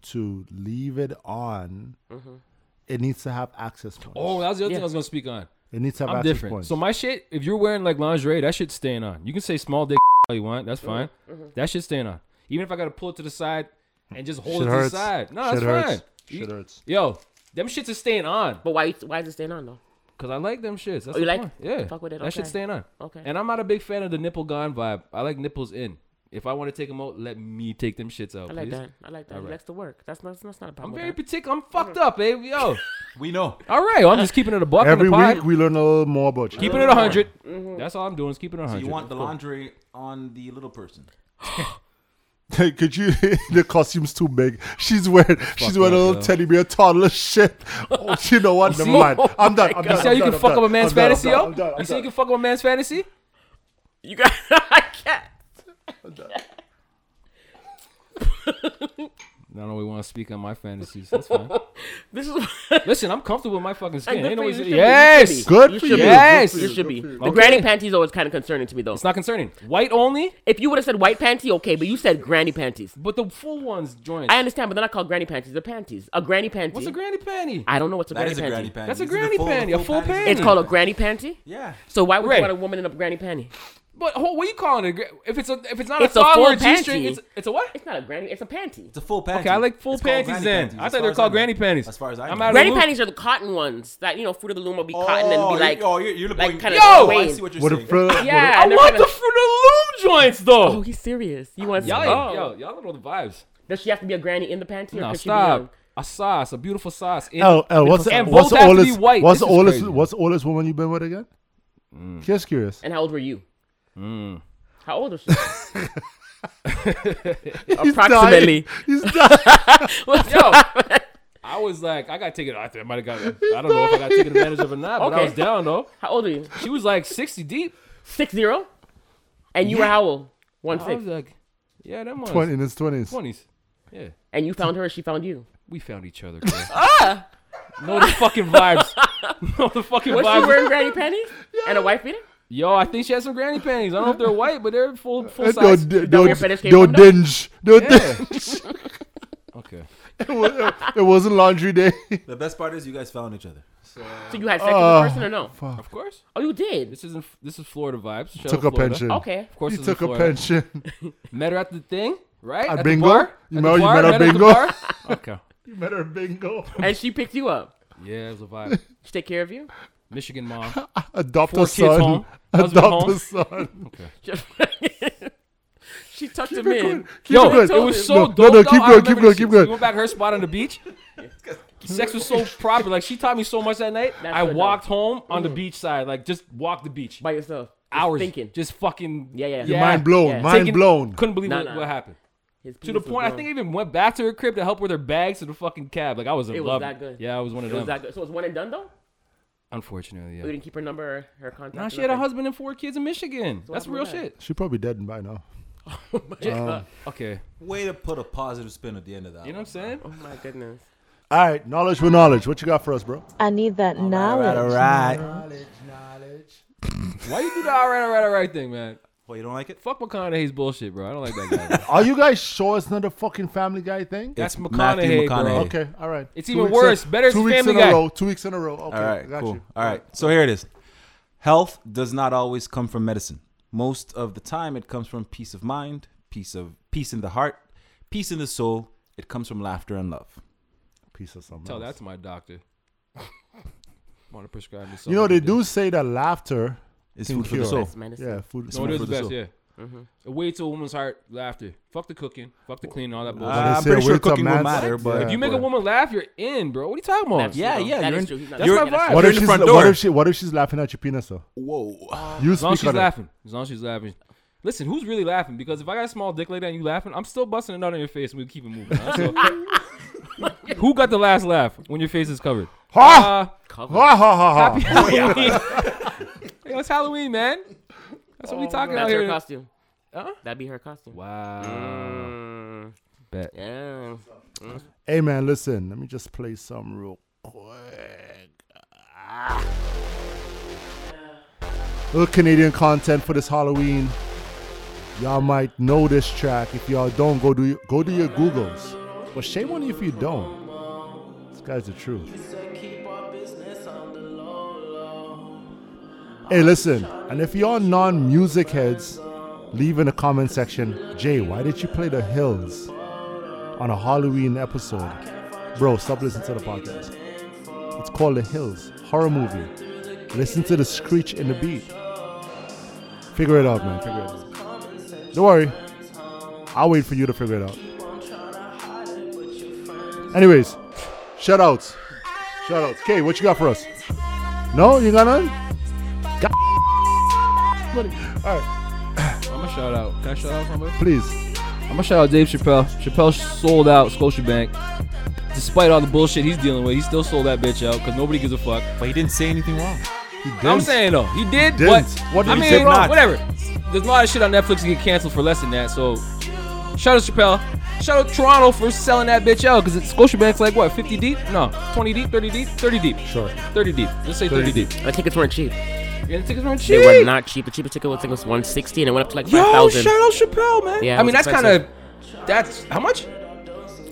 [SPEAKER 2] to leave it on,
[SPEAKER 5] Mhm.
[SPEAKER 2] it needs to have access points.
[SPEAKER 7] Mm-hmm. Oh, that was the other thing I was gonna speak on.
[SPEAKER 2] It needs to have
[SPEAKER 7] I'm
[SPEAKER 2] access
[SPEAKER 7] different.
[SPEAKER 2] points.
[SPEAKER 7] So my shit, if you're wearing like lingerie, that shit's staying on. You can say small dick [LAUGHS] all you want, that's fine.
[SPEAKER 5] mhm.
[SPEAKER 7] That shit's staying on. Even if I gotta pull it to the side and just hold
[SPEAKER 2] Shit
[SPEAKER 7] it to
[SPEAKER 2] hurts.
[SPEAKER 7] the side, no,
[SPEAKER 2] Shit
[SPEAKER 7] that's
[SPEAKER 2] hurts.
[SPEAKER 7] fine.
[SPEAKER 2] Shit
[SPEAKER 7] You-
[SPEAKER 2] hurts.
[SPEAKER 7] Yo, them shits are staying on.
[SPEAKER 5] But why? Why is it staying on though?
[SPEAKER 7] Cause I like them shits. That's
[SPEAKER 5] Oh, you
[SPEAKER 7] the
[SPEAKER 5] like-
[SPEAKER 7] point. Yeah,
[SPEAKER 5] fuck with it,
[SPEAKER 7] That
[SPEAKER 5] okay.
[SPEAKER 7] shit's staying on.
[SPEAKER 5] Okay.
[SPEAKER 7] And I'm not a big fan of the nipple gone vibe. I like nipples in. If I want to take them out, let me take them shits out.
[SPEAKER 5] I like
[SPEAKER 7] please.
[SPEAKER 5] that. I like that.
[SPEAKER 7] All
[SPEAKER 5] He
[SPEAKER 7] right.
[SPEAKER 5] likes to work. That's not. That's not a problem.
[SPEAKER 7] I'm
[SPEAKER 5] with
[SPEAKER 7] very
[SPEAKER 5] that.
[SPEAKER 7] particular. I'm fucked
[SPEAKER 5] Mm-hmm.
[SPEAKER 7] up, babe. Yo,
[SPEAKER 6] we know.
[SPEAKER 7] All right, well, I'm just keeping it a buck on
[SPEAKER 2] Every
[SPEAKER 7] the pod.
[SPEAKER 2] week we learn a little more about you.
[SPEAKER 7] Keeping it a 100
[SPEAKER 2] Mm-hmm.
[SPEAKER 7] That's all I'm doing is keeping it a
[SPEAKER 6] So
[SPEAKER 7] hundred.
[SPEAKER 6] you want the
[SPEAKER 7] Cool.
[SPEAKER 6] laundry on the little person?
[SPEAKER 2] [LAUGHS] Could you? the costume's too big. She's wearing. she's wearing a
[SPEAKER 7] up,
[SPEAKER 2] little
[SPEAKER 7] yo.
[SPEAKER 2] teddy bear toddler
[SPEAKER 7] [LAUGHS]
[SPEAKER 2] shit. Oh, you know what? Never
[SPEAKER 7] You see?
[SPEAKER 2] mind. I'm done. I'm
[SPEAKER 7] You
[SPEAKER 2] done.
[SPEAKER 7] see how
[SPEAKER 2] I'm done,
[SPEAKER 7] you can
[SPEAKER 2] I'm
[SPEAKER 7] fuck
[SPEAKER 2] done.
[SPEAKER 7] up a man's
[SPEAKER 2] I'm done, I'm
[SPEAKER 7] fantasy,
[SPEAKER 2] done,
[SPEAKER 7] yo?
[SPEAKER 2] I'm done, I'm
[SPEAKER 7] You see how you
[SPEAKER 2] done.
[SPEAKER 7] can fuck up a man's fantasy?
[SPEAKER 5] You got. [LAUGHS] I can't.
[SPEAKER 7] I don't really want to speak on my fantasies. That's fine.
[SPEAKER 5] This is. [LAUGHS]
[SPEAKER 7] [LAUGHS] Listen, I'm comfortable with my fucking skin.
[SPEAKER 5] Good
[SPEAKER 7] Ain't no
[SPEAKER 5] for you,
[SPEAKER 7] reason-
[SPEAKER 5] you should be, you
[SPEAKER 7] yes,
[SPEAKER 5] should be.
[SPEAKER 2] Good for
[SPEAKER 5] should
[SPEAKER 2] you,
[SPEAKER 5] be.
[SPEAKER 2] good
[SPEAKER 7] Yes,
[SPEAKER 2] for
[SPEAKER 5] You
[SPEAKER 2] you,
[SPEAKER 5] should
[SPEAKER 2] good
[SPEAKER 5] be.
[SPEAKER 2] for you.
[SPEAKER 5] The
[SPEAKER 7] Okay.
[SPEAKER 5] granny panties always kind of concerning to me though.
[SPEAKER 7] It's not concerning. White only,
[SPEAKER 5] If you would have said white panty, okay, but you said granny panties.
[SPEAKER 7] but the full ones joints.
[SPEAKER 5] I understand, but they're not called granny panties. They're panties. A granny panty.
[SPEAKER 7] What's a granny panty?
[SPEAKER 5] I don't know what's a
[SPEAKER 6] That
[SPEAKER 5] granny
[SPEAKER 6] is a
[SPEAKER 5] panty.
[SPEAKER 6] granny panty.
[SPEAKER 7] That's
[SPEAKER 6] These
[SPEAKER 7] a
[SPEAKER 6] are the
[SPEAKER 7] granny
[SPEAKER 6] full- the
[SPEAKER 7] panty, a full
[SPEAKER 6] panties.
[SPEAKER 7] panty.
[SPEAKER 5] It's called a granny panty.
[SPEAKER 6] Yeah.
[SPEAKER 5] So why would
[SPEAKER 7] Right.
[SPEAKER 5] you want a woman in a granny panty?
[SPEAKER 7] But hold, what are you calling it? Gra- If it's a, if it's not
[SPEAKER 5] It's
[SPEAKER 7] a
[SPEAKER 5] a full
[SPEAKER 7] toddler g-string,
[SPEAKER 5] panty.
[SPEAKER 7] it's, it's a what?
[SPEAKER 5] It's not a granny. It's a panty.
[SPEAKER 6] It's a full panty.
[SPEAKER 7] Okay, I like full
[SPEAKER 6] It's called
[SPEAKER 7] panties
[SPEAKER 6] granny
[SPEAKER 7] then.
[SPEAKER 6] panties,
[SPEAKER 7] I
[SPEAKER 6] as
[SPEAKER 7] thought they
[SPEAKER 6] far
[SPEAKER 7] were
[SPEAKER 6] as know.
[SPEAKER 7] called granny panties.
[SPEAKER 6] As far as I
[SPEAKER 7] I'm
[SPEAKER 6] know.
[SPEAKER 7] out of
[SPEAKER 5] Granny
[SPEAKER 7] Loop.
[SPEAKER 5] panties are the cotton ones that you know Fruit of the Loom will be cotton and
[SPEAKER 6] Oh,
[SPEAKER 5] be
[SPEAKER 6] you-
[SPEAKER 5] like,
[SPEAKER 6] oh, you're, you're
[SPEAKER 5] like
[SPEAKER 6] going-
[SPEAKER 5] kinda
[SPEAKER 6] Yo,
[SPEAKER 7] swayed.
[SPEAKER 6] I see what you're
[SPEAKER 2] What a
[SPEAKER 6] saying.
[SPEAKER 2] frill- what a-
[SPEAKER 5] yeah.
[SPEAKER 7] I
[SPEAKER 5] and they're
[SPEAKER 7] want
[SPEAKER 5] kinda-
[SPEAKER 7] the Fruit of the Loom joints though.
[SPEAKER 5] Oh, he's serious. You want?
[SPEAKER 7] Y'all,
[SPEAKER 5] oh.
[SPEAKER 7] ain't- yo, y'all don't know the
[SPEAKER 5] [LAUGHS]
[SPEAKER 7] vibes.
[SPEAKER 5] Does she have to be a granny in the panty? Or
[SPEAKER 7] No,
[SPEAKER 5] could She be
[SPEAKER 7] stop.
[SPEAKER 5] a-
[SPEAKER 7] A sauce, a beautiful sauce. In-
[SPEAKER 2] L, L, Oh, what's,
[SPEAKER 7] and
[SPEAKER 2] what's
[SPEAKER 7] both
[SPEAKER 2] the
[SPEAKER 7] have to be
[SPEAKER 2] oldest?
[SPEAKER 7] white.
[SPEAKER 2] What's the
[SPEAKER 7] This is
[SPEAKER 2] oldest?
[SPEAKER 7] crazy. Mm.
[SPEAKER 2] What's the oldest woman you've been with again? Just curious.
[SPEAKER 5] and how old were you?
[SPEAKER 7] Hmm.
[SPEAKER 5] How old
[SPEAKER 7] [LAUGHS]
[SPEAKER 5] was she? [LAUGHS] Approximately.
[SPEAKER 2] He's dying.
[SPEAKER 7] Yo, I was like, I got taken. I, think I might have
[SPEAKER 2] [LAUGHS]
[SPEAKER 7] got. I don't know if I got taken advantage of or not, but I
[SPEAKER 5] Okay.
[SPEAKER 7] was down though.
[SPEAKER 5] How old are you?
[SPEAKER 7] She was like sixty deep.
[SPEAKER 5] Six zero. And you were how old? One
[SPEAKER 7] I was
[SPEAKER 5] six.
[SPEAKER 7] like, yeah, them ones.
[SPEAKER 2] Twenty in his twenties.
[SPEAKER 7] Twenties. Yeah,
[SPEAKER 5] And you found her. She found you.
[SPEAKER 7] we found each other.
[SPEAKER 2] [LAUGHS]
[SPEAKER 7] ah. Know the fucking vibes. know the fucking
[SPEAKER 5] Was she
[SPEAKER 7] vibes.
[SPEAKER 5] wearing granny
[SPEAKER 7] [LAUGHS]
[SPEAKER 5] panties and a white beater?
[SPEAKER 7] Yo, I think she had some granny panties. I don't know if they're white, but they're
[SPEAKER 2] [LAUGHS]
[SPEAKER 7] full full
[SPEAKER 2] Don't,
[SPEAKER 7] size.
[SPEAKER 2] d-
[SPEAKER 5] where your
[SPEAKER 2] don't,
[SPEAKER 5] fetish came
[SPEAKER 2] don't
[SPEAKER 5] from, though?
[SPEAKER 2] dinge. Don't
[SPEAKER 7] Yeah.
[SPEAKER 2] dinge. [LAUGHS]
[SPEAKER 7] Okay.
[SPEAKER 2] It wa- it wasn't laundry day.
[SPEAKER 6] The best part is you guys found each other.
[SPEAKER 5] So you had sex with
[SPEAKER 7] Uh,
[SPEAKER 2] Oh,
[SPEAKER 5] the person or no?
[SPEAKER 7] Of course.
[SPEAKER 5] Oh, you did.
[SPEAKER 7] This isn't. This is Florida vibes. Shout out
[SPEAKER 2] Took a
[SPEAKER 7] Florida. Oh,
[SPEAKER 2] pension.
[SPEAKER 5] Okay.
[SPEAKER 7] Of course,
[SPEAKER 2] You
[SPEAKER 7] this is
[SPEAKER 2] took a
[SPEAKER 7] Florida.
[SPEAKER 2] pension. [LAUGHS]
[SPEAKER 7] Met her at the thing, right?
[SPEAKER 2] At
[SPEAKER 7] the
[SPEAKER 2] bingo?
[SPEAKER 7] bar?
[SPEAKER 2] You
[SPEAKER 7] At
[SPEAKER 2] met-
[SPEAKER 7] the
[SPEAKER 2] you
[SPEAKER 7] bar?
[SPEAKER 2] met at
[SPEAKER 7] the
[SPEAKER 2] bingo?
[SPEAKER 7] bar?
[SPEAKER 2] [LAUGHS]
[SPEAKER 7] okay.
[SPEAKER 2] You met her bingo.
[SPEAKER 5] And she picked you up.
[SPEAKER 7] Yeah, it was a vibe.
[SPEAKER 5] She take care of you. [LAUGHS]
[SPEAKER 7] Michigan mom.
[SPEAKER 2] Adopt
[SPEAKER 7] Four
[SPEAKER 2] a
[SPEAKER 7] kids
[SPEAKER 2] son.
[SPEAKER 7] home.
[SPEAKER 2] [LAUGHS]
[SPEAKER 7] Husband
[SPEAKER 2] Adopt a
[SPEAKER 7] home. [LAUGHS]
[SPEAKER 2] son.
[SPEAKER 5] she tucked
[SPEAKER 2] Keep
[SPEAKER 5] him
[SPEAKER 2] it
[SPEAKER 5] in.
[SPEAKER 2] going. Keep
[SPEAKER 7] Yo,
[SPEAKER 2] it going.
[SPEAKER 7] it was so
[SPEAKER 2] No,
[SPEAKER 7] dope.
[SPEAKER 2] No, no,
[SPEAKER 7] though.
[SPEAKER 2] keep
[SPEAKER 7] I
[SPEAKER 2] going.
[SPEAKER 7] remember
[SPEAKER 2] Keep
[SPEAKER 7] the
[SPEAKER 2] going.
[SPEAKER 7] shit.
[SPEAKER 2] Keep
[SPEAKER 7] We
[SPEAKER 2] going.
[SPEAKER 7] went back to her spot on
[SPEAKER 5] [LAUGHS]
[SPEAKER 7] the beach. Sex was so proper. Like she taught me so much that night.
[SPEAKER 5] That's
[SPEAKER 7] I
[SPEAKER 5] good, though.
[SPEAKER 7] walked home on
[SPEAKER 2] Mm.
[SPEAKER 7] the beach side, like just walked the beach.
[SPEAKER 5] By yourself. Just
[SPEAKER 7] Hours
[SPEAKER 5] Thinking.
[SPEAKER 7] just fucking
[SPEAKER 5] Yeah, yeah. Your
[SPEAKER 2] Mind blown.
[SPEAKER 5] Yeah.
[SPEAKER 2] Mind
[SPEAKER 7] Taking-
[SPEAKER 2] blown.
[SPEAKER 7] Couldn't believe
[SPEAKER 5] Nah,
[SPEAKER 7] what,
[SPEAKER 5] nah.
[SPEAKER 7] what happened.
[SPEAKER 5] His
[SPEAKER 7] To the
[SPEAKER 5] penis was
[SPEAKER 7] point, I
[SPEAKER 5] gone.
[SPEAKER 7] think I even went back to her crib to help with her bags to the fucking cab. Like I was in
[SPEAKER 5] It was
[SPEAKER 7] love.
[SPEAKER 5] that good.
[SPEAKER 7] Yeah, I was one of
[SPEAKER 5] it was
[SPEAKER 7] them.
[SPEAKER 5] that good. So it was one and done though.
[SPEAKER 7] Unfortunately,
[SPEAKER 5] We
[SPEAKER 7] yeah.
[SPEAKER 5] didn't keep her number, or her contact.
[SPEAKER 7] Now
[SPEAKER 5] or
[SPEAKER 7] she had a
[SPEAKER 5] nothing.
[SPEAKER 7] husband and four kids in Michigan. That's
[SPEAKER 5] happened
[SPEAKER 7] real
[SPEAKER 5] with that?
[SPEAKER 7] shit.
[SPEAKER 2] She probably dead by now.
[SPEAKER 7] Yeah. Okay.
[SPEAKER 6] Way to put a positive spin at the end of that.
[SPEAKER 7] You know
[SPEAKER 6] one.
[SPEAKER 7] what I'm saying?
[SPEAKER 5] [LAUGHS] Oh my goodness.
[SPEAKER 2] All right, knowledge for knowledge. What you got for us, bro?
[SPEAKER 3] I need that knowledge.
[SPEAKER 6] All right.
[SPEAKER 7] Why you do the all right, all right, all right thing, man?
[SPEAKER 6] Well, you don't like it?
[SPEAKER 7] Fuck McConaughey's bullshit, bro. I don't
[SPEAKER 5] [LAUGHS]
[SPEAKER 7] like that guy.
[SPEAKER 2] Are you guys sure it's not a fucking Family Guy thing?
[SPEAKER 7] That's
[SPEAKER 6] It's
[SPEAKER 7] McConaughey,
[SPEAKER 6] Matthew
[SPEAKER 7] bro.
[SPEAKER 6] McConaughey.
[SPEAKER 2] Okay, all right.
[SPEAKER 7] It's
[SPEAKER 2] Two
[SPEAKER 7] even
[SPEAKER 2] weeks
[SPEAKER 7] worse. Better it's
[SPEAKER 2] two weeks
[SPEAKER 7] Family
[SPEAKER 2] in
[SPEAKER 7] Guy.
[SPEAKER 2] a row. Two weeks in a row. Okay,
[SPEAKER 6] All right,
[SPEAKER 2] got
[SPEAKER 6] cool.
[SPEAKER 2] you.
[SPEAKER 6] All right, so here it is. Health does not always come from medicine. Most of the time, it comes from peace of mind, peace of peace in the heart, peace in the soul. It comes from laughter and love.
[SPEAKER 2] Peace of something.
[SPEAKER 7] Tell
[SPEAKER 2] else.
[SPEAKER 7] that to my doctor. [LAUGHS] Want to prescribe me?
[SPEAKER 2] you know,
[SPEAKER 7] something.
[SPEAKER 2] they do say that laughter
[SPEAKER 6] It's
[SPEAKER 2] can
[SPEAKER 6] food for the
[SPEAKER 2] cure.
[SPEAKER 6] soul.
[SPEAKER 2] Yeah, food.
[SPEAKER 7] No, it is
[SPEAKER 6] for
[SPEAKER 7] the
[SPEAKER 6] the
[SPEAKER 7] best.
[SPEAKER 6] soul.
[SPEAKER 7] Yeah.
[SPEAKER 5] Mm-hmm.
[SPEAKER 7] It Wait till a woman's heart laughter. Fuck the cooking. Fuck the cleaning.
[SPEAKER 5] Ah,
[SPEAKER 7] All that bullshit.
[SPEAKER 6] I'm
[SPEAKER 2] they say
[SPEAKER 6] pretty sure
[SPEAKER 2] wait till
[SPEAKER 6] cooking will
[SPEAKER 2] man's-
[SPEAKER 6] matter,
[SPEAKER 2] What?
[SPEAKER 6] but
[SPEAKER 7] if you make a woman laugh, you're in, bro. What are you talking about?
[SPEAKER 5] That's true, Yeah, though. yeah, That you're is in- true. He's not
[SPEAKER 7] That's my
[SPEAKER 5] saying that's
[SPEAKER 7] vibe.
[SPEAKER 5] true.
[SPEAKER 2] What
[SPEAKER 6] You're
[SPEAKER 2] if
[SPEAKER 6] in the
[SPEAKER 2] she's
[SPEAKER 6] front
[SPEAKER 2] what
[SPEAKER 6] door.
[SPEAKER 2] if she what if she's laughing at your penis though?
[SPEAKER 6] Whoa.
[SPEAKER 2] You
[SPEAKER 7] as long
[SPEAKER 2] speak
[SPEAKER 7] as she's
[SPEAKER 2] on it.
[SPEAKER 7] laughing. As long as she's laughing. Listen, who's really laughing? Because if I got a small dick like that and you laughing, I'm still busting it out on your face and we keep it moving. huh?
[SPEAKER 5] [LAUGHS]
[SPEAKER 7] So, who got the last laugh when your face is covered?
[SPEAKER 2] [LAUGHS] Ha!
[SPEAKER 7] Uh,
[SPEAKER 5] Covered.
[SPEAKER 2] Ah, Ha ha ha
[SPEAKER 7] [LAUGHS] Happy
[SPEAKER 2] ha.
[SPEAKER 7] Halloween. Yo, it's Halloween, man. That's what we talking about
[SPEAKER 5] Oh, That's her
[SPEAKER 7] here.
[SPEAKER 5] costume.
[SPEAKER 7] Huh?
[SPEAKER 5] That'd be her costume.
[SPEAKER 7] Wow.
[SPEAKER 5] Mm.
[SPEAKER 7] Bet.
[SPEAKER 5] Yeah. Mm.
[SPEAKER 2] Hey man, listen. Let me just play some real quick. Ah. Little Canadian content for this Halloween. Y'all might know this track. If y'all don't, go do your- go do your Googles. But shame on you if you don't. This guy's the truth. Hey, listen. And if y'all non-music heads, leave in the comment section. Jay, why did you play The Hills on a Halloween episode? Bro, stop listening to the podcast. It's called The Hills, horror movie. Listen to the screech in the beat. Figure it out, man. Figure it out. Don't worry. I'll wait for you to figure it out. Anyways, shout outs. Shout outs. Okay, what you got for us? No, you got none? God. Money. All right,
[SPEAKER 7] I'm a shout out. Can I shout out somebody?
[SPEAKER 2] please.
[SPEAKER 7] I'm gonna shout out Dave Chappelle. Chappelle sold out Scotiabank. Despite all the bullshit he's dealing with, he still sold that bitch out because nobody gives a fuck.
[SPEAKER 6] But he didn't say anything wrong.
[SPEAKER 7] I'm saying though, he did.
[SPEAKER 2] Didn't.
[SPEAKER 7] What?
[SPEAKER 2] What did
[SPEAKER 7] I
[SPEAKER 2] he
[SPEAKER 7] mean,
[SPEAKER 2] say wrong?
[SPEAKER 7] whatever. There's a lot of shit on Netflix that get canceled for less than that. So, shout out Chappelle. Shout out Toronto for selling that bitch out because Scotiabank's like what, 50 deep? No, 20 deep, 30 deep, 30 deep,
[SPEAKER 2] Sure.
[SPEAKER 7] 30 deep. Let's say 30,
[SPEAKER 2] 30
[SPEAKER 7] deep.
[SPEAKER 5] The tickets weren't cheap.
[SPEAKER 7] Yeah, the tickets weren't
[SPEAKER 5] They
[SPEAKER 7] cheap.
[SPEAKER 5] were not cheap. The cheapest ticket was I think it was 160 and it went up to like
[SPEAKER 7] Yo,
[SPEAKER 5] 5,000.
[SPEAKER 7] shout out Chappelle, man.
[SPEAKER 5] Yeah,
[SPEAKER 7] I
[SPEAKER 5] it
[SPEAKER 7] mean
[SPEAKER 5] was
[SPEAKER 7] that's kind of that's how much?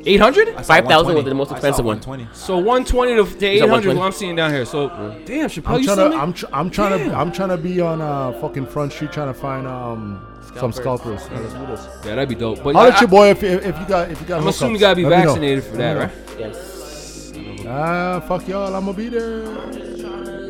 [SPEAKER 7] 800?
[SPEAKER 6] I saw
[SPEAKER 5] 5,000 was the
[SPEAKER 6] 120.
[SPEAKER 5] most
[SPEAKER 6] I saw
[SPEAKER 5] expensive one.
[SPEAKER 6] 120.
[SPEAKER 7] So 120 to, to
[SPEAKER 5] that
[SPEAKER 7] 800 is
[SPEAKER 5] 120?
[SPEAKER 7] what I'm seeing down here. So damn, Chappelle,
[SPEAKER 2] I'm
[SPEAKER 7] Oh,
[SPEAKER 2] trying
[SPEAKER 7] you still
[SPEAKER 2] to.
[SPEAKER 7] me?
[SPEAKER 2] I'm, tr- I'm trying
[SPEAKER 7] Damn.
[SPEAKER 2] to. I'm trying to be on uh, fucking front street trying to find um some scalpers. Yeah, let's do this.
[SPEAKER 7] yeah, that'd be dope. But
[SPEAKER 2] Holler
[SPEAKER 7] I,
[SPEAKER 2] at your boy if, if if you got if you got.
[SPEAKER 7] am assuming
[SPEAKER 2] hookups.
[SPEAKER 7] you gotta be
[SPEAKER 2] Let me know.
[SPEAKER 7] vaccinated for that, right?
[SPEAKER 5] Yes.
[SPEAKER 2] Ah, fuck y'all. I'ma be there.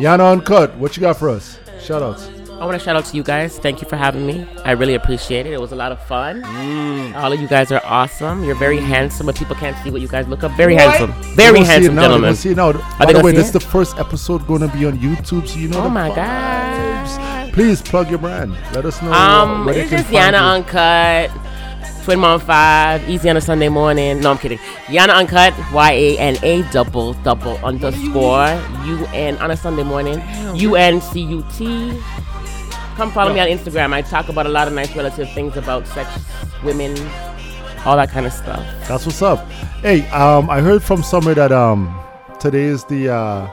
[SPEAKER 2] Yana Uncut, what you got for us? Shout outs.
[SPEAKER 5] I want to shout out to you guys. Thank you for having me. I really appreciate it. It was a lot of fun.
[SPEAKER 7] Mm.
[SPEAKER 5] All of you guys are awesome. You're very handsome, but people can't see what you guys look up. Very handsome. Very handsome,
[SPEAKER 2] we
[SPEAKER 5] gentlemen.
[SPEAKER 2] see it now.
[SPEAKER 5] they
[SPEAKER 2] By the
[SPEAKER 5] gonna
[SPEAKER 2] way,
[SPEAKER 5] see
[SPEAKER 2] this is
[SPEAKER 5] it?
[SPEAKER 2] the first episode gonna be on YouTube, so you know.
[SPEAKER 5] Oh
[SPEAKER 2] the
[SPEAKER 5] my
[SPEAKER 2] vibes.
[SPEAKER 5] God.
[SPEAKER 2] Please plug your brand. Let us know. uh,
[SPEAKER 5] Um,
[SPEAKER 2] where they
[SPEAKER 5] it's
[SPEAKER 2] can
[SPEAKER 5] just
[SPEAKER 2] find
[SPEAKER 5] Yana
[SPEAKER 2] you.
[SPEAKER 5] Uncut, Twin Mom Five, Easy on a Sunday morning. No, I'm kidding. Yana Uncut, Y A N A double double underscore U N on a Sunday morning. U N C U T. Come follow me on Instagram. I talk about a lot of nice relative things about sex, women, all that kind of stuff.
[SPEAKER 2] That's what's up. Hey, um, I heard from somewhere that um, today is the uh,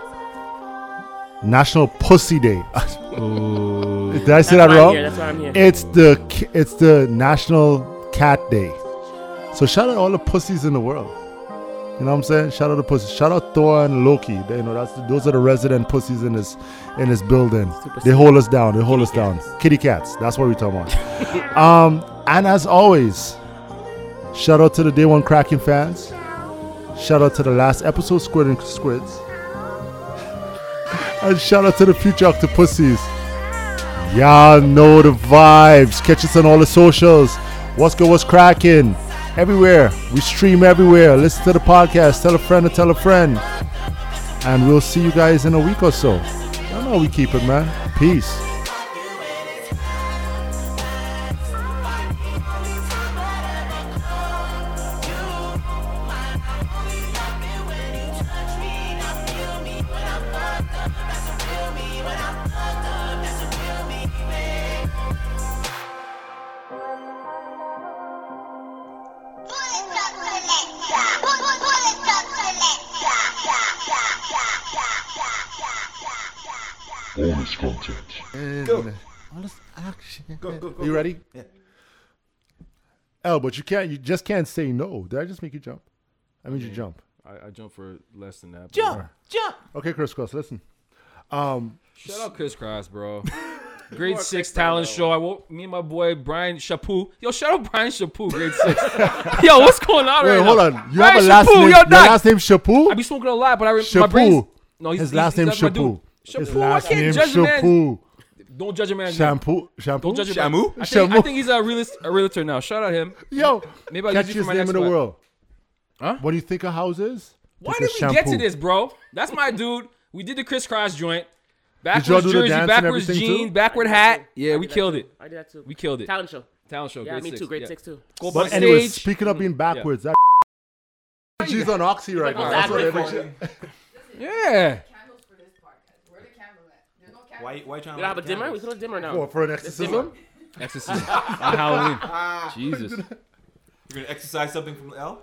[SPEAKER 2] National Pussy Day. [LAUGHS] Did I say
[SPEAKER 5] That's
[SPEAKER 2] that
[SPEAKER 5] why I'm
[SPEAKER 2] wrong?
[SPEAKER 5] here, that's why I'm here.
[SPEAKER 2] It's the c- it's the National Cat Day. So shout out all the pussies in the world. You know what I'm saying? Shout out the pussies. Shout out Thor and Loki. They, you know that's those are the resident pussies in this in this building.
[SPEAKER 5] Super
[SPEAKER 2] they hold us down. They hold us down. Kitty cats. That's what we're talking about. [LAUGHS] um, and as always, shout out to the Day One Cracking fans. Shout out to the last episode, Squid and Squids. [LAUGHS] And shout out to the future octopussies. Y'all know the vibes. Catch us on all the socials. What's good? What's cracking? Everywhere. We stream everywhere. Listen to the podcast. Tell a friend to tell a friend. And we'll see you guys in a week or so. I know we keep it, man. Peace.
[SPEAKER 4] Bonus content.
[SPEAKER 2] You ready? Yeah. L, but you can't. You just can't say no. Did I just make you jump? I made you jump.
[SPEAKER 7] I, I jumped for less than that. but-
[SPEAKER 2] Okay, Chris Cross, listen. Um, [LAUGHS]
[SPEAKER 7] Shout out Chris Cross, bro. Grade six talent show. I woke me and my boy Brian Chapu. Yo, shout out Brian Chapu, grade
[SPEAKER 2] [LAUGHS]
[SPEAKER 7] six. yo, what's going on
[SPEAKER 2] Wait,
[SPEAKER 7] right
[SPEAKER 2] hold
[SPEAKER 7] now?
[SPEAKER 2] on. You have a last
[SPEAKER 7] Chapu,
[SPEAKER 2] name.
[SPEAKER 7] yo,
[SPEAKER 2] your
[SPEAKER 7] Doc.
[SPEAKER 2] last name Shapu.
[SPEAKER 7] I be smoking a lot, but I re- my
[SPEAKER 2] Chapu.
[SPEAKER 7] brain's no. He's,
[SPEAKER 2] His
[SPEAKER 7] he's-
[SPEAKER 2] last
[SPEAKER 7] he's
[SPEAKER 2] name
[SPEAKER 7] not my dude.
[SPEAKER 2] Shapu. His
[SPEAKER 7] Chapu, I
[SPEAKER 2] last
[SPEAKER 7] can't
[SPEAKER 2] name
[SPEAKER 7] judge a man.
[SPEAKER 2] Shapu.
[SPEAKER 7] Don't judge a man.
[SPEAKER 2] Shampoo. Shampoo.
[SPEAKER 7] Don't judge a man. I think, I
[SPEAKER 2] Shamu.
[SPEAKER 7] think he's a realist, a realtor now. Shout out him.
[SPEAKER 2] Yo,
[SPEAKER 7] maybe I'll
[SPEAKER 2] Catch
[SPEAKER 7] use you
[SPEAKER 2] his
[SPEAKER 7] for my
[SPEAKER 2] name
[SPEAKER 7] next
[SPEAKER 2] in the
[SPEAKER 7] one.
[SPEAKER 2] world. Huh? What do you think of houses?
[SPEAKER 7] Why did we get to this, bro? That's my dude. We did the crisscross joint.
[SPEAKER 2] Did y'all
[SPEAKER 7] Backwards
[SPEAKER 2] do the
[SPEAKER 7] jersey,
[SPEAKER 2] dance and
[SPEAKER 7] backwards
[SPEAKER 2] everything
[SPEAKER 7] jean,
[SPEAKER 2] too?
[SPEAKER 5] I
[SPEAKER 7] backward
[SPEAKER 5] did that
[SPEAKER 7] hat.
[SPEAKER 5] too.
[SPEAKER 7] Yeah,
[SPEAKER 5] I
[SPEAKER 7] we
[SPEAKER 5] did that
[SPEAKER 7] killed
[SPEAKER 5] too.
[SPEAKER 7] it.
[SPEAKER 5] I did that too.
[SPEAKER 7] We killed it.
[SPEAKER 5] Talent show.
[SPEAKER 7] Talent show.
[SPEAKER 5] Yeah,
[SPEAKER 7] grade
[SPEAKER 5] me
[SPEAKER 7] six.
[SPEAKER 5] too, grade
[SPEAKER 7] yeah. Oh,
[SPEAKER 5] six too.
[SPEAKER 7] Go
[SPEAKER 2] But
[SPEAKER 7] on
[SPEAKER 2] anyways,
[SPEAKER 7] stage. Hmm.
[SPEAKER 2] speaking of being backwards, that [LAUGHS] she's on oxy right now. That's what
[SPEAKER 5] Exactly.
[SPEAKER 2] every shit-
[SPEAKER 7] Yeah.
[SPEAKER 6] Why, why you trying
[SPEAKER 5] We don't have a dimmer. We could have a dimmer now.
[SPEAKER 2] Well, Oh, for an
[SPEAKER 5] This
[SPEAKER 2] exorcism?
[SPEAKER 5] dimmer? [LAUGHS]
[SPEAKER 7] Exorcism on Halloween. Jesus.
[SPEAKER 6] You're gonna exercise something from L.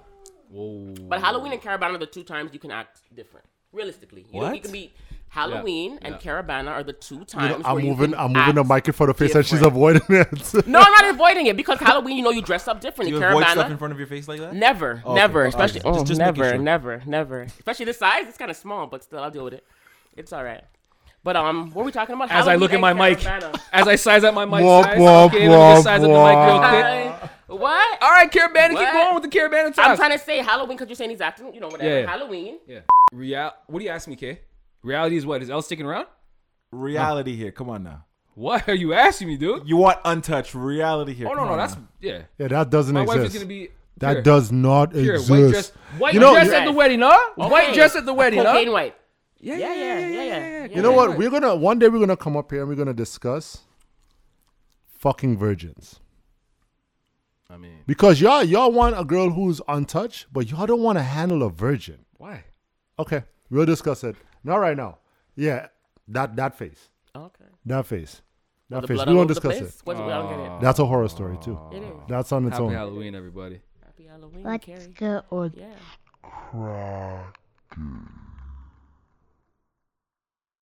[SPEAKER 7] Whoa.
[SPEAKER 5] But Halloween and Carabana are the two times you can act different. Realistically, you, know, you
[SPEAKER 6] What?
[SPEAKER 5] can be Halloween and Carabana are the two
[SPEAKER 2] You know,
[SPEAKER 5] times.
[SPEAKER 2] I'm
[SPEAKER 5] where
[SPEAKER 2] moving.
[SPEAKER 5] You can
[SPEAKER 2] I'm moving the
[SPEAKER 5] act-
[SPEAKER 2] mic in front of her face, and she's
[SPEAKER 5] different.
[SPEAKER 2] avoiding it. [LAUGHS]
[SPEAKER 5] No, I'm not avoiding it because Halloween, you know, you dress up differently.
[SPEAKER 6] You avoid stuff in
[SPEAKER 5] Carabana,
[SPEAKER 6] front of your face like that.
[SPEAKER 5] never,
[SPEAKER 6] Okay,
[SPEAKER 5] never,
[SPEAKER 6] okay.
[SPEAKER 5] especially,
[SPEAKER 6] Just-
[SPEAKER 5] oh,
[SPEAKER 6] just making
[SPEAKER 5] never,
[SPEAKER 6] sure.
[SPEAKER 5] never, never, especially this size. It's kind of small, but still, I'll deal with it. It's all right. But um, what were we talking about?
[SPEAKER 7] As I look at my
[SPEAKER 5] Halloween and
[SPEAKER 7] mic,
[SPEAKER 5] Carabana.
[SPEAKER 7] [LAUGHS] as I size up my mic,
[SPEAKER 2] Womp,
[SPEAKER 7] size,
[SPEAKER 2] womp,
[SPEAKER 7] okay, let me
[SPEAKER 2] womp,
[SPEAKER 7] just size up the mic real quick.
[SPEAKER 5] I- what?
[SPEAKER 7] All right, Carabana,
[SPEAKER 5] What?
[SPEAKER 7] keep going with the Carabana talk.
[SPEAKER 5] I'm trying to say Halloween because you're saying he's acting, you know, whatever.
[SPEAKER 7] Yeah, yeah.
[SPEAKER 5] Halloween.
[SPEAKER 7] Yeah. Real. What do you ask me, K? Reality is what? Is L sticking around?
[SPEAKER 6] Reality here. Come on now.
[SPEAKER 7] What are you asking me, dude?
[SPEAKER 6] You want untouched reality here.
[SPEAKER 7] Oh no,
[SPEAKER 6] Come
[SPEAKER 7] no,
[SPEAKER 6] on
[SPEAKER 7] that's
[SPEAKER 6] now.
[SPEAKER 7] yeah.
[SPEAKER 2] Yeah, that doesn't
[SPEAKER 7] My
[SPEAKER 2] exist.
[SPEAKER 7] wife is gonna be
[SPEAKER 2] that
[SPEAKER 7] pure.
[SPEAKER 2] does not
[SPEAKER 7] Pure
[SPEAKER 2] exist.
[SPEAKER 7] white dress. White
[SPEAKER 2] you know,
[SPEAKER 7] dress
[SPEAKER 2] you-
[SPEAKER 7] at the wedding, huh? White
[SPEAKER 5] Okay.
[SPEAKER 7] dress at the wedding,
[SPEAKER 5] Cocaine
[SPEAKER 7] huh?
[SPEAKER 5] white.
[SPEAKER 7] Yeah,
[SPEAKER 5] Yeah, yeah, yeah, yeah.
[SPEAKER 2] you know what? We're gonna one day we're gonna come up here and we're gonna discuss fucking virgins
[SPEAKER 7] I mean,
[SPEAKER 2] because y'all y'all want a girl who's untouched, but y'all don't want to handle a virgin.
[SPEAKER 7] why?
[SPEAKER 2] Okay, we'll discuss it. Not right now. Yeah, that that face,
[SPEAKER 5] Okay.
[SPEAKER 2] that face, that
[SPEAKER 5] The
[SPEAKER 2] face.
[SPEAKER 5] blood
[SPEAKER 2] We
[SPEAKER 5] all
[SPEAKER 2] won't
[SPEAKER 5] over the
[SPEAKER 2] discuss
[SPEAKER 5] place?
[SPEAKER 2] it.
[SPEAKER 5] What, I don't get it.
[SPEAKER 2] That's a horror story too.
[SPEAKER 5] It is.
[SPEAKER 2] That's on its
[SPEAKER 7] Happy
[SPEAKER 2] own.
[SPEAKER 7] Halloween, everybody.
[SPEAKER 5] Happy Halloween,
[SPEAKER 3] What's
[SPEAKER 5] Carrie.
[SPEAKER 3] good or
[SPEAKER 5] Yeah.